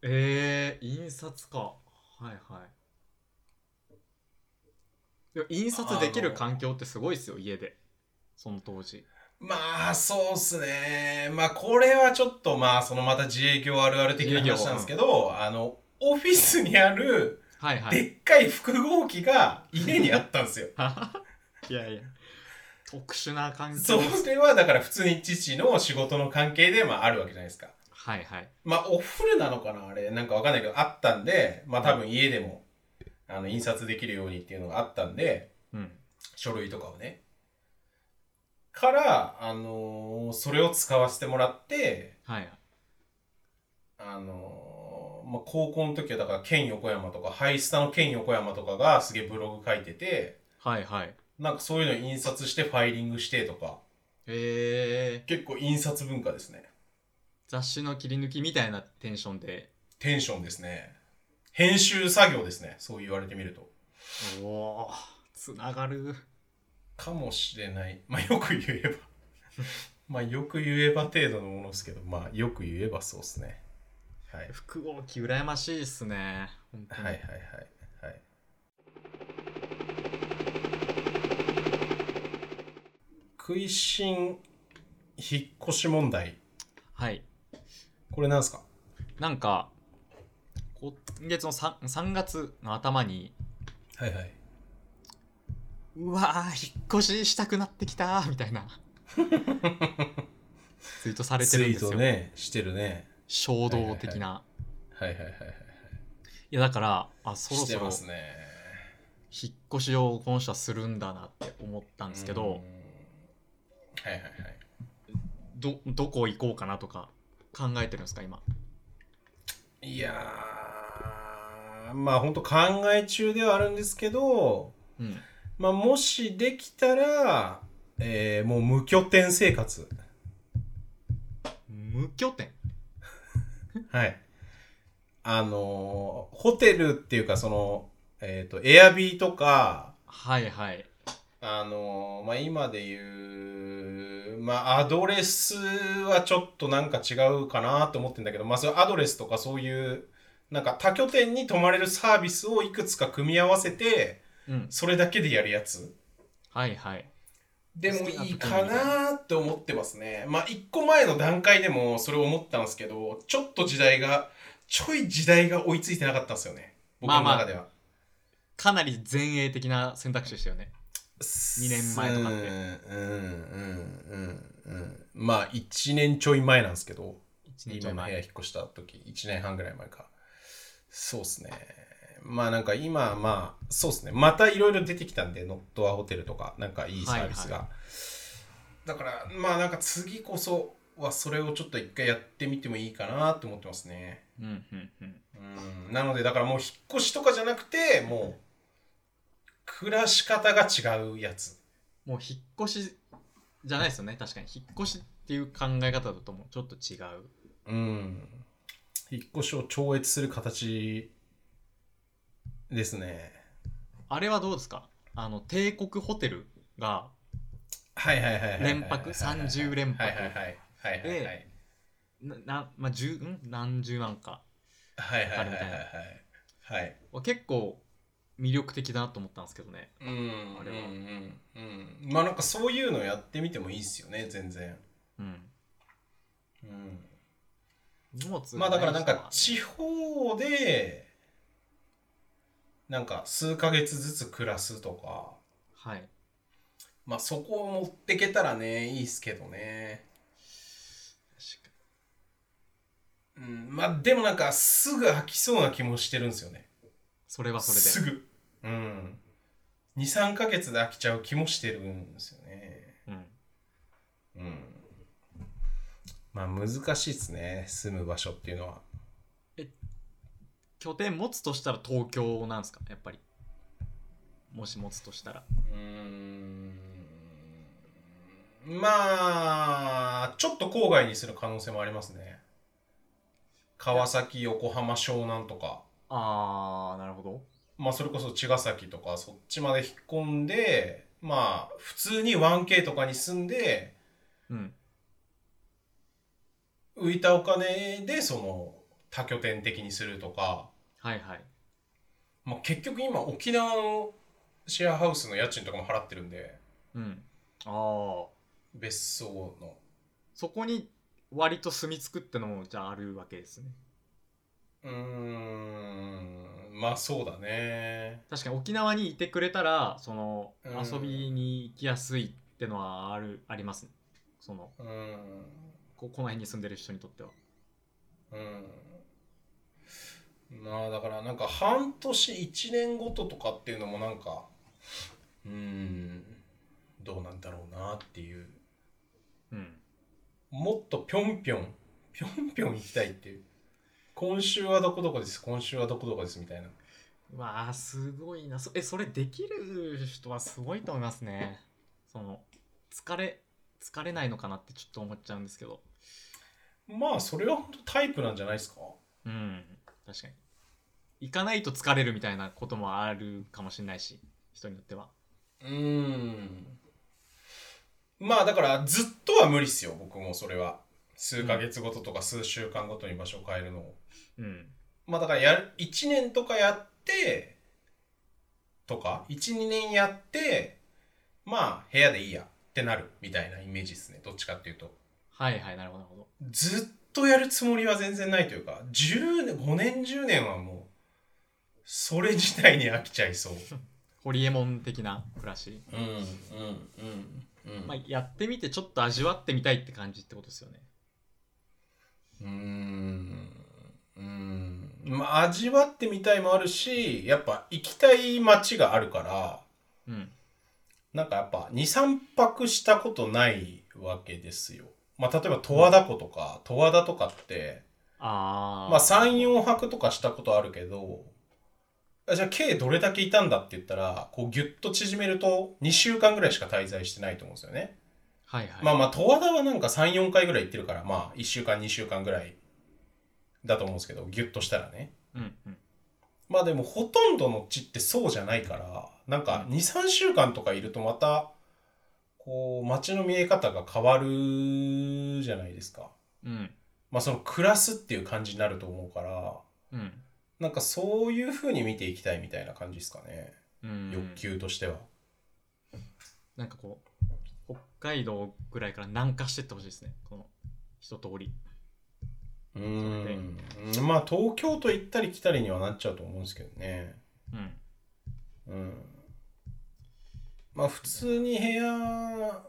Speaker 1: えー、印刷か。はいはい。でも印刷できる環境ってすごいですよ、家で。その当時。
Speaker 2: まあそうっすねまあこれはちょっとまあそのまた自営業あるある的な話なんですけど、あのオフィスにある
Speaker 1: はいは
Speaker 2: で
Speaker 1: い。
Speaker 2: っかい複合機が家にあったんですよ
Speaker 1: いやいや。特殊な環境。
Speaker 2: そうそれはだから普通に父の仕事の関係でまああるわけじゃないですか
Speaker 1: はいはい。
Speaker 2: まあ、お風呂なのかなあれ、なんかわかんないけど、あったんで、まあ多分家でも、あの、印刷できるようにっていうのがあったんで、
Speaker 1: うん。
Speaker 2: 書類とかをね。から、あのーそれを使わせてもらって、
Speaker 1: はいはい。
Speaker 2: あのーまあ高校の時はだから、県横山とか、ハイスタの県横山とかがすげえブログ書いてて、
Speaker 1: はいはい。
Speaker 2: なんかそういうの印刷してファイリングしてとか、
Speaker 1: えー、
Speaker 2: 結構印刷文化ですね。
Speaker 1: 雑誌の切り抜きみたいなテンションで。
Speaker 2: テンションですね。編集作業ですね。そう言われてみると。
Speaker 1: おー、つながる。
Speaker 2: かもしれない。まあよく言えば。 まあよく言えば程度のものですけど、まあよく言えばそうですね。はい。
Speaker 1: 複合機羨ましいっすね。本当
Speaker 2: はい
Speaker 1: に
Speaker 2: はいはい。はい。食いしん引っ越し問題。
Speaker 1: はい。
Speaker 2: これなんですか
Speaker 1: なんか、今月の 3, 3月の頭に、
Speaker 2: はいはい。
Speaker 1: うわー、引っ越ししたくなってきたーみたいな、ツイートされて
Speaker 2: ツ
Speaker 1: るん
Speaker 2: イ
Speaker 1: で
Speaker 2: ー
Speaker 1: すよ。
Speaker 2: トね、してるね。
Speaker 1: 衝動的な。い
Speaker 2: はいはいはいはい。
Speaker 1: や、だから、あ、そろ
Speaker 2: して
Speaker 1: そろ
Speaker 2: ますね。
Speaker 1: 引っ越しをこの人はするんだなって思ったんですけ
Speaker 2: うん
Speaker 1: ど、
Speaker 2: はいはいはい。
Speaker 1: ど、どこ行こうかなとか考えてるんですか、今。
Speaker 2: いやーまあ本当考え中ではあるんですけど、
Speaker 1: うん。
Speaker 2: まあ、もしできたら、えーもう無拠点生活
Speaker 1: 無拠点。
Speaker 2: はいあのーホテルっていうかそのえっ、とエアビーとか
Speaker 1: はいはい。
Speaker 2: あのーまあ今で言うまあ、アドレスはちょっとなんか違うかなと思ってんだけど、まあ、それアドレスとかそういう、なんか多拠点に泊まれるサービスをいくつか組み合わせて、
Speaker 1: うん
Speaker 2: それだけでやるやつ
Speaker 1: はいはい
Speaker 2: でもいいかなって思ってますね。まあ、一個前の段階でもそれを思ったんですけど、ちょっと時代が、ちょい時代が追いついてなかったんですよね。僕の
Speaker 1: まあま
Speaker 2: 中
Speaker 1: あ
Speaker 2: では。
Speaker 1: かなり前衛的な選択肢でしたよね
Speaker 2: 2
Speaker 1: 年前とかって
Speaker 2: うんうんうんうんまあ1年ちょい前なんですけど
Speaker 1: 1年ちょい
Speaker 2: 今の部
Speaker 1: 前
Speaker 2: 屋引っ越した時1年半ぐらい前かそうっすねまあなんか今まあそうっすねまたいろいろ出てきたんでノットアホテルとかなんかいいサービスが、
Speaker 1: は
Speaker 2: だからまあなんか次こそはそれをちょっと一回やってみてもいいかなって思ってますね
Speaker 1: うんうんうん
Speaker 2: うんなのでだからもう引っ越しとかじゃなくてもう暮らし方が違うやつ
Speaker 1: もう引っ越しじゃないですよね確かに引っ越しっていう考え方だともうちょっと違う
Speaker 2: うん。引っ越しを超越する形ですね。
Speaker 1: あれはどうですかあの帝国ホテルが
Speaker 2: はいはいはいはい。
Speaker 1: 連泊30連泊
Speaker 2: はいはいはい。はいはいはい。
Speaker 1: なな、まあ、十ん何十万か
Speaker 2: はいはいはいはい
Speaker 1: みたいな
Speaker 2: はい。はい。
Speaker 1: は結構魅力的だなと思ったんですけどね
Speaker 2: うん。
Speaker 1: あれは
Speaker 2: うんうん。うんまあなんかそういうのやってみてもいいっすよね、全然。
Speaker 1: うん
Speaker 2: うん。
Speaker 1: 荷物が
Speaker 2: まあだからなん
Speaker 1: ない人
Speaker 2: か
Speaker 1: は
Speaker 2: 地方で、なんか数ヶ月ずつ暮らすとか、
Speaker 1: はい
Speaker 2: まあそこを持ってけたらね、いいっすけどね。うん、まあでもなんかすぐ飽きそうな気もしてるんですよね。
Speaker 1: それはそれです
Speaker 2: ぐ。うん。2、3ヶ月で飽きちゃう気もしてるんですよね。
Speaker 1: うん、
Speaker 2: うん。まあ難しいですね。住む場所っていうのは。
Speaker 1: 拠点持つとしたら東京なんですかやっぱりもし持つとしたら
Speaker 2: うん。まあ、ちょっと郊外にする可能性もありますね。川崎、横浜、湘南とか。
Speaker 1: あーなるほど
Speaker 2: まあそれこそ茅ヶ崎とかそっちまで引っ込んでまあ普通に 1K とかに住んで
Speaker 1: うん
Speaker 2: 浮いたお金でその多拠点的にするとか、
Speaker 1: はいはい
Speaker 2: まあ、結局今沖縄のシェアハウスの家賃とかも払ってるんで
Speaker 1: うんああ
Speaker 2: 別荘の
Speaker 1: そこに割と住み着くってのもじゃああるわけですね
Speaker 2: うーんまあそうだね
Speaker 1: 確かに沖縄にいてくれたらその
Speaker 2: うん
Speaker 1: 遊びに行きやすいってのはあるありますねその
Speaker 2: うーん
Speaker 1: ここの辺に住んでる人にとっては
Speaker 2: うん。まあだからなんか半年1年ごととかっていうのもなんかうーんどうなんだろうなっていう
Speaker 1: うん
Speaker 2: もっとぴょんぴょんぴょんぴょん行きたいっていう今週はどこどこです今週はどこどこですみたいな
Speaker 1: まあすごいなそえそれできる人はすごいと思いますねその疲れ疲れないのかなってちょっと思っちゃうんですけど
Speaker 2: まあそれは本当タイプなんじゃないですか
Speaker 1: うん確かに行かないと疲れるみたいなこともあるかもしれないし人によっては
Speaker 2: うーんまあだからずっとは無理っすよ僕もそれは数ヶ月ごととか数週間ごとに場所を変えるのを。
Speaker 1: うん
Speaker 2: まあだからやる、1年とかやって、とか、1、2年やって、まあ部屋でいいやってなるみたいなイメージですね。どっちかっていうと。
Speaker 1: はいはいなるほどなるほど
Speaker 2: ずっとやるつもりは全然ないというか、10年、5年、10年はもう、それ自体に飽きちゃいそう。
Speaker 1: ホリエモン的な暮らし、
Speaker 2: うん、うん、うん、うん
Speaker 1: まあ、やってみてちょっと味わってみたいって感じってことですよね
Speaker 2: うーんうーんまあ味わってみたいもあるし、やっぱ行きたい街があるから、
Speaker 1: うん
Speaker 2: なんかやっぱ2、3泊したことないわけですよ。まあ例えば十和田湖とか、十和田とかって、
Speaker 1: ああ
Speaker 2: まあ3、4泊とかしたことあるけど、あじゃあ計どれだけいたんだって言ったら、こうギュッと縮めると2週間ぐらいしか滞在してないと思うんですよね。
Speaker 1: はいはい
Speaker 2: まあまあ十和田はなんか3、4回ぐらい行ってるから、まあ1週間、2週間ぐらいだと思うんですけど、ギュッとしたらね。
Speaker 1: うんうん
Speaker 2: まあでもほとんどの地ってそうじゃないから、なんか2、3週間とかいるとまた、こう街の見え方が変わるじゃないですか。
Speaker 1: うん
Speaker 2: まあその暮らすっていう感じになると思うから
Speaker 1: うん
Speaker 2: なんかそういう風に見ていきたいみたいな感じですかね、
Speaker 1: うん
Speaker 2: 欲求としては。
Speaker 1: なんかこう北海道ぐらいから南下してってほしいですねこの一通り
Speaker 2: うーんまあ東京と行ったり来たりにはなっちゃうと思うんですけどね。
Speaker 1: うん
Speaker 2: うんまあ普通に部屋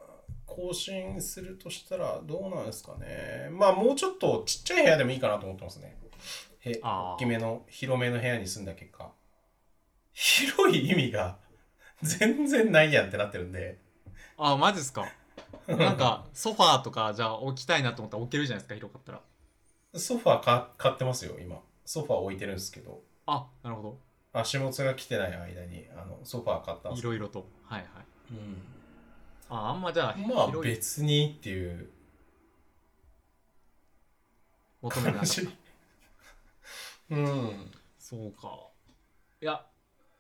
Speaker 2: 更新するとしたらどうなんですかねまあもうちょっとちっちゃい部屋でもいいかなと思ってますねへ
Speaker 1: あー
Speaker 2: 大きめの広めの部屋に住んだ結果広い意味が全然ないやんってなってるんで
Speaker 1: あマジですかなんかソファーとかじゃあ置きたいなと思ったら置けるじゃないですか広かったら
Speaker 2: ソファーか買ってますよ今ソファー置いてるんですけど
Speaker 1: あなるほ
Speaker 2: 足元が来てない間にあのソファー買っ
Speaker 1: ど
Speaker 2: たん
Speaker 1: い
Speaker 2: ですけど
Speaker 1: ろいろとはいはい
Speaker 2: うん
Speaker 1: ああんまじゃあ
Speaker 2: まあ
Speaker 1: 広い
Speaker 2: 別にっていう
Speaker 1: 求めな
Speaker 2: 感
Speaker 1: かった
Speaker 2: じうん
Speaker 1: そうかいや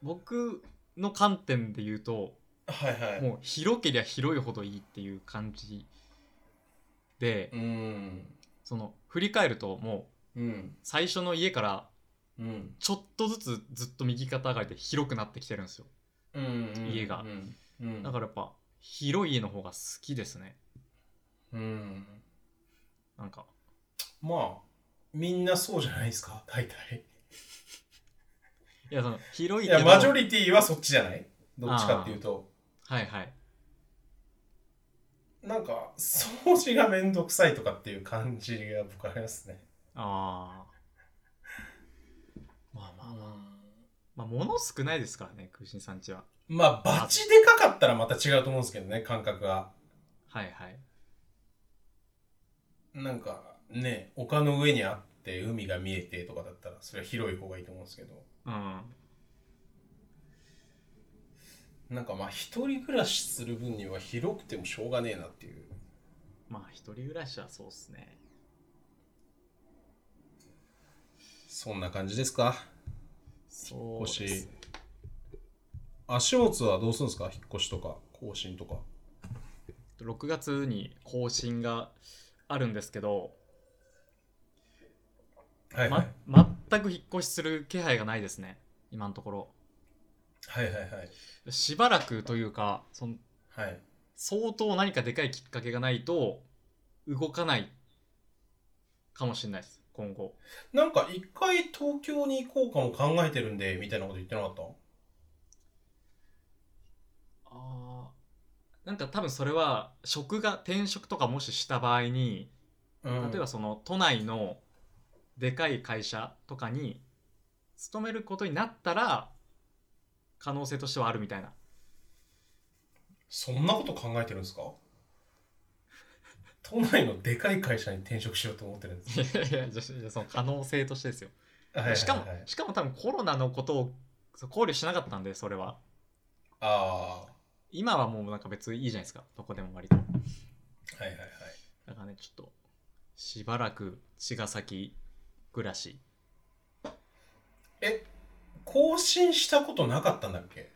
Speaker 1: 僕の観点で言うと
Speaker 2: はいはい。
Speaker 1: もう広けりゃ広いほどいいっていう感じで
Speaker 2: うん。
Speaker 1: その振り返るともう
Speaker 2: うん。
Speaker 1: 最初の家から
Speaker 2: うん。
Speaker 1: ちょっとずつずっと右肩上がりで広くなってきてるんですよ
Speaker 2: うん
Speaker 1: 家が
Speaker 2: うん。うん
Speaker 1: だからやっぱ広い家の方が好きですね
Speaker 2: うん。
Speaker 1: なんか
Speaker 2: まあ、みんなそうじゃないですか、大体。
Speaker 1: いやその広
Speaker 2: い
Speaker 1: いけど
Speaker 2: や、マジョリティはそっちじゃないどっちかっていうと。
Speaker 1: はいはい
Speaker 2: なんか、掃除がめんどくさいとかっていう感じが僕ありますね。
Speaker 1: ああまあまあまあ物少ないですからね空心さんちは
Speaker 2: まあ、バチでかかったらまた違うと思うんですけどね、感覚が。
Speaker 1: はいはい
Speaker 2: なんか、ね、丘の上にあって、海が見えてとかだったら、それは広い方がいいと思うんですけど。
Speaker 1: うん
Speaker 2: なんかまあ一人暮らしする分には広くてもしょうがねえなっていう。
Speaker 1: まあ一人暮らしはそうっすね
Speaker 2: そんな感じですか
Speaker 1: そうです
Speaker 2: 引っ越し足元はどうするんですか引っ越しとか更新とか。
Speaker 1: 6月に更新があるんですけど、
Speaker 2: はいはい。
Speaker 1: ま、全く引っ越しする気配がないですね今のところ
Speaker 2: はいはいはい。
Speaker 1: しばらくというかその
Speaker 2: はい。
Speaker 1: 相当何かでかいきっかけがないと動かないかもしれないです今後
Speaker 2: なんか一回東京に行こうかも考えてるんで、みたいなこと言ってなかった
Speaker 1: あなんか多分それは職が転職とかもしした場合に
Speaker 2: うん
Speaker 1: 例えばその都内のでかい会社とかに勤めることになったら可能性としてはあるみたいな
Speaker 2: そんなこと考えてるんですか都内のでかい会社に転職しようと思ってるんです。
Speaker 1: いやいやじゃあじゃあその可能性としてですよ
Speaker 2: はいはいはい
Speaker 1: しかもしかも多分コロナのことをそう考慮しなかったんでそれは
Speaker 2: あ
Speaker 1: 今はもうなんか別にいいじゃないですかどこでも割と
Speaker 2: あ。はいはいはい。
Speaker 1: だからねちょっとしばらく茅ヶ崎暮らし
Speaker 2: え、更新したことなかったんだっけ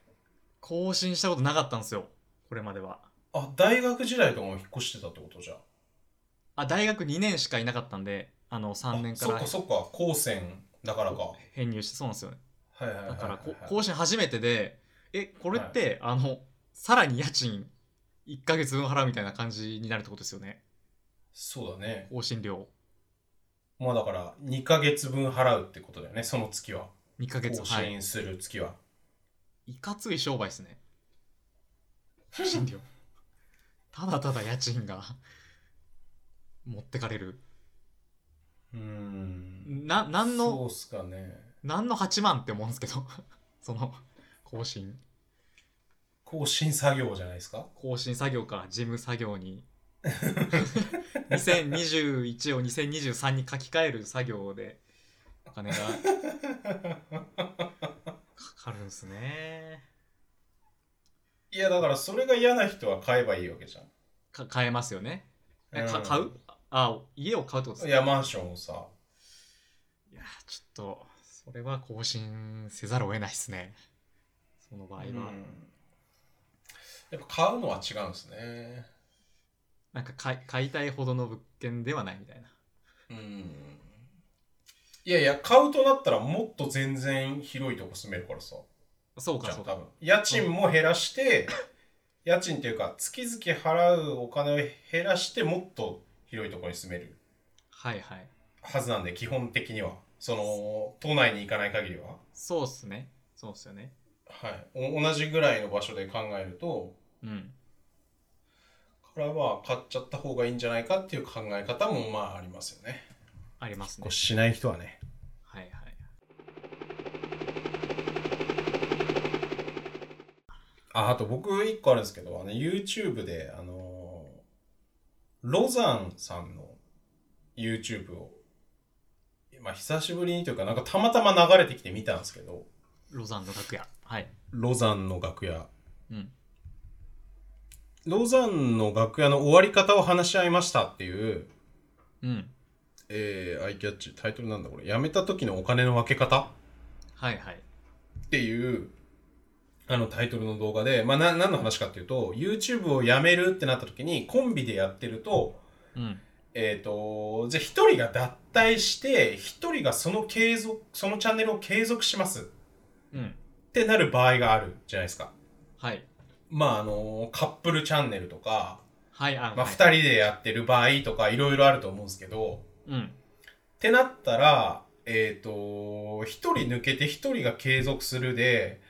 Speaker 1: 更新したことなかったんですよこれまでは
Speaker 2: あ、大学時代とかも引っ越してたってことじゃん。
Speaker 1: あ大学2年しかいなかったんであの
Speaker 2: あ
Speaker 1: 3年か
Speaker 2: そっ
Speaker 1: ら
Speaker 2: かそっか、高専だからか。は
Speaker 1: 編入してそうなんですよね
Speaker 2: いはいはいはい、
Speaker 1: だからこ
Speaker 2: う
Speaker 1: 更新初めてでえこれって、あのさらに家賃1ヶ月分払うみたいな感じになるってことですよね
Speaker 2: そうだね。
Speaker 1: 更新料
Speaker 2: まあだから、2ヶ月分払うってことだよね、その月は。
Speaker 1: 2ヶ月
Speaker 2: 更
Speaker 1: はい
Speaker 2: 新する月は。
Speaker 1: いかつい商売ですね 更新料ただただ家賃が 持ってかれる
Speaker 2: うーん。
Speaker 1: な何
Speaker 2: そう
Speaker 1: の
Speaker 2: っすかね。
Speaker 1: 何の8万って思うんですけど その更新
Speaker 2: 更新作業じゃないですか。
Speaker 1: 更新作業から事務作業に2021を2023に書き換える作業でお金がかかるんですね
Speaker 2: いや、だからそれが嫌な人は買えばいいわけじゃん。
Speaker 1: か買えますよねえか
Speaker 2: ん
Speaker 1: 買うあ家を買うってことです
Speaker 2: い
Speaker 1: か
Speaker 2: や、マンションをさ。
Speaker 1: いやちょっとそれは更新せざるを得ないですねその場合は、
Speaker 2: うんやっぱ買うのは違うんですね
Speaker 1: なんか買い買いたいほどの物件ではないみたいな
Speaker 2: うんいやいや買うとなったらもっと全然広いとこ住めるからさ
Speaker 1: そう
Speaker 2: じ
Speaker 1: か
Speaker 2: ゃん
Speaker 1: そう
Speaker 2: 多
Speaker 1: か
Speaker 2: 分家賃も減らして、家賃っていうか月々払うお金を減らしてもっと広いところに住める
Speaker 1: はいはい
Speaker 2: はずなんで基本的にはその都内に行かない限りは、
Speaker 1: そうっすねそうっすよね
Speaker 2: はい、お同じぐらいの場所で考えると
Speaker 1: うん
Speaker 2: からは買っちゃった方がいいんじゃないかっていう考え方もまあありますよね。
Speaker 1: ありますね
Speaker 2: しない人はね。
Speaker 1: はいはい
Speaker 2: ああと僕一個あるんですけどあの YouTube であのーロザンさんの YouTube をまあ久しぶりにというかなんかたまたま流れてきて見たんですけど
Speaker 1: ロザンの楽屋はい
Speaker 2: ロザンの楽屋
Speaker 1: うん
Speaker 2: ロザンの楽屋の終わり方を話し合いましたっていう、
Speaker 1: うん
Speaker 2: えー、アイキャッチタイトルなんだこれ辞めた時のお金の分け方
Speaker 1: はいはい
Speaker 2: っていうあのタイトルの動画で、まあ、な何の話かっていうと YouTube を辞めるってなった時にコンビでやってると
Speaker 1: うん
Speaker 2: えっ、とじゃあ一人が脱退して一人がその継続そのチャンネルを継続します
Speaker 1: うん
Speaker 2: ってなる場合があるじゃないですか。
Speaker 1: はい
Speaker 2: まああのカップルチャンネルとか、
Speaker 1: はいあの、
Speaker 2: まあ、
Speaker 1: はい
Speaker 2: 二人でやってる場合とかいろいろあると思うんですけど
Speaker 1: うん
Speaker 2: ってなったらえっ、と一人抜けて一人が継続するで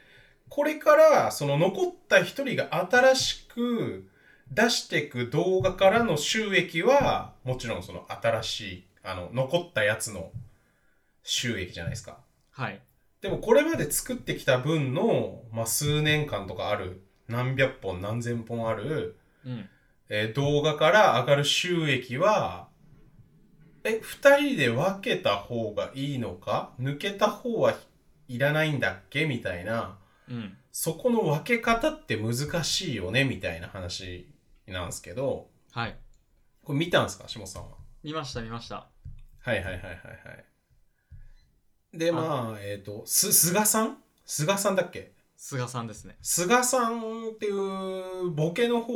Speaker 2: これからその残った一人が新しく出していく動画からの収益はもちろんその新しいあの残ったやつの収益じゃないですか
Speaker 1: はい
Speaker 2: でもこれまで作ってきた分の、まあ、数年間とかある何百本何千本ある、
Speaker 1: うん
Speaker 2: えー動画から上がる収益はえ2人で分けた方がいいのか抜けた方はいらないんだっけみたいな
Speaker 1: うん
Speaker 2: そこの分け方って難しいよねみたいな話なんですけど
Speaker 1: はい
Speaker 2: これ見たんですか下さんは
Speaker 1: 見ました見ました
Speaker 2: はいはいはいはいはいでまあえっ、とす菅さん菅さんだっけ
Speaker 1: 菅さんですね
Speaker 2: 菅さんっていうボケの方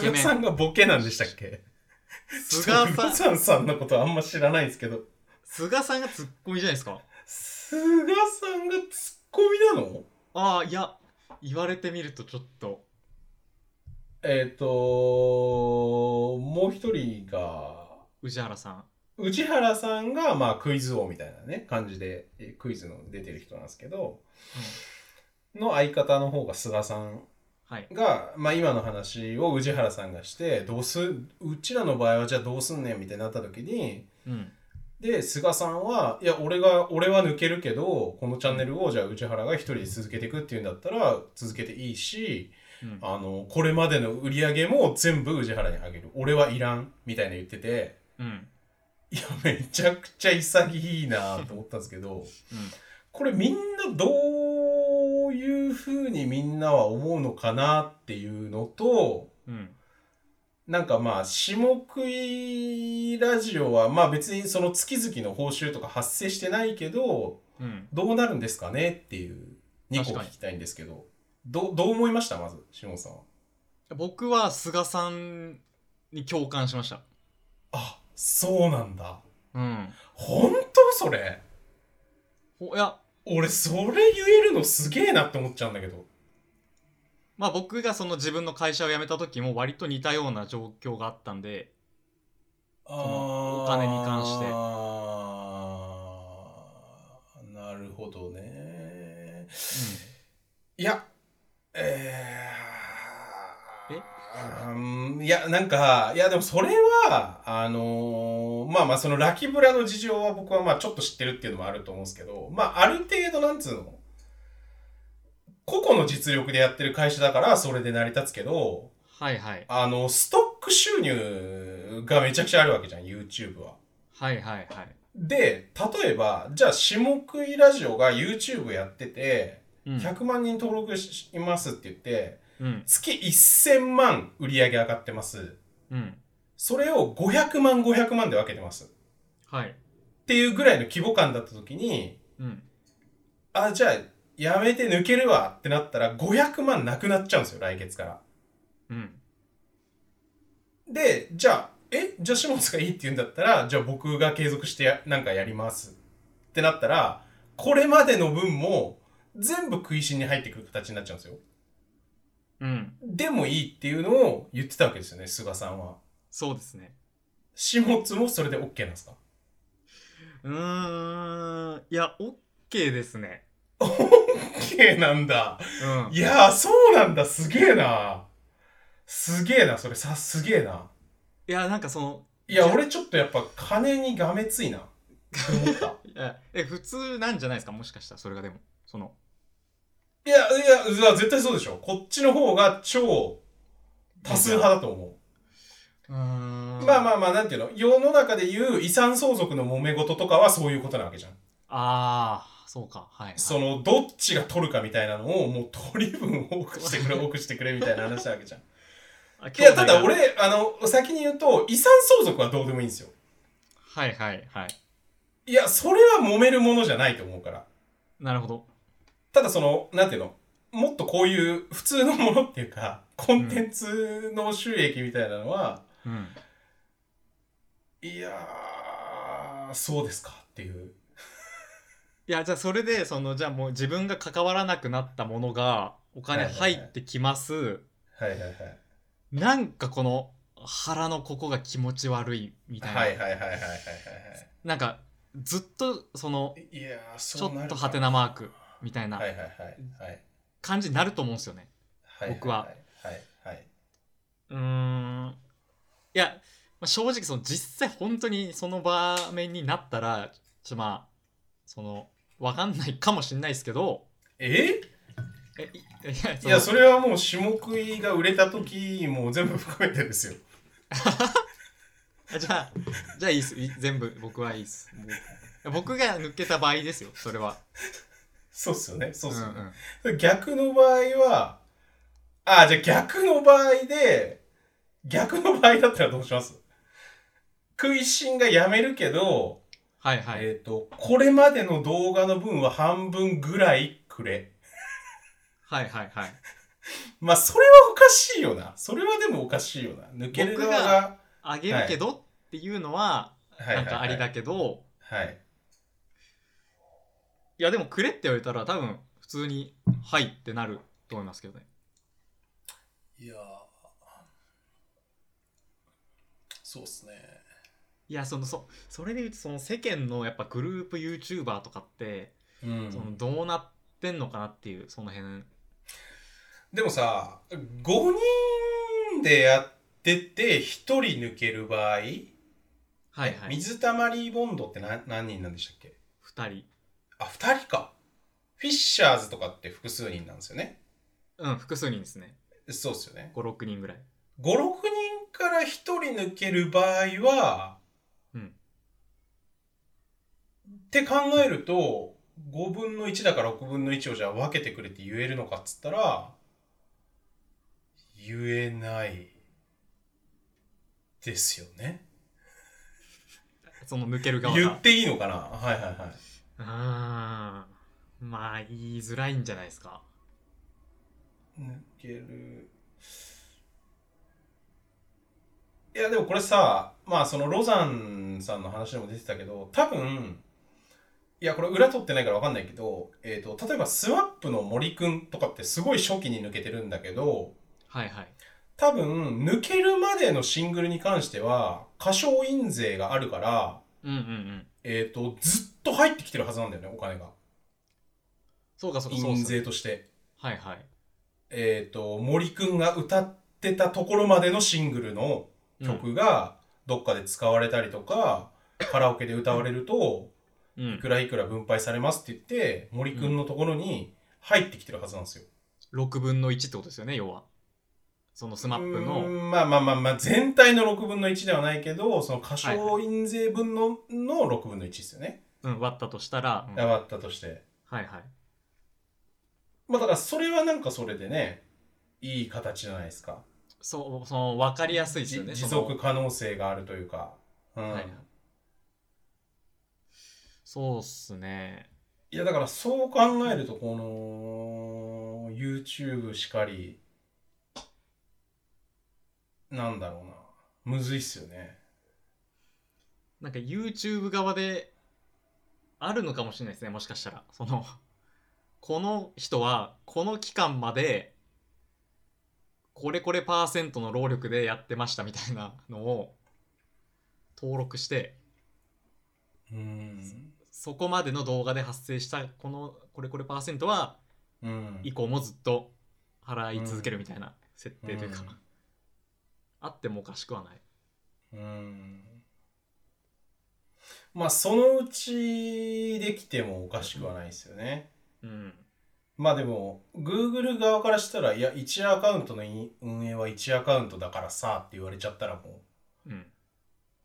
Speaker 1: ケメン
Speaker 2: 菅さんがボケなんでしたっけ
Speaker 1: 菅
Speaker 2: ちょっと
Speaker 1: さん
Speaker 2: ロザンさんのことあんま知らないんですけど
Speaker 1: 菅さんがツッコミじゃないですか
Speaker 2: 菅さんがツッコミなの
Speaker 1: ああいや言われてみるとちょっと
Speaker 2: えっ、ともう一人が
Speaker 1: 宇治原さん
Speaker 2: 宇治原さんが、まあ、クイズ王みたいなね感じでえクイズの出てる人なんですけど、の相方の方が菅さん
Speaker 1: はい
Speaker 2: が、まあ、今の話を宇治原さんがしてどうすうちらの場合はじゃあどうすんねんみたいになった時に
Speaker 1: うん
Speaker 2: で菅さんはいや俺が俺は抜けるけどこのチャンネルをじゃあ宇治原が一人で続けていくっていうんだったら続けていいし
Speaker 1: うん
Speaker 2: あのこれまでの売り上げも全部宇治原にあげる俺はいらんみたいな言ってて
Speaker 1: うんうん
Speaker 2: いやめちゃくちゃ潔いなと思ったんですけどこれみんなどういうふうにみんなは思うのかなっていうのと
Speaker 1: うん
Speaker 2: なんかまあ、下食いラジオは、まあ別にその月々の報酬とか発生してないけど、
Speaker 1: うん
Speaker 2: どうなるんですかねっていう2
Speaker 1: 確
Speaker 2: 個
Speaker 1: かに
Speaker 2: 聞きたいんですけど、どうどう思いましたまず、下さんは。
Speaker 1: 僕は菅さんに共感しました
Speaker 2: あ、そうなんだ。
Speaker 1: うん
Speaker 2: 本当それ
Speaker 1: ほいや
Speaker 2: 俺、それ言えるのすげえなって思っちゃうんだけど。
Speaker 1: まあ僕がその自分の会社を辞めた時も割と似たような状況があったんでのお金に関して
Speaker 2: あーなるほどね。いや、えー、
Speaker 1: え
Speaker 2: うんいや、なんか、いや、でもそれは、あのーまあまあ、そのラキブラの事情は僕はまあちょっと知ってるっていうのもあると思うんですけど、まあ、ある程度、なんつうの、個々の実力でやってる会社だから、それで成り立つけど、
Speaker 1: はいはい
Speaker 2: あの、ストック収入がめちゃくちゃあるわけじゃん、YouTube は。
Speaker 1: はいはいはい
Speaker 2: で、例えば、じゃあ、下食いラジオが YouTube やってて、
Speaker 1: うん
Speaker 2: 100万人登録しいますって言って、
Speaker 1: うん
Speaker 2: 月1000万売り上げ上がってます。
Speaker 1: うん
Speaker 2: それを500万500万で分けてます。っ
Speaker 1: はい
Speaker 2: ていうぐらいの規模感だった時に、
Speaker 1: うん
Speaker 2: あ、じゃあ、やめて抜けるわってなったら500万なくなっちゃうんですよ来月から
Speaker 1: うん
Speaker 2: でじゃあえじゃあ下津がいいって言うんだったらじゃあ僕が継続してやなんかやりますってなったらこれまでの分も全部食いしんに入ってくる形になっちゃうんですよ
Speaker 1: うん
Speaker 2: でもいいっていうのを言ってたわけですよね菅さんは
Speaker 1: そうですね
Speaker 2: 下津もそれで OK なんですか
Speaker 1: うーんいや OK ですね
Speaker 2: OK なんだ
Speaker 1: うん
Speaker 2: いやーそうなんだすげえなすげえなそれさすげえない
Speaker 1: やなんかその
Speaker 2: いや俺ちょっとやっぱ金にがめついなって思った
Speaker 1: いやえ普通なんじゃないですかもしかしたらそれがでもその
Speaker 2: いや、いや、うわ絶対そうでしょ。こっちの方が超多数派だと思
Speaker 1: うー
Speaker 2: う。
Speaker 1: ん
Speaker 2: まあま
Speaker 1: あ
Speaker 2: あまあ、なんていうの世の中で言う遺産相続の揉め事とかはそういうことなわけじゃん。
Speaker 1: あーそうかはい、はい、
Speaker 2: その、どっちが取るかみたいなのを、もう取り分多くしてく れ、多くしてくれみたいな話なわけじゃん。
Speaker 1: あ
Speaker 2: いや、ただ俺、あの、先に言うと、遺産相続はどうでもいいんですよ。
Speaker 1: はいはいはい
Speaker 2: いや、それは揉めるものじゃないと思うから。
Speaker 1: なるほど
Speaker 2: ただその、なんていうのもっとこういう普通のものっていうか、コンテンツの収益みたいなのは、
Speaker 1: うん
Speaker 2: いやー、そうですかっていう。
Speaker 1: いやじゃあそれでそのじゃあもう自分が関わらなくなったものがお金
Speaker 2: はいはいは
Speaker 1: 入
Speaker 2: い
Speaker 1: ってきます、
Speaker 2: はいはいはい。
Speaker 1: なんかこの腹のここが気持ち悪いみたいな、
Speaker 2: はいはいはいはいはいは
Speaker 1: なんかずっとその
Speaker 2: い。いやー、
Speaker 1: ちょ
Speaker 2: そうな
Speaker 1: っ
Speaker 2: る
Speaker 1: と
Speaker 2: か
Speaker 1: ハテナマークみたいな
Speaker 2: はいはいはいはい。
Speaker 1: 感じになると思うんですよね。
Speaker 2: いいい
Speaker 1: 僕は。
Speaker 2: はいはい。
Speaker 1: うーんいや、まあ、正直その実際本当にその場面になったらちょっとまあそのわかんないかもしれないですけど
Speaker 2: え
Speaker 1: えいいや
Speaker 2: いや、
Speaker 1: そ
Speaker 2: それはもう、下食いが売れた時も全部含めてですよ。
Speaker 1: のじゃあじゃあいいっすい全部僕はいいっすもう僕が抜けた場合ですよそれは
Speaker 2: そうっすよね。そうっすよ
Speaker 1: うんう
Speaker 2: ね。
Speaker 1: ん
Speaker 2: 逆の場合は、あー、じゃあ逆の場合で、逆の場合だったらどうします食いしんがやめるけど、
Speaker 1: はいはい、
Speaker 2: えっ、と、これまでの動画の分は半分ぐらいくれ。
Speaker 1: はいはいはい
Speaker 2: まあ、それはおかしいよな。それはでもおかしいよな。抜ける側が。
Speaker 1: あげるけどっていうのは
Speaker 2: は
Speaker 1: なんかありだけど、い
Speaker 2: はい。
Speaker 1: やでもくれって言われたら多分普通に「はい」ってなると思いますけどね
Speaker 2: いやーそうっすね。
Speaker 1: いやそのそそれで言うとその世間のやっぱグループ YouTuber とかって、
Speaker 2: う
Speaker 1: その
Speaker 2: ん。
Speaker 1: どうなってんのかなっていうその辺
Speaker 2: でもさ、5人でやってて、1人抜ける場合、
Speaker 1: はいはい
Speaker 2: 水たまりボンドって何何人なんでしたっけ
Speaker 1: 2人
Speaker 2: あ、2人か。フィッシャーズとかって複数人なんですよね。
Speaker 1: うん複数人ですね
Speaker 2: そうっすよね。
Speaker 1: 56人ぐらい
Speaker 2: 56人から1人抜ける場合は、
Speaker 1: うん
Speaker 2: って考えると5分の1だから6分の1をじゃあ分けてくれって言えるのかっつったら言えないですよね
Speaker 1: その抜ける側
Speaker 2: 言っ
Speaker 1: が
Speaker 2: ていいのかなはいはいは
Speaker 1: うーんまあ言いづらいんじゃないですか
Speaker 2: い抜けるいやでもこれさまあそのロザンさんの話でも出てたけど多分いやこれ裏取ってないから分かんないけど、えー、と例えば SMAP の森くんとかってすごい初期に抜けてるんだけど
Speaker 1: はいはい
Speaker 2: 多分抜けるまでのシングルに関しては過少印税があるから、
Speaker 1: うんうんうん
Speaker 2: えー、とずっと入ってきてるはずなんだよねお金が
Speaker 1: そうかそうかそう
Speaker 2: 印
Speaker 1: か
Speaker 2: 税として。
Speaker 1: はいはい
Speaker 2: えー、と森くんが歌ってたところまでのシングルの曲がどっかで使われたりとか、カラオケで歌われると
Speaker 1: うんう
Speaker 2: い
Speaker 1: ん
Speaker 2: くらいくら分配されますって言って森くんのところに入ってきてるはずなんですよ。
Speaker 1: 6分の1ってことですよね要はそのスマップ
Speaker 2: うー
Speaker 1: の
Speaker 2: んまあまあまあまあ全体の6分の1ではないけどその過少印税分の,、の6分の1ですよね
Speaker 1: うん割ったとしたら、うん
Speaker 2: 上がったとして
Speaker 1: はいはい
Speaker 2: まあだからそれはなんかそれでねいい形じゃないですか
Speaker 1: そうその分かりやすいですよね
Speaker 2: じ持
Speaker 1: その
Speaker 2: 続可能性があるというか、うん
Speaker 1: はい
Speaker 2: い、
Speaker 1: そうっすね。
Speaker 2: いやだからそう考えるとこの YouTube しかりなんだろうなむずいっすよね
Speaker 1: なんか YouTube 側であるのかもしれないですねもしかしたらそのこの人はこの期間までこれこれパーセントの労力でやってましたみたいなのを登録して
Speaker 2: うん
Speaker 1: そこまでの動画で発生したこのこれこれパーセントは
Speaker 2: うん
Speaker 1: 以降もずっと払い続けるみたいな設定というか、
Speaker 2: うん
Speaker 1: あってもおかしくはない
Speaker 2: うんまあそのうちできてもおかしくはないですよね。
Speaker 1: うん
Speaker 2: まあでも Google 側からしたらいや1アカウントのい運営は1アカウントだからさって言われちゃったらも
Speaker 1: うん
Speaker 2: う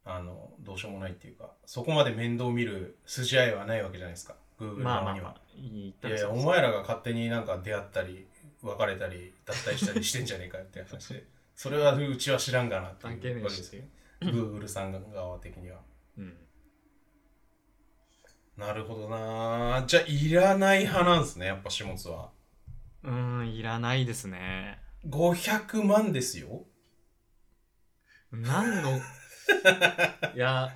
Speaker 2: あのどうしようもないっていうかそこまで面倒見る筋合いはないわけじゃないですか Google
Speaker 1: まあまあ
Speaker 2: 側に
Speaker 1: ま
Speaker 2: は。
Speaker 1: あ言っ
Speaker 2: い
Speaker 1: た
Speaker 2: や
Speaker 1: ら
Speaker 2: い
Speaker 1: そ
Speaker 2: や
Speaker 1: う
Speaker 2: お
Speaker 1: です
Speaker 2: 前らが勝手になんか出会ったり別れたり脱退したりしてんじゃねえかっていう話で それはうちは知らんがなって
Speaker 1: 関係
Speaker 2: い
Speaker 1: ね
Speaker 2: う
Speaker 1: え
Speaker 2: わけ
Speaker 1: し
Speaker 2: で
Speaker 1: っ
Speaker 2: す
Speaker 1: てい
Speaker 2: よ
Speaker 1: う、
Speaker 2: Google さん側的には。
Speaker 1: うん、
Speaker 2: なるほどなじゃあいらない派なんですねやっぱ始末は
Speaker 1: うーんいらないですね
Speaker 2: 500万ですよ
Speaker 1: 何のいや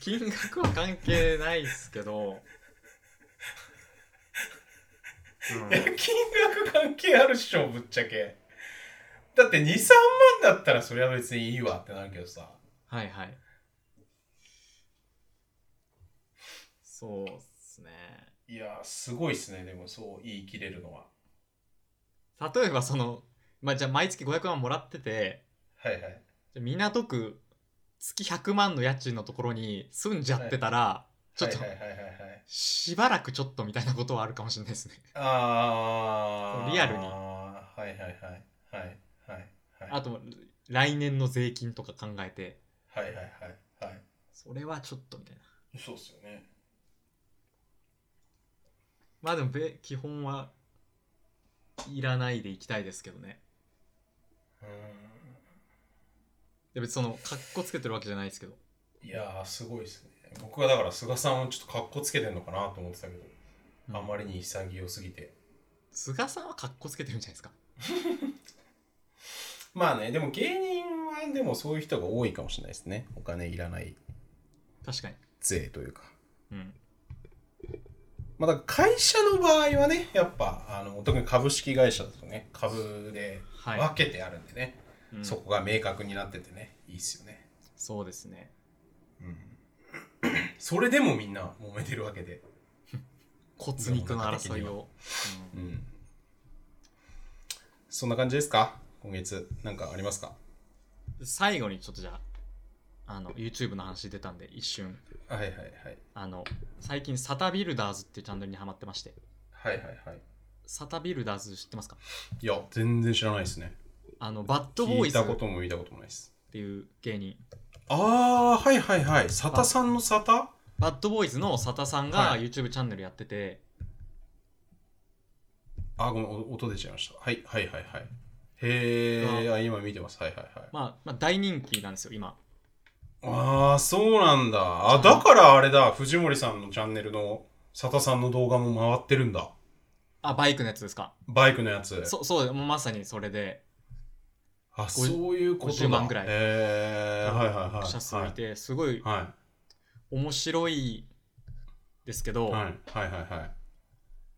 Speaker 1: 金額は関係ないですけど、
Speaker 2: いや金額関係あるっしょぶっちゃけだって23万だったらそれは別にいいわってなるけどさ
Speaker 1: うん、はいはいそうっすね
Speaker 2: いやすごいっすねでもそう言い切れるのは
Speaker 1: 例えばその、まあ、じゃあ毎月500万もらってて
Speaker 2: はいはい
Speaker 1: じゃあ港区月100万の家賃のところに住んじゃってたら、ちょっと、
Speaker 2: はいはいはいはいはい
Speaker 1: しばらくちょっとみたいなことはあるかもしれないですね
Speaker 2: あー
Speaker 1: リアルに
Speaker 2: あーはいはいはいはいはいはい
Speaker 1: あと来年の税金とか考えて
Speaker 2: はいはいはいはい
Speaker 1: それはちょっとみたいな
Speaker 2: そうっすよね
Speaker 1: まあでもべ基本はいらないでいきたいですけどね
Speaker 2: う
Speaker 1: いや別にそのかっこつけてるわけじゃないですけど
Speaker 2: ーんいやーすごいですね僕はだから菅さんをちょっとかっこつけてんのかなと思ってたけどあまりに潔すぎて。
Speaker 1: 菅さんはかっこつけてるんじゃないですか
Speaker 2: まあね、でも芸人はでもそういう人が多いかもしれないですね。お金いらない
Speaker 1: 確かに
Speaker 2: 税というか。
Speaker 1: うん
Speaker 2: まあだから会社の場合はね、やっぱ、あの、特に株式会社だとね、株で
Speaker 1: はい
Speaker 2: 分けてあるんでね、
Speaker 1: うん
Speaker 2: そこが明確になっててね、いいっすよね。
Speaker 1: そうですね
Speaker 2: うん。それでもみんな揉めてるわけで。
Speaker 1: 骨肉の争い
Speaker 2: 世の
Speaker 1: を、う
Speaker 2: うんん。そんな感じですか今月、なんかありますか
Speaker 1: 最後にちょっとじゃああの YouTube の話出たんで一瞬
Speaker 2: はいはいはい。
Speaker 1: あの最近サタビルダーズっていうチャンネルにハマってまして
Speaker 2: はいはいはい。
Speaker 1: サタビルダーズ知ってますか
Speaker 2: いや、全然知らないですね。
Speaker 1: あのバッドボー
Speaker 2: 聞
Speaker 1: イ
Speaker 2: い
Speaker 1: ズ
Speaker 2: たこ
Speaker 1: っ
Speaker 2: とも見たこともないです。
Speaker 1: ていう芸人
Speaker 2: ああはいはいはいサタさんのサタ
Speaker 1: バッドボーイズのサタさんが
Speaker 2: はい
Speaker 1: YouTube チャンネルやってて、
Speaker 2: あごめんお音出ちゃいましたはいはいはいはいへえあ今見てますはいはいはい、
Speaker 1: まあ、まあ大人気なんですよ今
Speaker 2: ああそうなんだあだからあれだ藤森さんのチャンネルのサタさんの動画も回ってるんだ
Speaker 1: あバイクのやつですか
Speaker 2: バイクのやつ
Speaker 1: そそうもうまさにそれで
Speaker 2: あそういうことだ
Speaker 1: 50万ぐらい
Speaker 2: へえはいはいはい
Speaker 1: 者数いてすごい
Speaker 2: は
Speaker 1: 面白いですけど、
Speaker 2: いはいはいはいはいはい
Speaker 1: ま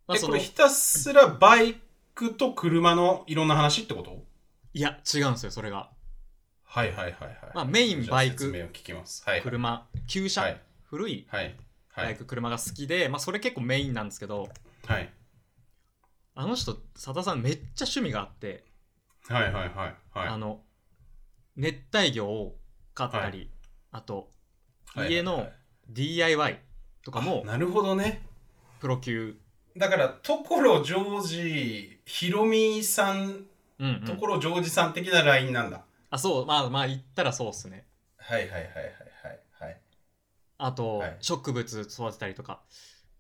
Speaker 1: あ、
Speaker 2: え
Speaker 1: そ
Speaker 2: こ
Speaker 1: の
Speaker 2: れ
Speaker 1: い
Speaker 2: ひたすらバイクと車のいろんな話ってこと
Speaker 1: や違うんですよそれが
Speaker 2: はいはいはいはい、
Speaker 1: まあメイン
Speaker 2: じゃあ
Speaker 1: バイク
Speaker 2: 説明を聞きますはいはい
Speaker 1: 車旧車、
Speaker 2: はい
Speaker 1: 古い
Speaker 2: はいは
Speaker 1: バイ
Speaker 2: い
Speaker 1: ク車が好きで、まあ、それ結構メインなんですけど
Speaker 2: はい
Speaker 1: あの人佐田さんめっちゃ趣味があって、
Speaker 2: はいはいはいはい
Speaker 1: あの熱帯魚を飼ったり、あと
Speaker 2: はい
Speaker 1: 家の DIY とかも
Speaker 2: なるほどね
Speaker 1: プロ級、
Speaker 2: だから所ジョージひろみさん
Speaker 1: うんうん
Speaker 2: 所ジョージさん的なラインなんだ、
Speaker 1: あそうまあまあ言ったらそうっすね
Speaker 2: はいはいはいはいはいはい
Speaker 1: あと、
Speaker 2: はい
Speaker 1: 植物育てたりとか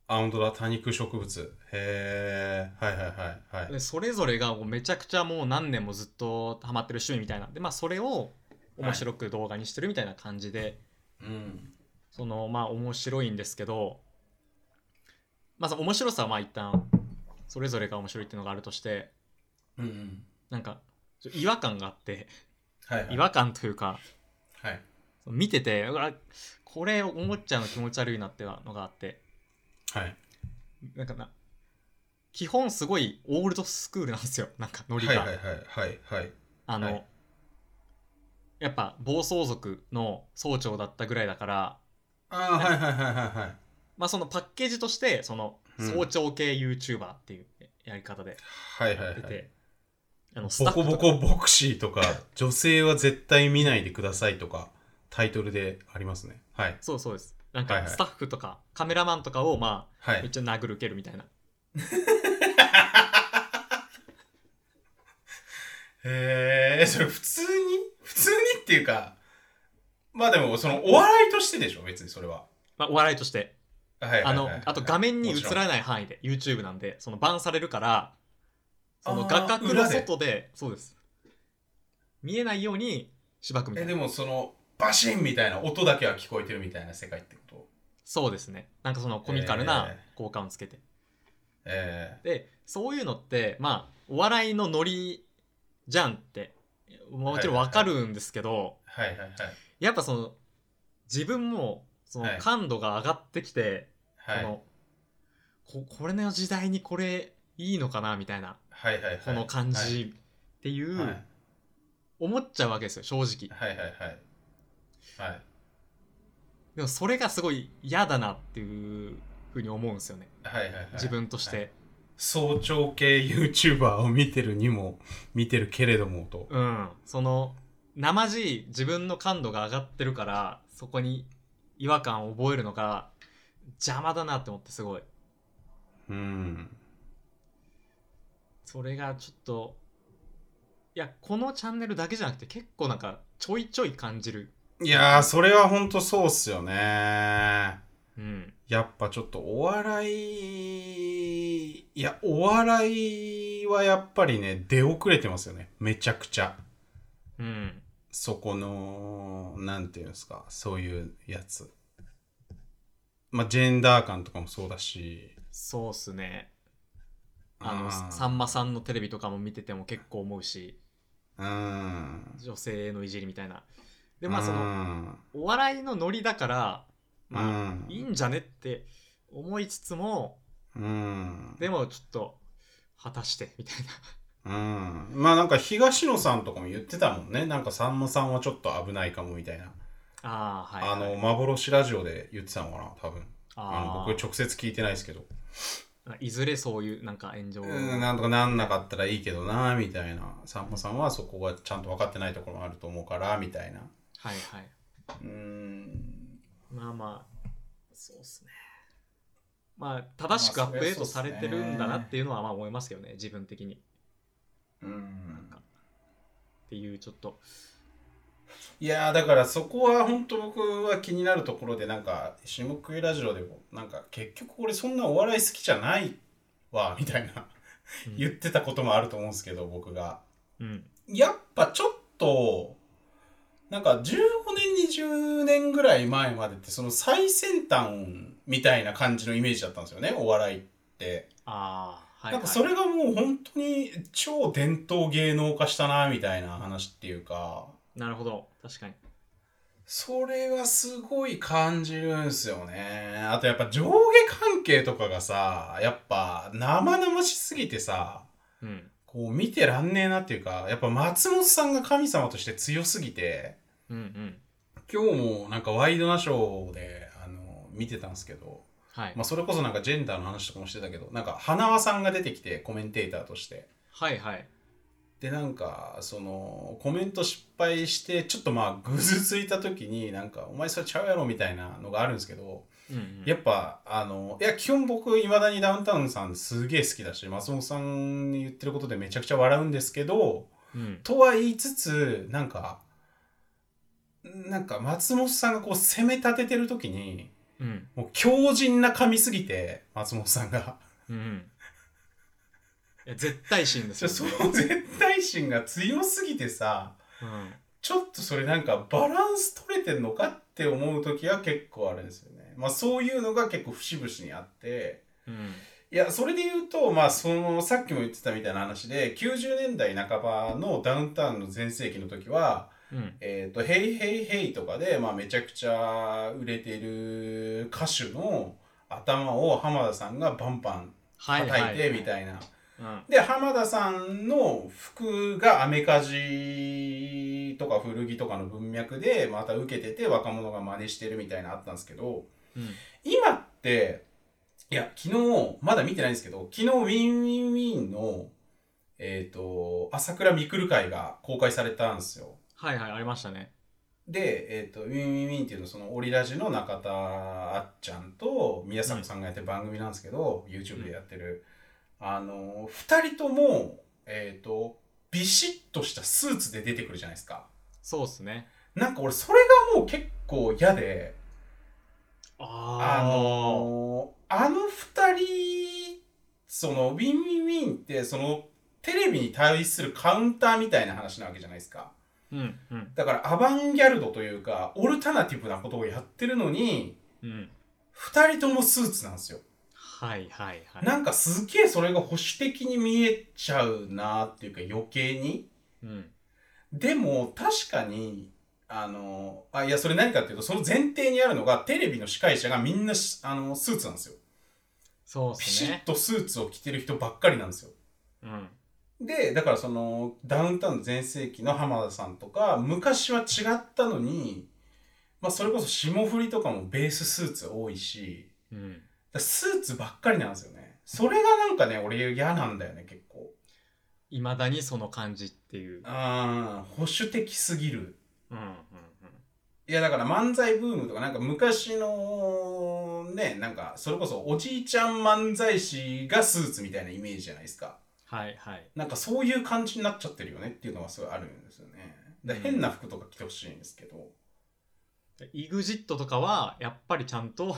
Speaker 2: あ本当だ多肉植物へえはいはいはいはい
Speaker 1: でそれぞれがもうめちゃくちゃもう何年もずっとハマってる趣味みたいなでまあそれを面白く動画にしてるみたいな感じで、
Speaker 2: うん
Speaker 1: そのまあ面白いんですけどまあその面白さはまあ一旦それぞれが面白いっていうのがあるとして
Speaker 2: うんうん
Speaker 1: なんかちょ違和感があって
Speaker 2: はいはい
Speaker 1: 違和感というか
Speaker 2: はい
Speaker 1: 見ててうわこれ思っちゃうの気持ち悪いなってのがあって
Speaker 2: はい
Speaker 1: なんかな基本すごいオールドスクールなんですよ なんかノリが、
Speaker 2: はいはいはいはい
Speaker 1: あの、
Speaker 2: はい
Speaker 1: やっぱ暴走族の総長だったぐらいだから
Speaker 2: ああはいはいはいはいはい
Speaker 1: まあそのパッケージとしてその
Speaker 2: うん
Speaker 1: 総長系 YouTuber っていうやり方で
Speaker 2: はいはい
Speaker 1: 出て、
Speaker 2: はい
Speaker 1: あのスタ
Speaker 2: ボ
Speaker 1: ッフ
Speaker 2: コ
Speaker 1: とか
Speaker 2: ボコボクシーとか、女性は絶対見ないでくださいとか、タイトルでありますね。はい。
Speaker 1: そうそうですなん
Speaker 2: はい
Speaker 1: か
Speaker 2: はい
Speaker 1: スタッフとか、カメラマンとかをま
Speaker 2: は
Speaker 1: あめっ
Speaker 2: い。
Speaker 1: ちゃ殴る蹴るみたいな
Speaker 2: へえ、それ普通に普通にっていうか、まあでも、そのお笑いとしてでしょ、別にそれは。
Speaker 1: まあ、お笑いとして、
Speaker 2: はい
Speaker 1: あの、あと画面に映
Speaker 2: い。
Speaker 1: らない範囲で、YouTube なんで、そのバンされるから、その
Speaker 2: あー
Speaker 1: 画角の
Speaker 2: 裏で
Speaker 1: 外で、そうです。見えないように、しばくみた
Speaker 2: え、
Speaker 1: い
Speaker 2: で
Speaker 1: な。
Speaker 2: もその、バシンみたいな音だけは聞こえてるみたいな世界ってこと
Speaker 1: そうですね。なんかそのコミカルな効果音つけて。
Speaker 2: え
Speaker 1: で、そういうのって、まあ、お笑いのノリじゃんって、もちろんわかるんですけど、
Speaker 2: えはいはいはい。
Speaker 1: やっぱその、自分も、その
Speaker 2: はい
Speaker 1: 感度が上がってきて、
Speaker 2: はい。
Speaker 1: このここれの時代にこれいいのかなみたいな
Speaker 2: はいはいはい。
Speaker 1: この感じってい
Speaker 2: は
Speaker 1: う、
Speaker 2: い。はい
Speaker 1: 思っちゃうわけですよ正直
Speaker 2: はいはいはい。はい。
Speaker 1: でもそれがすごい嫌だなっていうふうに思うんですよね
Speaker 2: はいはいはい。
Speaker 1: 自分として、
Speaker 2: 早朝系 YouTuber を見てるにも見てるけれどもと。
Speaker 1: うんその生地自分の感度が上がってるからそこに違和感を覚えるのが邪魔だなって思ってすごい
Speaker 2: うん。
Speaker 1: それがちょっといやこのチャンネルだけじゃなくて結構なんかちょいちょい感じる
Speaker 2: いやー、それはほんとそうっすよね。
Speaker 1: うん
Speaker 2: やっぱちょっとお笑い、いや、お笑いはやっぱりね、出遅れてますよね。めちゃくちゃ。
Speaker 1: うん
Speaker 2: そこの、なんていうんですか、そういうやつ。まあ、ジェンダー感とかもそうだし。
Speaker 1: そうっすねあ
Speaker 2: う
Speaker 1: の
Speaker 2: ん
Speaker 1: さんまさんのテレビとかも見てても結構思うし
Speaker 2: うん。
Speaker 1: 女性へのいじりみたいなでまあその
Speaker 2: の、
Speaker 1: お笑いのノリだからまあ
Speaker 2: うん
Speaker 1: いいんじゃねって思いつつも
Speaker 2: うん。
Speaker 1: でもちょっと果たしてみたいな
Speaker 2: うん。まあなんか東野さんとかも言ってたもんね。なんかさんまさんはちょっと危ないかもみたいな。
Speaker 1: ああはい、
Speaker 2: あの、幻ラジオで言ってたのかな、多分。あの
Speaker 1: あ
Speaker 2: 僕直接聞いてないですけど。
Speaker 1: ーいずれそういうなんか炎上
Speaker 2: うん、なんとかなんなかったらいいけどな、みたいな。さんまさんはそこがちゃんと分かってないところもあると思うから、みたいな。
Speaker 1: はいはい
Speaker 2: うん。
Speaker 1: まあまあそうっすねまあ正しくアップデートされてるんだなっていうのはまあ思いますけどね自分的に
Speaker 2: うん
Speaker 1: っていうちょっと
Speaker 2: いやーだからそこは本当僕は気になるところでなんか下食いラジオでもなんか結局俺そんなお笑い好きじゃないわみたいな
Speaker 1: うん
Speaker 2: 言ってたこともあると思うんですけど僕が
Speaker 1: うん
Speaker 2: やっぱちょっとなんか15年20年ぐらい前までってその最先端みたいな感じのイメージだったんですよねお笑いって、
Speaker 1: ああはい、はい、
Speaker 2: なんかそれがもう本当に超伝統芸能化したなみたいな話っていうか
Speaker 1: なるほど確かに
Speaker 2: それはすごい感じるんすよね。あとやっぱ上下関係とかがさ、やっぱ生々しすぎてさ、
Speaker 1: うん
Speaker 2: こう見てらんねえなっていうか、やっぱ松本さんが神様として強すぎて、
Speaker 1: うんうん
Speaker 2: 今日もなんかワイドナショーで、あの、見てたんですけど、
Speaker 1: はい、
Speaker 2: まあそれこそなんかジェンダーの話とかもしてたけど、なんか花輪さんが出てきてコメンテーターとして。
Speaker 1: はいはい
Speaker 2: でなんかそのコメント失敗してちょっとまあぐずついた時になんか「お前それちゃうやろ」みたいなのがあるんですけど
Speaker 1: うんうん
Speaker 2: やっぱあのいや基本僕いまだにダウンタウンさんすげえ好きだし松本さんに言ってることでめちゃくちゃ笑うんですけど
Speaker 1: うん
Speaker 2: とは言いつつなんかなんか松本さんがこう攻め立ててる時に
Speaker 1: うん
Speaker 2: もう強靭な噛みすぎて松本さんが。
Speaker 1: うんうんいや絶対心です
Speaker 2: ちょ
Speaker 1: よ、
Speaker 2: その絶対心が強すぎてさ
Speaker 1: うん、
Speaker 2: ちょっとそれなんかバランス取れてんのかって思う時は結構あれですよね。まあそういうのが結構節々にあって、
Speaker 1: うん
Speaker 2: いやそれで言うと、まあ、そのさっきも言ってたみたいな話で90年代半ばのダウンタウンの全盛期の時は
Speaker 1: うん
Speaker 2: 「えー、とヘイヘイヘイとかで、まあ、めちゃくちゃ売れてる歌手の頭を浜田さんがバンバン
Speaker 1: はいは
Speaker 2: 叩い
Speaker 1: い
Speaker 2: てみたいな。
Speaker 1: うん
Speaker 2: で浜田さんの服がアメカジとか古着とかの文脈でまた受けてて若者が真似してるみたいなのあったんですけど
Speaker 1: うん
Speaker 2: 今っていや昨日まだ見てないんですけど昨日ウィンウィンウィンのえっ、と朝倉未来会が公開されたんですよ。
Speaker 1: はいはいありましたね
Speaker 2: で、えーと「ウィンウィンウィン」っていうのそのオリラジの中田あっちゃんと宮迫さんがやってる番組なんですけど、YouTube でやってる、あの2人とも、えー、とビシッとしたスーツで出てくるじゃないですか
Speaker 1: そうっすね
Speaker 2: なんか俺それがもう結構嫌であのあの2人そのウィンウィンウィンってそのテレビに対するカウンターみたいな話なわけじゃないですか。
Speaker 1: うんうん
Speaker 2: だからアバンギャルドというかオルタナティブなことをやってるのに
Speaker 1: うん
Speaker 2: 2人ともスーツなんですよ、
Speaker 1: はいはいはい
Speaker 2: なんかすっげえそれが保守的に見えちゃうなっていうか余計に
Speaker 1: うん
Speaker 2: でも確かにあのあいやそれ何かっていうとその前提にあるのがテレビの司会者がみんなしあのスーツなんですよ
Speaker 1: そうっ
Speaker 2: ピ
Speaker 1: す
Speaker 2: シッ
Speaker 1: ね
Speaker 2: とスーツを着てる人ばっかりなんですよ
Speaker 1: うん
Speaker 2: でだからそのダウンタウン全盛期の浜田さんとか昔は違ったのに、まあ、それこそ霜降りとかもベーススーツ多いし
Speaker 1: うん
Speaker 2: だからスーツばっかりなんですよねそれがなんかね俺嫌なんだよね結構
Speaker 1: いまだにその感じっていう
Speaker 2: あー保守的すぎる
Speaker 1: うんうん
Speaker 2: いやだから漫才ブームとかなんか昔のねなんかそれこそおじいちゃん漫才師がスーツみたいなイメージじゃないですか
Speaker 1: はいはい
Speaker 2: なんかそういう感じになっちゃってるよねっていうのはすごいあるんですよね。だから変な服とか着てほしいんですけど、
Speaker 1: EXIT とかはやっぱりちゃんと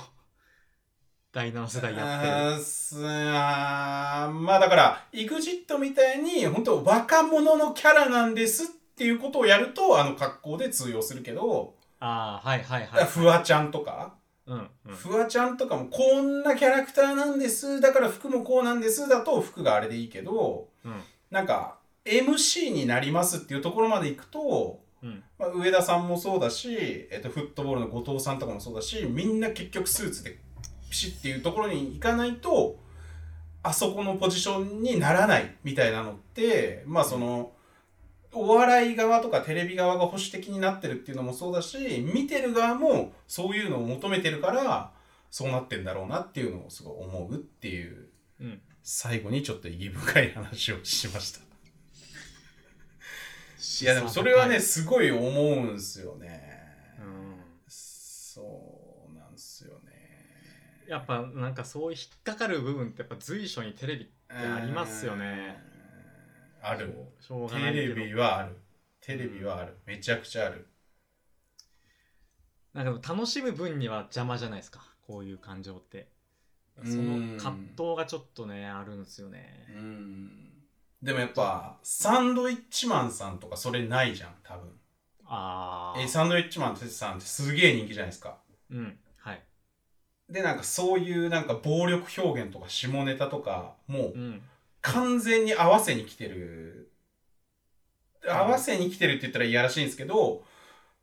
Speaker 1: 第7世代やってる
Speaker 2: あーすあーまあだから EXIT みたいに本当若者のキャラなんですっていうことをやるとあの格好で通用するけど、
Speaker 1: ああはいはいはい
Speaker 2: フワちゃんとか、
Speaker 1: うんうん
Speaker 2: フワちゃんとかもこんなキャラクターなんですだから服もこうなんですだと服があれでいいけど
Speaker 1: うん
Speaker 2: なんか MC になりますっていうところまでいくと
Speaker 1: うん
Speaker 2: まあ、上田さんもそうだし、えっと、フットボールの後藤さんとかもそうだしみんな結局スーツでピシッっていうところに行かないとあそこのポジションにならないみたいなのってまあそのお笑い側とかテレビ側が保守的になってるっていうのもそうだし見てる側もそういうのを求めてるからそうなってんだろうなっていうのをすごい思うっていう
Speaker 1: うん
Speaker 2: 最後にちょっと意義深い話をしました。いやでもそれはねすごい思うんすよね。
Speaker 1: うん
Speaker 2: そうなんすよね。
Speaker 1: やっぱなんかそういう引っかかる部分ってやっぱ随所にテレビありますよね
Speaker 2: うん。ある。
Speaker 1: しょうがない
Speaker 2: テ
Speaker 1: け
Speaker 2: レ
Speaker 1: ど
Speaker 2: ビはある。テレビはある。めちゃくちゃある。
Speaker 1: なんかでも楽しむ分には邪魔じゃないですかこういう感情って
Speaker 2: うん
Speaker 1: その葛藤がちょっとねあるんですよね
Speaker 2: うん。でもやっぱサンドイッチマンさんとかそれないじゃん多分。
Speaker 1: ああ
Speaker 2: えサンドイッチマンさんってすげえ人気じゃないですか。
Speaker 1: うんはい
Speaker 2: でなんかそういうなんか暴力表現とか下ネタとかも
Speaker 1: う
Speaker 2: う
Speaker 1: ん
Speaker 2: 完全に合わせに来てる合わせに来てるって言ったらいやらしいんですけど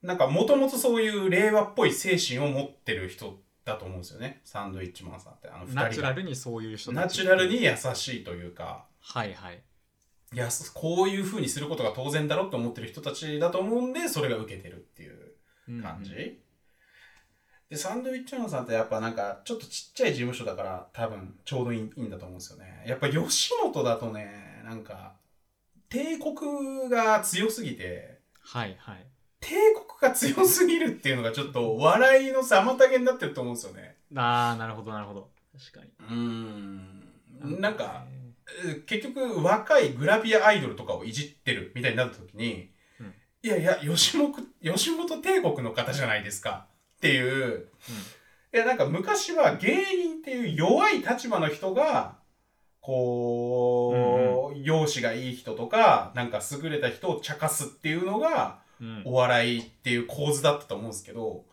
Speaker 2: なんかもともとそういう令和っぽい精神を持ってる人だと思うんですよねサンドイッチマンさんってあの
Speaker 1: ナチ
Speaker 2: 2
Speaker 1: ュ
Speaker 2: 人
Speaker 1: ラ
Speaker 2: が
Speaker 1: ルにそういう人たち
Speaker 2: ナチュラルに優しいというか
Speaker 1: はいはい
Speaker 2: いやそこういう風にすることが当然だろうと思ってる人たちだと思うんでそれが受けてるっていう感じ、
Speaker 1: うんうん
Speaker 2: でサンドウィッチマンさんってやっぱなんかちょっとちっちゃい事務所だから多分ちょうどいいいいんだと思うんですよねやっぱ吉本だとねなんか帝国が強すぎて
Speaker 1: はいはい
Speaker 2: 帝国が強すぎるっていうのがちょっと笑いの妨げになってると思うんですよね
Speaker 1: ああなるほどなるほど確かに
Speaker 2: うんなんか
Speaker 1: ね
Speaker 2: 結局若いグラビアアイドルとかをいじってるみたいになった時に、
Speaker 1: うん
Speaker 2: いやいや吉本吉本帝国の方じゃないですかっていう、いやなんか昔は芸人っていう弱い立場の人がこう、容姿がいい人とかなんか優れた人を茶化すっていうのが
Speaker 1: うん
Speaker 2: お笑いっていう構図だったと思うんですけど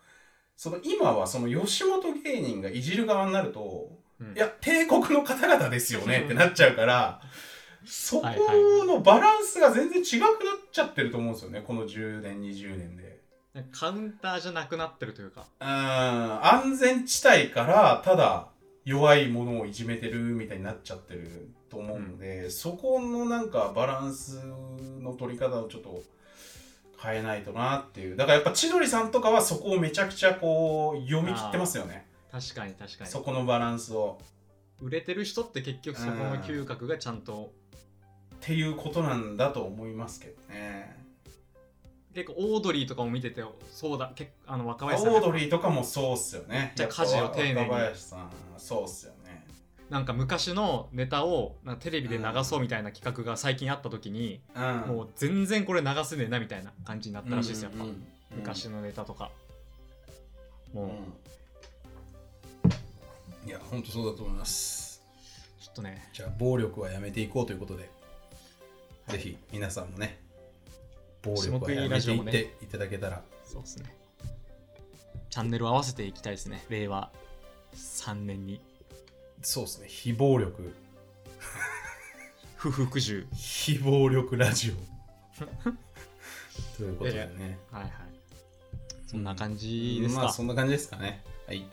Speaker 2: その今はその吉本芸人がいじる側になると
Speaker 1: うん
Speaker 2: いや、帝国の方々ですよねってなっちゃうから、そこ
Speaker 1: はいはい
Speaker 2: のバランスが全然違くなっちゃってると思うんですよね、この10年、20年で。
Speaker 1: なんかカウンターじゃなくなってるというか
Speaker 2: うーん、安全地帯から、ただ、弱いものをいじめてるみたいになっちゃってると思うので、そこのなんかバランスの取り方をちょっと変えないとなっていう。だからやっぱ千鳥さんとかはそこをめちゃくちゃこう読み切ってますよね。
Speaker 1: 確かに確かに
Speaker 2: そこのバランスを。
Speaker 1: 売れてる人って結局そこの嗅覚がちゃんと
Speaker 2: っていうことなんだと思いますけどね。
Speaker 1: 結構オードリーとかも見ててそうだ結構あの若
Speaker 2: オ
Speaker 1: 林さん
Speaker 2: ード
Speaker 1: が
Speaker 2: リーとかもそうっすよね。
Speaker 1: じゃあ家事を丁寧に
Speaker 2: やっぱ若林さん、そうっすよね。
Speaker 1: なんか昔のネタをなんかテレビで流そうみたいな企画が最近あった時に、
Speaker 2: うん。
Speaker 1: もう全然これ流せねえなみたいな感じになったらしいですよ、
Speaker 2: うん
Speaker 1: やっぱ、昔のネタとか、
Speaker 2: うん
Speaker 1: も
Speaker 2: いや、本当そうだと思います。
Speaker 1: うちょっとね
Speaker 2: じゃあ、暴力はやめていこうということで、
Speaker 1: はい
Speaker 2: ぜひ皆さんもね、暴力
Speaker 1: 下
Speaker 2: はや
Speaker 1: 食いラ
Speaker 2: め
Speaker 1: ジ
Speaker 2: て
Speaker 1: オ
Speaker 2: い
Speaker 1: も
Speaker 2: っ
Speaker 1: ね
Speaker 2: ていただけたら、
Speaker 1: そうですねチャンネルを合わせていきたいですね令和3年に
Speaker 2: そうですね、非暴力、
Speaker 1: 不服従
Speaker 2: 非暴力ラジ オ。ということでね。
Speaker 1: はいはいそんな感じですか、
Speaker 2: まあ、そんな感じですかね。はい。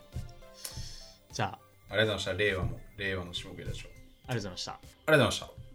Speaker 1: じゃあ
Speaker 2: ありがとうございました。令和も、令和の下食いラジオ。
Speaker 1: ありがとうございました
Speaker 2: ありがとうございました。